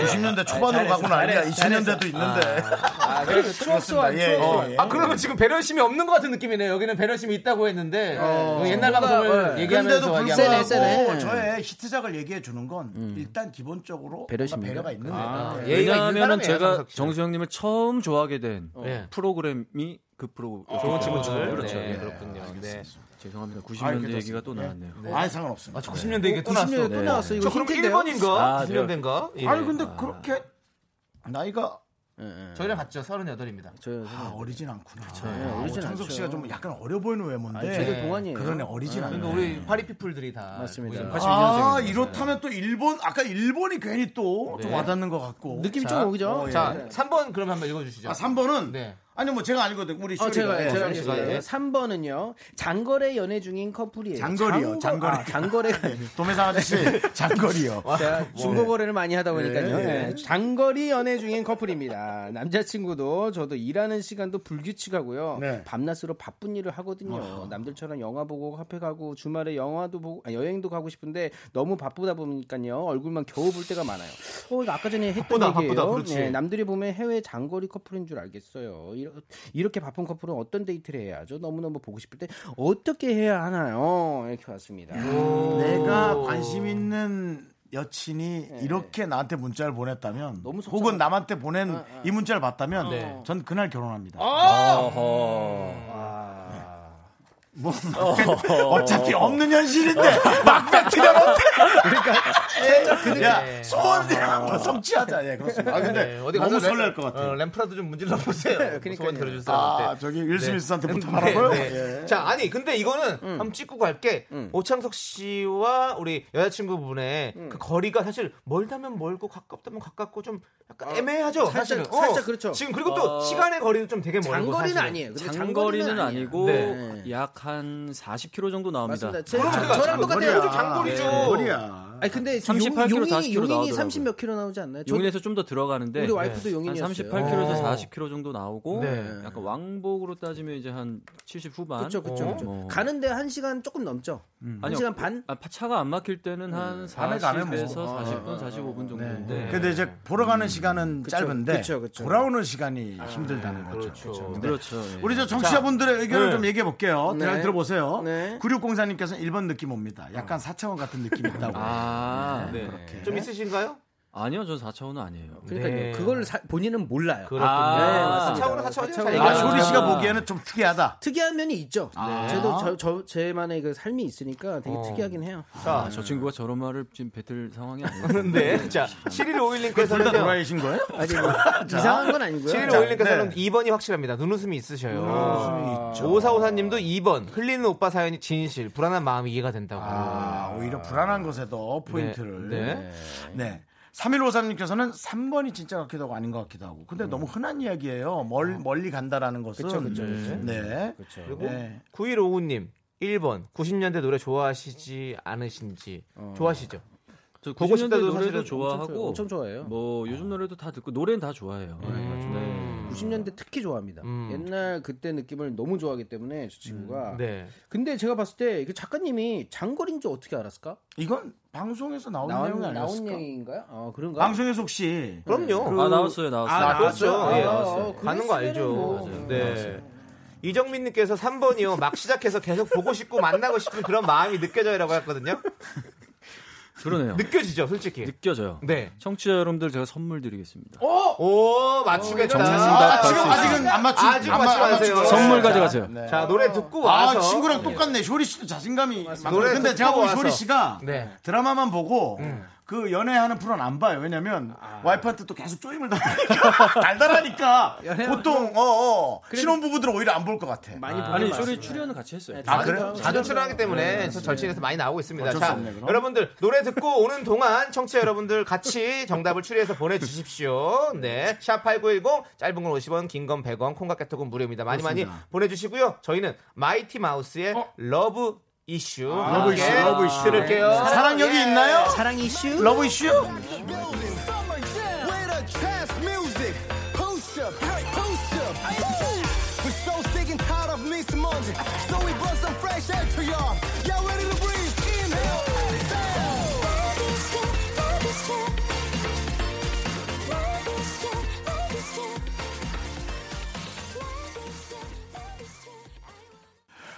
[SPEAKER 1] 90년대 초반으로
[SPEAKER 7] 잘했어,
[SPEAKER 1] 가고 난리야.
[SPEAKER 7] 잘했어,
[SPEAKER 1] 2000년대도 있는데.
[SPEAKER 7] 아, 그래서 추억 소환,
[SPEAKER 1] 그렇습니다. 예,
[SPEAKER 9] 어.
[SPEAKER 7] 추억 소환.
[SPEAKER 1] 예, 예.
[SPEAKER 2] 아 그러면 지금 배려심이 없는 것 같은 느낌이네요. 여기는 배려심이 있다고 했는데 어, 옛날 방송을
[SPEAKER 7] 뭔가,
[SPEAKER 2] 얘기하면서
[SPEAKER 1] 그런데도
[SPEAKER 2] 얘기하면
[SPEAKER 1] 불구하고 어,
[SPEAKER 7] 세네, 세네.
[SPEAKER 1] 저의 히트작을 얘기해 주는 건 일단 기본적으로 배려심
[SPEAKER 7] 배려심인가요?
[SPEAKER 1] 배려가 있는
[SPEAKER 2] 아,
[SPEAKER 1] 거예요.
[SPEAKER 2] 예의가 있는
[SPEAKER 9] 왜냐하면
[SPEAKER 2] 사람이에요,
[SPEAKER 9] 제가
[SPEAKER 2] 정석 씨.
[SPEAKER 9] 아, 정수 형님을 처음 좋아하게 된
[SPEAKER 2] 예.
[SPEAKER 9] 프로그램이 그 프로
[SPEAKER 2] 좋은 친구들
[SPEAKER 9] 그렇죠.
[SPEAKER 2] 아, 네,
[SPEAKER 9] 예.
[SPEAKER 2] 그렇군요. 네.
[SPEAKER 9] 죄송합니다.
[SPEAKER 1] 아이,
[SPEAKER 9] 90년대 얘기가
[SPEAKER 1] 괜찮습니다.
[SPEAKER 9] 또
[SPEAKER 1] 예.
[SPEAKER 9] 나왔네요.
[SPEAKER 1] 네. 아예 상관없습니다.
[SPEAKER 2] 아, 90년대 이게 또
[SPEAKER 7] 90년대
[SPEAKER 2] 났어.
[SPEAKER 7] 또 나왔어. 이거
[SPEAKER 2] 저 그럼
[SPEAKER 7] 힌트인데요?
[SPEAKER 2] 1번인가?
[SPEAKER 9] 아,
[SPEAKER 2] 90년대인가? 예.
[SPEAKER 1] 네. 아니 근데 그렇게 나이가
[SPEAKER 2] 저희랑 같죠. 38입니다.
[SPEAKER 7] 저요,
[SPEAKER 1] 아, 어리진 않구나.
[SPEAKER 7] 예, 어리진
[SPEAKER 1] 창석
[SPEAKER 7] 않죠.
[SPEAKER 1] 씨가 좀 약간 어려 보이는 외모인데.
[SPEAKER 7] 저도 동안이에요. 아,
[SPEAKER 1] 그러네 어리진
[SPEAKER 2] 그러니까
[SPEAKER 1] 않네.
[SPEAKER 2] 우리 파리 피플들이 다
[SPEAKER 7] 맞습니다.
[SPEAKER 2] 모이는 거죠.
[SPEAKER 1] 아
[SPEAKER 7] 네.
[SPEAKER 1] 이렇다면 또 일본 아까 일본이 괜히 또 좀 와닿는 것 같고.
[SPEAKER 7] 느낌이 좀 오죠?
[SPEAKER 1] 어, 예.
[SPEAKER 2] 자, 아, 3번 그럼 한번 읽어 주시죠.
[SPEAKER 1] 아 3번은
[SPEAKER 2] 네.
[SPEAKER 1] 아니 뭐 제가 아니거든 우리
[SPEAKER 7] 어,
[SPEAKER 1] 쇼리가.
[SPEAKER 7] 제가
[SPEAKER 1] 예.
[SPEAKER 7] 제가
[SPEAKER 2] 예, 예.
[SPEAKER 7] 하겠습니다. 3번은요. 장거래 연애 중인 커플이에요.
[SPEAKER 1] 장거리요,
[SPEAKER 7] 장거-
[SPEAKER 1] 장거리.
[SPEAKER 7] 아, 장거래가 아니에요.
[SPEAKER 1] 도매상 아저씨
[SPEAKER 7] 네.
[SPEAKER 1] 장거리요.
[SPEAKER 2] 아,
[SPEAKER 7] 제가
[SPEAKER 2] 뭐,
[SPEAKER 7] 중고 거래를 많이 하다 보니까요.
[SPEAKER 1] 예.
[SPEAKER 7] 예. 장거리 연애 중인 커플입니다. 남자친구도 저도 일하는 시간도 불규칙하고요.
[SPEAKER 1] 네.
[SPEAKER 7] 밤낮으로 바쁜 일을 하거든요. 남들처럼 영화 보고 카페 가고 주말에 영화도 보고 아, 여행도 가고 싶은데 너무 바쁘다 보니까요. 얼굴만 겨우 볼 때가 많아요. 어, 이거 아까 전에 했던
[SPEAKER 2] 바쁘다,
[SPEAKER 7] 얘기예요.
[SPEAKER 2] 바쁘다, 그렇지.
[SPEAKER 7] 예, 남들이 보면 해외 장거리 커플인 줄 알겠어요. 이러- 이렇게 바쁜 커플은 어떤 데이트를 해야 하죠? 너무너무 보고 싶을 때 어떻게 해야 하나요? 이렇게 왔습니다.
[SPEAKER 1] 음. 내가 관심 있는 여친이 이렇게 나한테 문자를 보냈다면
[SPEAKER 7] 네. 너무 속상해. 네, 어.
[SPEAKER 1] 혹은 남한테 보낸 이 문자를 봤다면 전 그날 결혼합니다.
[SPEAKER 7] 어허. 아.
[SPEAKER 1] 뭐 어차피 없는 현실인데 막 뱉으면 어때? 그러니까 야 소원 한번 성취하자. 예, 그렇습니다. 아
[SPEAKER 2] 네,
[SPEAKER 1] 근데 너무
[SPEAKER 2] 램-
[SPEAKER 1] 설렐 것 같아요.
[SPEAKER 2] 어, 램프라도 좀 문질러 보세요. 소원 들어줄 사람한테.
[SPEAKER 1] 아 저기 윌스미스한테
[SPEAKER 2] 네.
[SPEAKER 1] 부탁하라고요?
[SPEAKER 2] 네, 네.
[SPEAKER 1] 예.
[SPEAKER 2] 자, 아니 근데 이거는
[SPEAKER 7] 음.
[SPEAKER 2] 한번 찍고 갈게. 오창석 씨와 우리 여자친구분의
[SPEAKER 7] 음.
[SPEAKER 2] 그 거리가 사실 멀다면 멀고 가깝다면 가깝고 좀 약간 애매하죠.
[SPEAKER 7] 아, 살짝,
[SPEAKER 2] 사실은. 어.
[SPEAKER 7] 살짝 그렇죠.
[SPEAKER 2] 지금 그리고 또
[SPEAKER 7] 어,
[SPEAKER 2] 시간의 뭐 거리도 좀 되게 멀고.
[SPEAKER 7] 장거리는
[SPEAKER 2] 사실은.
[SPEAKER 7] 아니에요. 근데 장거리는
[SPEAKER 9] 장거리는
[SPEAKER 7] 아니에요.
[SPEAKER 9] 아니고
[SPEAKER 2] 네.
[SPEAKER 9] 약 한 40km 정도 나옵니다.
[SPEAKER 7] 맞습니다. 제-
[SPEAKER 1] 그러니까
[SPEAKER 7] 저- 저랑 똑같아요.
[SPEAKER 1] 예,
[SPEAKER 7] 아니 근데 지금
[SPEAKER 9] 38km,
[SPEAKER 7] 용인이
[SPEAKER 9] 40km
[SPEAKER 7] 용인이
[SPEAKER 9] 나오더라고요.
[SPEAKER 7] 30 몇 킬로 나오지 않나요? 저-
[SPEAKER 9] 용인에서 좀 더 들어가는데 예.
[SPEAKER 7] 우리 와이프도 용인이었어요.
[SPEAKER 9] 한 38km에서
[SPEAKER 7] 어.
[SPEAKER 9] 40km 정도 나오고
[SPEAKER 7] 네.
[SPEAKER 9] 약간 왕복으로 따지면 이제 한 70 후반.
[SPEAKER 7] 그렇죠, 그렇죠, 그렇죠.
[SPEAKER 9] 뭐.
[SPEAKER 7] 가는데 한 시간 조금 넘죠. 한 시간 반.
[SPEAKER 9] 아, 파- 차가 안 막힐 때는 한
[SPEAKER 7] 밤에 가면 뭐.
[SPEAKER 9] 40에서
[SPEAKER 7] 어,
[SPEAKER 9] 40분,
[SPEAKER 7] 어, 어,
[SPEAKER 9] 45분 정도인데.
[SPEAKER 1] 네. 근데 이제 보러 가는 시간은
[SPEAKER 7] 그쵸,
[SPEAKER 1] 짧은데
[SPEAKER 7] 그쵸, 그쵸.
[SPEAKER 1] 돌아오는 시간이 힘들다는 거죠.
[SPEAKER 2] 그렇죠.
[SPEAKER 1] 근데
[SPEAKER 9] 그렇죠. 예.
[SPEAKER 1] 우리 저 정치자분들의 의견을
[SPEAKER 2] 네.
[SPEAKER 1] 좀 얘기해 볼게요.
[SPEAKER 7] 네.
[SPEAKER 1] 잘 들어보세요.
[SPEAKER 7] 네.
[SPEAKER 1] 9604님께서는 1번 느낌 옵니다. 약간 사차원 같은 느낌이 있다고.
[SPEAKER 9] 아, 네.
[SPEAKER 2] 좀 있으신가요?
[SPEAKER 9] 아니요, 전 4차원은 아니에요.
[SPEAKER 7] 그러니까
[SPEAKER 2] 네.
[SPEAKER 7] 그걸 사- 본인은 몰라요. 네,
[SPEAKER 2] 그렇군요.
[SPEAKER 9] 아,
[SPEAKER 2] 사차원은
[SPEAKER 7] 사차원.
[SPEAKER 2] 사차원이요. 잘
[SPEAKER 1] 아,
[SPEAKER 2] 얘기하죠.
[SPEAKER 1] 쇼리 씨가 보기에는 좀 특이하다.
[SPEAKER 7] 특이한 면이 있죠. 네.
[SPEAKER 1] 아.
[SPEAKER 7] 저도 저, 저 제만의 그 삶이 있으니까 되게
[SPEAKER 2] 어.
[SPEAKER 7] 특이하긴 해요.
[SPEAKER 9] 아, 저 친구가 저런 말을 지금 뱉을 상황이
[SPEAKER 7] 네.
[SPEAKER 9] 아니에요.
[SPEAKER 2] 그런데 자, 7151님께서는
[SPEAKER 1] 그 둘다
[SPEAKER 2] 요
[SPEAKER 1] 돌아이신 거예요? 네.
[SPEAKER 7] 아니 뭐 이상한 건 아니고요.
[SPEAKER 2] 7151님께서는 2번이 확실합니다. 눈웃음이 있으셔요. 오사오사님도 2번. 흘리는 오빠 사연이 진실. 불안한 마음이 이해가 된다고.
[SPEAKER 1] 아, 오히려 불안한 것에도 포인트를.
[SPEAKER 2] 네.
[SPEAKER 1] 네. 3153님께서는 3번이 진짜 같기도 하고 아닌 것 같기도 하고. 근데 너무 흔한 이야기예요. 멀, 멀리 간다라는 것은.
[SPEAKER 7] 그쵸, 그쵸,
[SPEAKER 1] 네.
[SPEAKER 7] 그쵸.
[SPEAKER 1] 네.
[SPEAKER 2] 그리고
[SPEAKER 1] 네.
[SPEAKER 2] 9155님 1번. 90년대 노래 좋아하시지 않으신지. 좋아하시죠?
[SPEAKER 9] 저
[SPEAKER 2] 보고
[SPEAKER 9] 90년대
[SPEAKER 2] 싶다도
[SPEAKER 9] 그 노래도
[SPEAKER 2] 사실은
[SPEAKER 9] 좋아하고
[SPEAKER 7] 엄청 좋아해요.
[SPEAKER 9] 뭐 요즘 노래도 다 듣고 노래는 다 좋아해요. 네.
[SPEAKER 7] 90년대 특히 좋아합니다.
[SPEAKER 2] 음.
[SPEAKER 7] 옛날 그때 느낌을 너무 좋아하기 때문에 저 친구가.
[SPEAKER 2] 네.
[SPEAKER 7] 근데 제가 봤을 때 그 작가님이 장거리인 줄 어떻게 알았을까?
[SPEAKER 1] 이건 방송에서 나온
[SPEAKER 7] 나온
[SPEAKER 1] 내용이
[SPEAKER 7] 나온
[SPEAKER 1] 아니었을까?
[SPEAKER 7] 얘기인가요? 아 그런가?
[SPEAKER 1] 방송에서 혹시
[SPEAKER 2] 그럼요.
[SPEAKER 9] 아 나왔어요, 나왔어요.
[SPEAKER 1] 아,
[SPEAKER 2] 나왔죠.
[SPEAKER 1] 나왔어요?
[SPEAKER 2] 예,
[SPEAKER 1] 아,
[SPEAKER 2] 나왔어요.
[SPEAKER 7] 어,
[SPEAKER 2] 가는 거
[SPEAKER 7] 그랬으면은
[SPEAKER 2] 알죠.
[SPEAKER 7] 뭐.
[SPEAKER 2] 맞아요. 네. 이정민님께서 3번이요. 막 시작해서 계속 보고 싶고 만나고 싶은 그런 마음이 느껴져요라고 했거든요.
[SPEAKER 9] 그러네요.
[SPEAKER 2] 느껴지죠, 솔직히.
[SPEAKER 9] 느껴져요. 어,
[SPEAKER 2] 네.
[SPEAKER 9] 청취자 여러분들 제가 선물 드리겠습니다.
[SPEAKER 2] 오 맞추겠다.
[SPEAKER 9] 정신다
[SPEAKER 1] 아, 지금
[SPEAKER 9] 갈수
[SPEAKER 1] 아직은 안 맞추
[SPEAKER 2] 아직
[SPEAKER 1] 안
[SPEAKER 2] 맞추지
[SPEAKER 1] 맞- 안
[SPEAKER 2] 마세요.
[SPEAKER 1] 맞추죠.
[SPEAKER 9] 선물
[SPEAKER 1] 자,
[SPEAKER 9] 가져가세요.
[SPEAKER 1] 네.
[SPEAKER 2] 자 노래 듣고 와서
[SPEAKER 1] 아, 친구랑 똑같네. 쇼리 씨도 자신감이 많고.
[SPEAKER 2] 노래
[SPEAKER 1] 근데
[SPEAKER 2] 듣고
[SPEAKER 1] 제가 보기
[SPEAKER 2] 와서.
[SPEAKER 1] 쇼리 씨가
[SPEAKER 2] 네. 음.
[SPEAKER 1] 드라마만 보고 그 연애하는 프로는 안 봐요. 왜냐면 와이프한테 또 계속 쪼임을 당하니까 달달하니까 보통 어, 어. 신혼부부들은 오히려 안 볼 것 같아.
[SPEAKER 7] 많이 보게
[SPEAKER 9] 아니
[SPEAKER 7] 봤어요.
[SPEAKER 9] 쇼리 출연을 같이 했어요.
[SPEAKER 1] 아, 그래요?
[SPEAKER 2] 자주 출연하기 때문에 저 절친에서 많이 나오고
[SPEAKER 1] 네.
[SPEAKER 2] 있습니다.
[SPEAKER 1] 어쩔 수
[SPEAKER 2] 자,
[SPEAKER 1] 없네, 그럼.
[SPEAKER 2] 여러분들 노래 듣고 오는 동안 청취자 여러분들 같이 정답을 추리해서 보내주십시오. 네, 샵8910 짧은 건 50원, 긴 건 100원, 콩깍개톡은 무료입니다. 많이 많이
[SPEAKER 1] 그렇습니다. 어?
[SPEAKER 2] 보내주시고요. 저희는 마이티 마우스의 러브 이슈,
[SPEAKER 1] 아, 러브 이슈,
[SPEAKER 2] 함께
[SPEAKER 1] 러브 이슈.
[SPEAKER 2] 들을게요.
[SPEAKER 1] 사랑 여기 있나요?
[SPEAKER 7] 사랑 이슈.
[SPEAKER 1] 러브 이슈?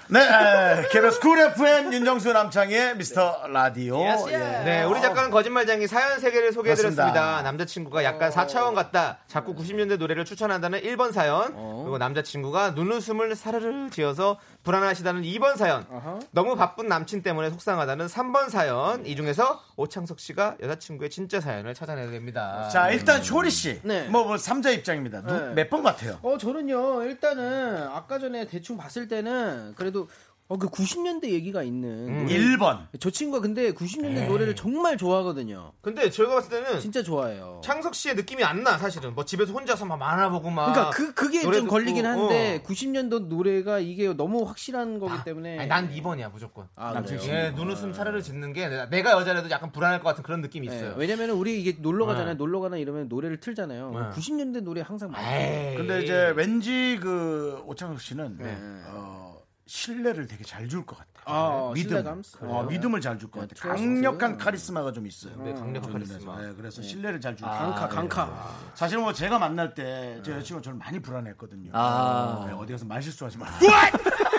[SPEAKER 1] 네, 에, KBS 쿨 FM 윤정수 남창의 미스터 라디오. 예.
[SPEAKER 2] 네, 우리 작가는 거짓말쟁이 사연 세개를 소개해드렸습니다.
[SPEAKER 1] 맞습니다.
[SPEAKER 2] 남자친구가
[SPEAKER 7] 어.
[SPEAKER 2] 약간 4차원 같다. 자꾸 90년대 노래를 추천한다는 1번 사연.
[SPEAKER 7] 어.
[SPEAKER 2] 그리고 남자친구가 눈웃음을 사르르 지어서 불안하시다는 2번 사연. 너무 바쁜 남친 때문에 속상하다는 3번 사연. 이 중에서 오창석 씨가 여자친구의 진짜 사연을 찾아내야 됩니다.
[SPEAKER 1] 자, 일단 쇼리 씨.
[SPEAKER 7] 네.
[SPEAKER 1] 뭐, 뭐, 삼자 입장입니다.
[SPEAKER 7] 네.
[SPEAKER 1] 몇 번 같아요?
[SPEAKER 7] 어 저는요 일단은 아까 전에 대충 봤을 때는 그래도 어 그 90년대 얘기가 있는
[SPEAKER 2] 음.
[SPEAKER 7] 노래.
[SPEAKER 1] 1번.
[SPEAKER 7] 저 친구가 근데 90년대
[SPEAKER 2] 네.
[SPEAKER 7] 노래를 정말 좋아하거든요.
[SPEAKER 2] 근데 저희가 봤을 때는
[SPEAKER 7] 진짜 좋아해요.
[SPEAKER 2] 창석 씨의 느낌이 안 나, 사실은. 뭐 집에서 혼자서 막 만화보고 막.
[SPEAKER 7] 그러니까 그 그게
[SPEAKER 2] 아, 노래
[SPEAKER 7] 좀
[SPEAKER 2] 듣고,
[SPEAKER 7] 걸리긴 한데
[SPEAKER 2] 어.
[SPEAKER 7] 90년도 노래가 이게 너무 확실한 거기 때문에
[SPEAKER 2] 아니, 난 2번이야, 무조건.
[SPEAKER 7] 아,
[SPEAKER 2] 남친
[SPEAKER 7] 그래요?
[SPEAKER 2] 예, 눈웃음 사르르 짓는 게 내가- 내가 여자라도 약간 불안할 것 같은 그런
[SPEAKER 7] 네.
[SPEAKER 2] 느낌이 있어요.
[SPEAKER 7] 왜냐면 우리 이게 놀러 가잖아요.
[SPEAKER 2] 네.
[SPEAKER 7] 놀러 가나 이러면 노래를 틀잖아요.
[SPEAKER 2] 네.
[SPEAKER 7] 90년대 노래 항상 많아요.
[SPEAKER 2] 에이.
[SPEAKER 1] 근데
[SPEAKER 2] 예.
[SPEAKER 1] 이제 왠지 그 오창석 씨는
[SPEAKER 7] 네.
[SPEAKER 1] 어, 신뢰를 되게 잘 줄 것 같아요.
[SPEAKER 7] 아,
[SPEAKER 1] 믿음,
[SPEAKER 7] 신뢰감? 네,
[SPEAKER 1] 어, 믿음을 잘 줄 것 같아요.
[SPEAKER 7] 음.
[SPEAKER 1] 강력한 카리스마가 좀 있어요.
[SPEAKER 2] 네, 강력한 카리스마.
[SPEAKER 1] 네, 그래서 신뢰를 잘 줄. 아,
[SPEAKER 7] 강카 강카. 네.
[SPEAKER 1] 사실 뭐 제가 만날 때 제 여자친구 가 저를 많이 불안했거든요.
[SPEAKER 9] 아.
[SPEAKER 1] 네, 어디 가서 말 실수하지 아. 마.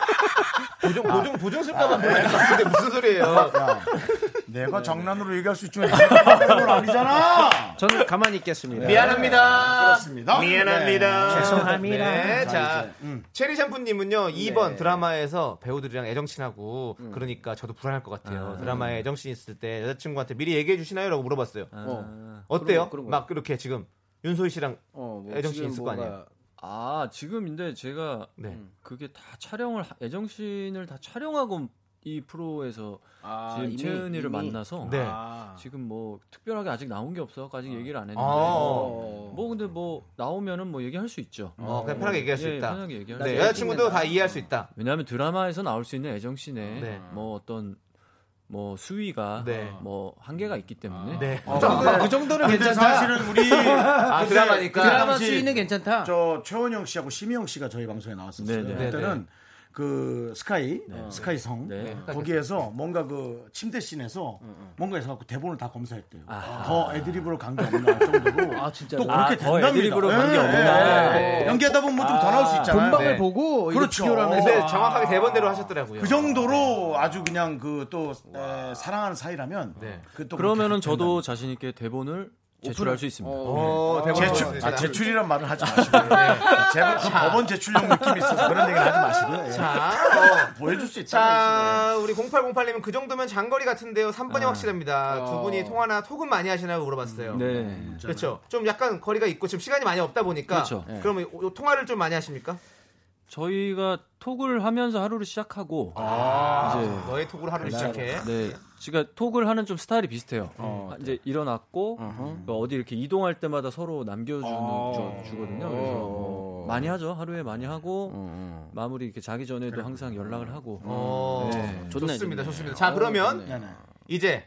[SPEAKER 2] 보정 보정 보정 쓸까봐 불안할 것 같은데 무슨 소리예요?
[SPEAKER 1] 아,
[SPEAKER 7] 네,
[SPEAKER 1] 내가 장난으로 얘기할 수 있지만 이게 장난은 아니잖아.
[SPEAKER 7] 저는 가만히 있겠습니다.
[SPEAKER 2] 미안합니다.
[SPEAKER 1] 그렇습니다.
[SPEAKER 2] 미안합니다.
[SPEAKER 1] 네. 죄송합니다.
[SPEAKER 2] 네,
[SPEAKER 1] 자,
[SPEAKER 2] 자,
[SPEAKER 1] 이제,
[SPEAKER 2] 체리 샴푸님은요, 2번
[SPEAKER 1] 네. 음.
[SPEAKER 2] 드라마에서 배우들이랑 애정씬하고 그러니까 저도 불안할 것 같아요.
[SPEAKER 7] 아.
[SPEAKER 2] 드라마에 애정씬 있을 때 여자친구한테 미리 얘기해 주시나요? 라고 물어봤어요.
[SPEAKER 9] 어.
[SPEAKER 2] 어때요?
[SPEAKER 9] 그런 거, 그런 거.
[SPEAKER 2] 막 그렇게 지금 윤소희 씨랑
[SPEAKER 7] 어, 뭐
[SPEAKER 2] 애정씬 있을 거 아니에요?
[SPEAKER 9] 아 지금 근데 제가
[SPEAKER 2] 네.
[SPEAKER 9] 그게 다 촬영을 하- 애정신을 다 촬영하고 이 프로에서
[SPEAKER 7] 아,
[SPEAKER 9] 지금
[SPEAKER 7] 이미, 이미.
[SPEAKER 9] 채은이를 만나서
[SPEAKER 2] 네.
[SPEAKER 7] 아,
[SPEAKER 9] 지금 뭐 특별하게 아직 나온 게 없어 아직 얘기를 안 했는데
[SPEAKER 2] 아.
[SPEAKER 7] 어.
[SPEAKER 9] 뭐 근데 뭐 나오면은 뭐 얘기할 수 있죠.
[SPEAKER 2] 어, 그냥 편하게 얘기할 수
[SPEAKER 9] 예,
[SPEAKER 2] 있다.
[SPEAKER 9] 편하게 얘기할 수
[SPEAKER 2] 네,
[SPEAKER 9] 있다.
[SPEAKER 2] 여자친구도 다 이해할 수 있다.
[SPEAKER 9] 왜냐하면 드라마에서 나올 수 있는 애정씬에 뭐 어떤 뭐 수위가 뭐 한계가 있기 때문에
[SPEAKER 2] 네.
[SPEAKER 9] 어,
[SPEAKER 7] 그
[SPEAKER 1] 근데 사실은 우리 그때 그 당시
[SPEAKER 7] 괜찮다.
[SPEAKER 1] 저 최원영 씨하고 심희영 씨가 저희 방송에 나왔었어요.
[SPEAKER 7] 네네.
[SPEAKER 1] 그때는
[SPEAKER 7] 네네.
[SPEAKER 1] 그 스카이
[SPEAKER 7] 네.
[SPEAKER 1] 스카이성 어,
[SPEAKER 7] 네.
[SPEAKER 1] 거기에서 뭔가 그 침대 씬에서 뭔가 해서 갖고 대본을 다 검사했대요. 더 애드립으로 간 게 없나 정도로 아, 진짜. 또 그렇게
[SPEAKER 7] 아, 더
[SPEAKER 1] 된답니다.
[SPEAKER 7] 애드립으로 간게 없나. 네.
[SPEAKER 1] 연기하다 보면 뭐 좀 더 나올 수 있잖아요.
[SPEAKER 7] 본방을 보고 이게
[SPEAKER 1] 그렇죠.
[SPEAKER 7] 비교를 하면서
[SPEAKER 2] 근데 정확하게 대본대로 하셨더라고요.
[SPEAKER 1] 그 정도로 아주 그냥 그 또 사랑하는 사이라면 그또
[SPEAKER 9] 그러면은 저도 자신 있게 대본을 제출할 수 있습니다.
[SPEAKER 1] 어,
[SPEAKER 9] 네.
[SPEAKER 1] 제출, 아, 제출이란 말은 하지 마시고요. 예. 제발 그 법원 제출용 느낌이 있어서 그런 얘기는 하지 마시고요. 예.
[SPEAKER 2] 아. 자,
[SPEAKER 1] 보여줄 수 있잖아요.
[SPEAKER 2] 자, 우리 0808님은 그 정도면 장거리 같은데요. 3번이 확실합니다. 두 분이 통화나 톡은 많이 하시나요? 물어봤어요.
[SPEAKER 9] 네.
[SPEAKER 2] 그렇죠. 좀 약간 거리가 있고 지금 시간이 많이 없다 보니까
[SPEAKER 9] 그렇죠. 네.
[SPEAKER 2] 그러면 요- 요 통화를 좀 많이 하십니까?
[SPEAKER 9] 저희가 톡을 하면서 하루를 시작하고 이제
[SPEAKER 2] 너의 톡으로 하루를 시작해.
[SPEAKER 9] 네, 제가 톡을 하는 좀 스타일이 비슷해요. 음, 이제 일어났고 그 어디 이렇게 이동할 때마다 서로 남겨주는
[SPEAKER 7] 어.
[SPEAKER 9] 주, 거든요 그래서 뭐 많이 하죠. 하루에 많이 하고 마무리 이렇게 자기 전에도 항상 연락을 하고.
[SPEAKER 2] 어,
[SPEAKER 9] 네.
[SPEAKER 2] 좋습니다, 좋습니다. 자,
[SPEAKER 7] 아,
[SPEAKER 2] 그러면
[SPEAKER 1] 네네.
[SPEAKER 2] 이제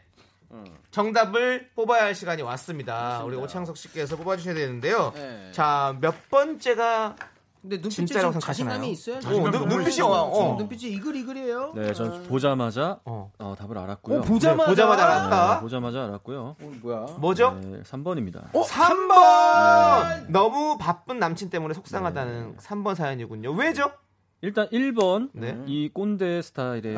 [SPEAKER 2] 정답을 뽑아야 할 시간이 왔습니다. 우리 오창석 씨께서 뽑아주셔야 되는데요.
[SPEAKER 7] 네.
[SPEAKER 2] 자, 몇 번째가
[SPEAKER 7] 근데 눈빛에
[SPEAKER 2] 진짜라고
[SPEAKER 7] 좀
[SPEAKER 2] 생각하시나요?
[SPEAKER 7] 자신감이 있어요.
[SPEAKER 2] 어, 눈- 눈빛이 와. 어.
[SPEAKER 7] 눈빛이 이글이글해요.
[SPEAKER 9] 네, 전 보자마자 어, 답을 알았고요.
[SPEAKER 7] 어, 보자마자? 어,
[SPEAKER 2] 보자마자 알았다.
[SPEAKER 9] 네, 보자마자 알았고요.
[SPEAKER 7] 뭐야?
[SPEAKER 2] 뭐죠?
[SPEAKER 9] 네, 3번입니다.
[SPEAKER 7] 어?
[SPEAKER 2] 어, 3번! 너무 바쁜 남친 때문에 속상하다는 3번 사연이군요. 왜죠?
[SPEAKER 9] 일단 1번
[SPEAKER 2] 네.
[SPEAKER 9] 이 꼰대 스타일의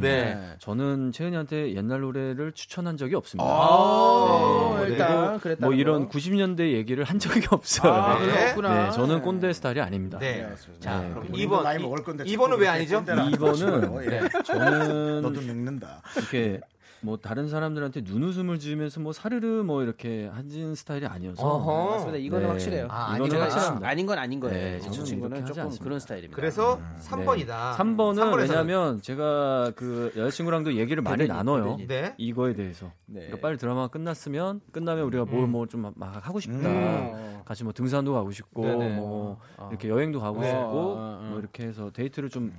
[SPEAKER 2] 네.
[SPEAKER 9] 음. 네, 저는 채은이한테 옛날 노래를 추천한 적이 없습니다.
[SPEAKER 2] 아,
[SPEAKER 7] 아,
[SPEAKER 9] 네,
[SPEAKER 7] 일단
[SPEAKER 9] 그리고
[SPEAKER 7] 그랬다는
[SPEAKER 9] 뭐 이런 90년대 얘기를 한 적이 없어요.
[SPEAKER 7] 아,
[SPEAKER 9] 네.
[SPEAKER 7] 그렇구나.
[SPEAKER 9] 네, 저는 꼰대 스타일이 아닙니다.
[SPEAKER 2] 네. 자,
[SPEAKER 9] 네.
[SPEAKER 2] 그럼
[SPEAKER 1] 우리도
[SPEAKER 2] 2번.
[SPEAKER 1] 나이 먹을 건데
[SPEAKER 2] 2번은 왜 아니죠?
[SPEAKER 1] 꼰대라 안 하시고요.
[SPEAKER 9] 2번은
[SPEAKER 1] 예.
[SPEAKER 9] 네, 저는
[SPEAKER 1] 너도 늙는다.
[SPEAKER 9] 이렇게 뭐 다른 사람들한테 눈웃음을 지으면서 뭐 사르르 뭐 이렇게 하는 스타일이 아니어서
[SPEAKER 2] 어허.
[SPEAKER 7] 맞습니다. 이거는
[SPEAKER 9] 네.
[SPEAKER 7] 확실해요.
[SPEAKER 2] 아,
[SPEAKER 9] 이거는
[SPEAKER 2] 아니구나.
[SPEAKER 9] 확실합니다.
[SPEAKER 7] 아닌 건 아닌 거예요.
[SPEAKER 9] 네,
[SPEAKER 7] 저
[SPEAKER 9] 저는
[SPEAKER 7] 친구는
[SPEAKER 9] 이렇게 하지
[SPEAKER 7] 조금
[SPEAKER 9] 않습니다.
[SPEAKER 7] 그런 스타일입니다.
[SPEAKER 2] 그래서 3번이다.
[SPEAKER 9] 네. 3번은 왜냐면 제가 그 여자친구랑도 얘기를 많이
[SPEAKER 7] 대변인,
[SPEAKER 9] 나눠요.
[SPEAKER 7] 대변인.
[SPEAKER 2] 네.
[SPEAKER 9] 이거에 대해서.
[SPEAKER 7] 네.
[SPEAKER 9] 그러니까 빨리 드라마가 끝났으면 끝나면 우리가 뭘 뭐 좀 막 하고 싶다.
[SPEAKER 2] 음.
[SPEAKER 9] 같이 뭐 등산도 가고 싶고
[SPEAKER 2] 네네.
[SPEAKER 9] 뭐 이렇게 여행도 가고
[SPEAKER 2] 네.
[SPEAKER 9] 싶고
[SPEAKER 7] 아, 아, 아.
[SPEAKER 9] 뭐 이렇게 해서 데이트를 좀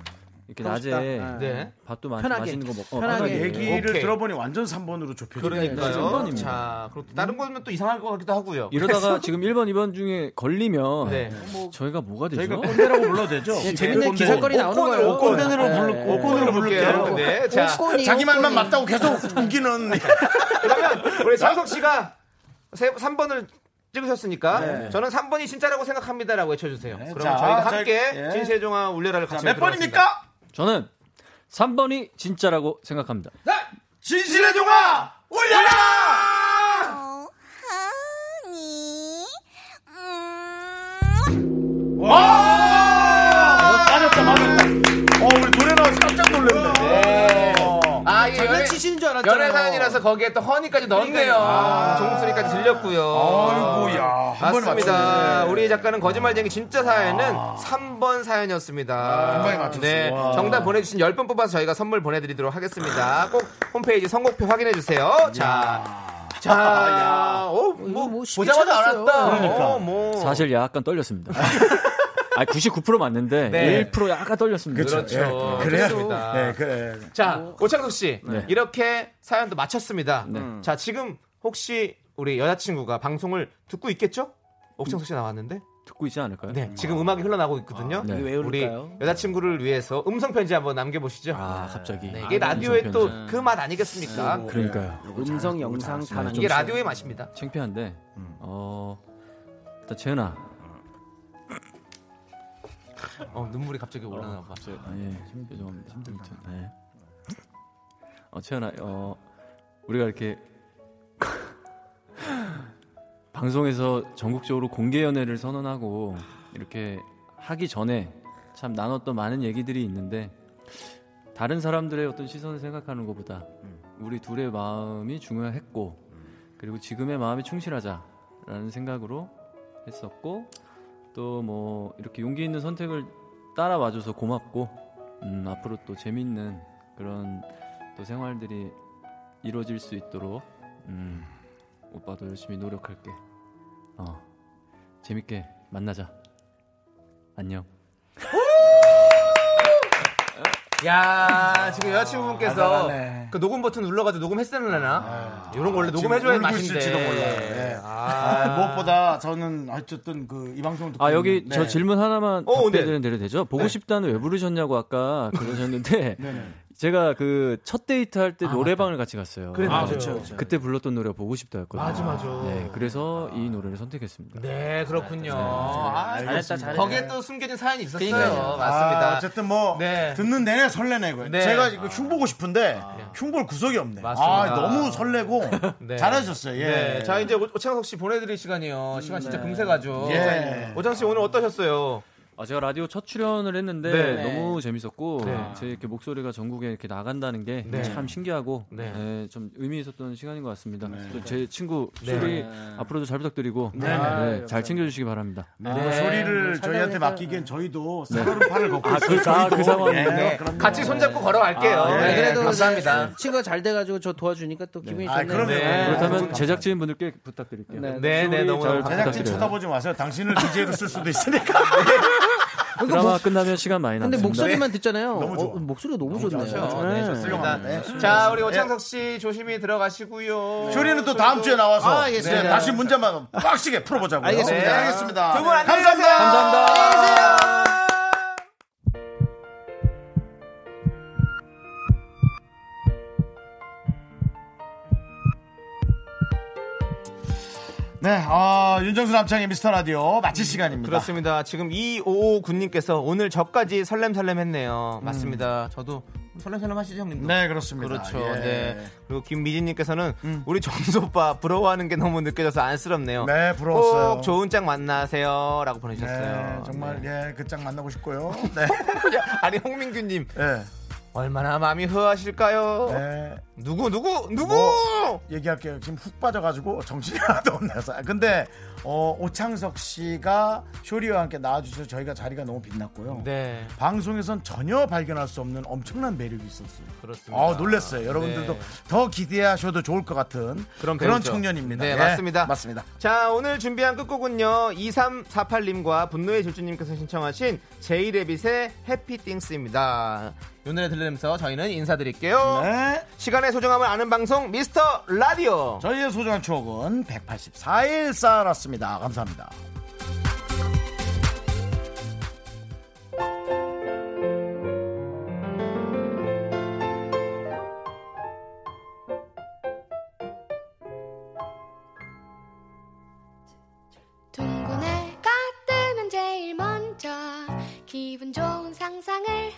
[SPEAKER 9] 이렇게
[SPEAKER 7] 하고
[SPEAKER 9] 낮에
[SPEAKER 7] 싶다. 아.
[SPEAKER 2] 네.
[SPEAKER 9] 밥도 많이
[SPEAKER 7] 편하게.
[SPEAKER 9] 맛있는 거 먹고
[SPEAKER 7] 편하게.
[SPEAKER 9] 편하게.
[SPEAKER 1] 얘기를
[SPEAKER 2] 오케이.
[SPEAKER 1] 들어보니 완전 3번으로 좁혀져.
[SPEAKER 2] 그러니까요.
[SPEAKER 9] 3번입니다.
[SPEAKER 2] 자, 그리고 또 다른 거면 또 이상할 것 같기도 하고요.
[SPEAKER 9] 이러다가 지금 1번, 2번 중에 걸리면
[SPEAKER 2] 네.
[SPEAKER 9] 저희가 뭐가 되죠?
[SPEAKER 1] 저희가 꼰대라고 불러도 되죠?
[SPEAKER 7] 그냥 네, 재밌는
[SPEAKER 1] 네.
[SPEAKER 7] 기사거리 나오는 거예요.
[SPEAKER 1] 꼰대로
[SPEAKER 7] 네.
[SPEAKER 1] 불러, 꼰대로
[SPEAKER 2] 볼게요.
[SPEAKER 1] 불러요.
[SPEAKER 2] 네. 자,
[SPEAKER 7] 꼰이,
[SPEAKER 1] 자기
[SPEAKER 7] 꼰이.
[SPEAKER 1] 말만 맞다고 계속 우기는.
[SPEAKER 2] 그러면 우리 장석 씨가 3번을 찍으셨으니까 저는 3번이 진짜라고 생각합니다라고 외쳐주세요.
[SPEAKER 1] 네,
[SPEAKER 2] 그러면
[SPEAKER 1] 자,
[SPEAKER 2] 저희가
[SPEAKER 1] 자,
[SPEAKER 2] 함께
[SPEAKER 1] 예.
[SPEAKER 2] 진세종아 울레라를
[SPEAKER 1] 자,
[SPEAKER 2] 같이
[SPEAKER 1] 몇 번입니까?
[SPEAKER 9] 저는 3번이 진짜라고 생각합니다.
[SPEAKER 1] 네. 진실의 종아 올려라!
[SPEAKER 4] 哦
[SPEAKER 1] 와!
[SPEAKER 4] 嗯
[SPEAKER 1] 맞았다, 맞았다. 아! 어, 우리 노래 나와서 깜짝 놀랐네. 어.
[SPEAKER 2] 아, 예, 연애,
[SPEAKER 7] 장난치시는 줄 알았잖아요.
[SPEAKER 2] 연애 사연이라서 거기에 또 허니까지 넣었네요. 종소리까지 들렸고요.
[SPEAKER 1] 아. 아이고, 야. 한 번에
[SPEAKER 2] 맞습니다.
[SPEAKER 1] 맞췄네.
[SPEAKER 2] 우리 작가는 거짓말쟁이 진짜 사연은 3번 사연이었습니다.
[SPEAKER 1] 방에 맞췄어.
[SPEAKER 2] 네.
[SPEAKER 1] 와.
[SPEAKER 2] 정답 보내주신 10분 뽑아서 저희가 선물 보내드리도록
[SPEAKER 1] 아.
[SPEAKER 2] 하겠습니다. 꼭 홈페이지 선곡표 확인해주세요. 자. 자, 어, 뭐,
[SPEAKER 1] 음,
[SPEAKER 7] 이거 뭐 쉽게
[SPEAKER 2] 보자마자
[SPEAKER 7] 찾았어요.
[SPEAKER 2] 알았다.
[SPEAKER 1] 그러니까.
[SPEAKER 2] 어, 뭐.
[SPEAKER 9] 사실 약간 떨렸습니다. 아, 99% 맞는데
[SPEAKER 2] 네.
[SPEAKER 9] 1% 약간 떨렸습니다.
[SPEAKER 2] 그렇죠.
[SPEAKER 1] 예, 뭐. 그래야
[SPEAKER 2] 그렇습니다.
[SPEAKER 1] 네, 그래.
[SPEAKER 2] 자, 오창석 씨.
[SPEAKER 9] 네.
[SPEAKER 2] 이렇게 사연도 마쳤습니다.
[SPEAKER 9] 네.
[SPEAKER 2] 자, 지금 혹시 우리 여자친구가 방송을 듣고 있겠죠? 옥창석 씨 나왔는데?
[SPEAKER 9] 듣고 있지 않을까요?
[SPEAKER 2] 네. 지금 음악이 흘러나오고 있거든요.
[SPEAKER 9] 그러니까. 네.
[SPEAKER 7] 왜
[SPEAKER 2] 우리
[SPEAKER 7] 울까요?
[SPEAKER 2] 여자친구를 위해서 음성편지 한번 남겨보시죠.
[SPEAKER 9] 아, 갑자기.
[SPEAKER 2] 네, 이게 라디오의 또 그 맛 아니겠습니까?
[SPEAKER 7] 네.
[SPEAKER 9] 그러니까요.
[SPEAKER 7] 음성, 영상 다
[SPEAKER 2] 이게 라디오의 맛입니다.
[SPEAKER 9] 창피한데. 어. 일단 재현아.
[SPEAKER 2] 어, 눈물이 갑자기 오르나 봐.
[SPEAKER 9] 아, 예. 힘들 좀 힘들 텐데. 예. 어, 재현아. 어, 우리가 이렇게 방송에서 전국적으로 공개 연애를 선언하고 이렇게 하기 전에 참 나눴던 많은 얘기들이 있는데 다른 사람들의 어떤 시선을 생각하는 것보다 우리 둘의 마음이 중요했고 그리고 지금의 마음에 충실하자라는 생각으로 했었고 또 뭐 이렇게 용기 있는 선택을 따라와줘서 고맙고 음, 앞으로 또 재밌는 그런 또 생활들이 이루어질 수 있도록 음, 오빠도 열심히 노력할게. 어 재밌게 만나자. 안녕.
[SPEAKER 2] 야 지금 여자친구분께서 그 녹음 버튼 눌러가지고 녹음했었나? 이런 거 원래
[SPEAKER 1] 지금
[SPEAKER 2] 녹음해줘야
[SPEAKER 1] 울고
[SPEAKER 2] 맛인데.
[SPEAKER 1] 있을지도 몰라요.
[SPEAKER 2] 네.
[SPEAKER 1] 예. 아, 무엇보다 저는 어쨌든 그 이 방송을 듣고
[SPEAKER 9] 아 여기
[SPEAKER 2] 음,
[SPEAKER 1] 있는-
[SPEAKER 9] 저
[SPEAKER 1] 네.
[SPEAKER 9] 질문 하나만
[SPEAKER 1] 어, 네.
[SPEAKER 9] 답변드리면 되죠? 보고 싶다는 왜 부르셨냐고 아까 그러셨는데 제가 그 첫 데이트 할 때
[SPEAKER 2] 네, 아,
[SPEAKER 9] 노래방을 같이 갔어요.
[SPEAKER 2] 그래, 아, 맞아요. 그쵸, 그쵸.
[SPEAKER 9] 때 불렀던 노래가 보고 싶다였거든요.
[SPEAKER 2] 맞아, 맞아.
[SPEAKER 9] 네, 그래서 이 노래를 선택했습니다.
[SPEAKER 2] 네, 그렇군요. 아,
[SPEAKER 1] 알겠습니다. 잘했다,
[SPEAKER 2] 거기에
[SPEAKER 1] 잘했네.
[SPEAKER 2] 또 숨겨진 사연이 있었어요.
[SPEAKER 1] 그러니까요.
[SPEAKER 2] 맞습니다.
[SPEAKER 1] 아, 어쨌든 뭐 듣는 내내 설레네고요.
[SPEAKER 2] 네. 아.
[SPEAKER 1] 제가 이거 흉보고 싶은데 흉볼 구석이 없네.
[SPEAKER 2] 맞습니다.
[SPEAKER 1] 아, 너무 설레고
[SPEAKER 2] 네.
[SPEAKER 1] 잘하셨어요. 예.
[SPEAKER 2] 네, 자 이제 오- 오창석 씨 보내드릴 시간이요. 시간 진짜 금세 가죠.
[SPEAKER 9] 예.
[SPEAKER 2] 오창 씨 오늘 어떠셨어요?
[SPEAKER 9] 아, 제가 라디오 첫 출연을 했는데
[SPEAKER 2] 네.
[SPEAKER 9] 너무 재밌었고
[SPEAKER 2] 네.
[SPEAKER 9] 제 이렇게 목소리가 전국에 이렇게 나간다는 게
[SPEAKER 2] 네.
[SPEAKER 9] 참 신기하고
[SPEAKER 2] 네.
[SPEAKER 9] 네, 좀 의미 있었던 시간인 것 같습니다. 또 제 친구 소리
[SPEAKER 1] 네.
[SPEAKER 9] 앞으로도 잘 부탁드리고
[SPEAKER 1] 네.
[SPEAKER 9] 네,
[SPEAKER 1] 아유,
[SPEAKER 9] 잘 챙겨주시기 바랍니다.
[SPEAKER 1] 네. 그 소리를 저희한테 맡기기엔 저희도 사거리팔을 걷고
[SPEAKER 9] 아,
[SPEAKER 1] 있어요.
[SPEAKER 9] 그- 아,
[SPEAKER 1] 저희도.
[SPEAKER 9] 그 상황이군요.
[SPEAKER 1] 예, 그럼요.
[SPEAKER 2] 네, 같이 손잡고 걸어갈게요.
[SPEAKER 7] 아,
[SPEAKER 2] 네,
[SPEAKER 7] 네,
[SPEAKER 2] 그래도
[SPEAKER 7] 그래도
[SPEAKER 2] 감사합니다.
[SPEAKER 7] 이제 친구가 잘 돼가지고 저 도와주니까 또 기분이
[SPEAKER 1] 아,
[SPEAKER 7] 좋네요.
[SPEAKER 1] 그럼요. 네.
[SPEAKER 9] 그렇다면 제작진 분들께 부탁드릴게요.
[SPEAKER 7] 네,
[SPEAKER 2] 네, 네, 너무
[SPEAKER 9] 잘
[SPEAKER 1] 제작진
[SPEAKER 9] 부탁드려요.
[SPEAKER 1] 쳐다보지 마세요. 당신을 DJ로 쓸 수도 있으니까.
[SPEAKER 9] 드라마 끝나면 시간 많이
[SPEAKER 7] 근데
[SPEAKER 9] 남습니다.
[SPEAKER 7] 목소리만 듣잖아요.
[SPEAKER 1] 아, 너무 좋아.
[SPEAKER 7] 어, 목소리가 너무, 좋네요.
[SPEAKER 2] 좋죠.
[SPEAKER 7] 네.
[SPEAKER 2] 네, 좋습니다. 자,
[SPEAKER 1] 예. 네.
[SPEAKER 2] 우리 오창석 씨 조심히 들어가시고요.
[SPEAKER 1] 쇼리는 또 다음 주에 나와서
[SPEAKER 7] 아, 예,
[SPEAKER 1] 네,
[SPEAKER 7] 네.
[SPEAKER 1] 다시 문제만 빡시게 풀어보자고요.
[SPEAKER 7] 알겠습니다.
[SPEAKER 1] 네, 알겠습니다.
[SPEAKER 2] 두분 안녕히
[SPEAKER 1] 감사합니다.
[SPEAKER 2] 가세요. 감사합니다.
[SPEAKER 1] 네, 어, 윤정수 남창의 미스터 라디오 마칠 시간입니다.
[SPEAKER 2] 음, 그렇습니다. 지금 2559님께서 오늘 저까지 설렘설렘 했네요. 맞습니다. 저도 설렘설렘 하시죠, 형님도?
[SPEAKER 1] 음. 네, 그렇습니다.
[SPEAKER 2] 그렇죠.
[SPEAKER 1] 예. 음.
[SPEAKER 2] 네. 그리고 김미진님께서는 우리 정수 오빠 부러워하는 게 너무 느껴져서 안쓰럽네요.
[SPEAKER 1] 네, 부러웠어요.
[SPEAKER 2] 꼭 좋은 짝 만나세요. 라고
[SPEAKER 1] 네,
[SPEAKER 2] 보내주셨어요.
[SPEAKER 1] 정말 예, 그 짝 만나고 싶고요. 네.
[SPEAKER 2] 아니, 홍민규님.
[SPEAKER 1] 예.
[SPEAKER 2] 얼마나 마음이 흐하실까요?
[SPEAKER 1] 네.
[SPEAKER 2] 누구, 누구, 누구!
[SPEAKER 1] 뭐, 얘기할게요. 지금 훅 빠져가지고 어, 정신이 하나도 없네요. 아, 근데 어, 오창석 씨가 쇼리와 함께 나와주셔서 저희가 자리가 너무 빛났고요.
[SPEAKER 2] 네.
[SPEAKER 1] 방송에선 전혀 발견할 수 없는 엄청난 매력이 있었어요.
[SPEAKER 2] 그렇습니다.
[SPEAKER 1] 아, 놀랐어요. 여러분들도
[SPEAKER 2] 그러니까. 네.
[SPEAKER 1] 더 기대하셔도 좋을 것 같은 그런,
[SPEAKER 2] 그런 배우죠.
[SPEAKER 1] 청년입니다.
[SPEAKER 2] 네,
[SPEAKER 1] 예,
[SPEAKER 2] 맞습니다.
[SPEAKER 1] 맞습니다.
[SPEAKER 2] 자 오늘 준비한 끝곡은요 2348님과 분노의 질주님께서 신청하신 제이레빗의 해피띵스입니다 이 노래 들으면서 저희는 인사드릴게요
[SPEAKER 1] 네.
[SPEAKER 2] 시간의 소중함을 아는 방송 미스터 라디오
[SPEAKER 1] 저희의 소중한 추억은 184일 쌓아놨습니다. 감사합니다.
[SPEAKER 4] 둥근 해가 뜨면 제일 먼저 기분 좋은 상상을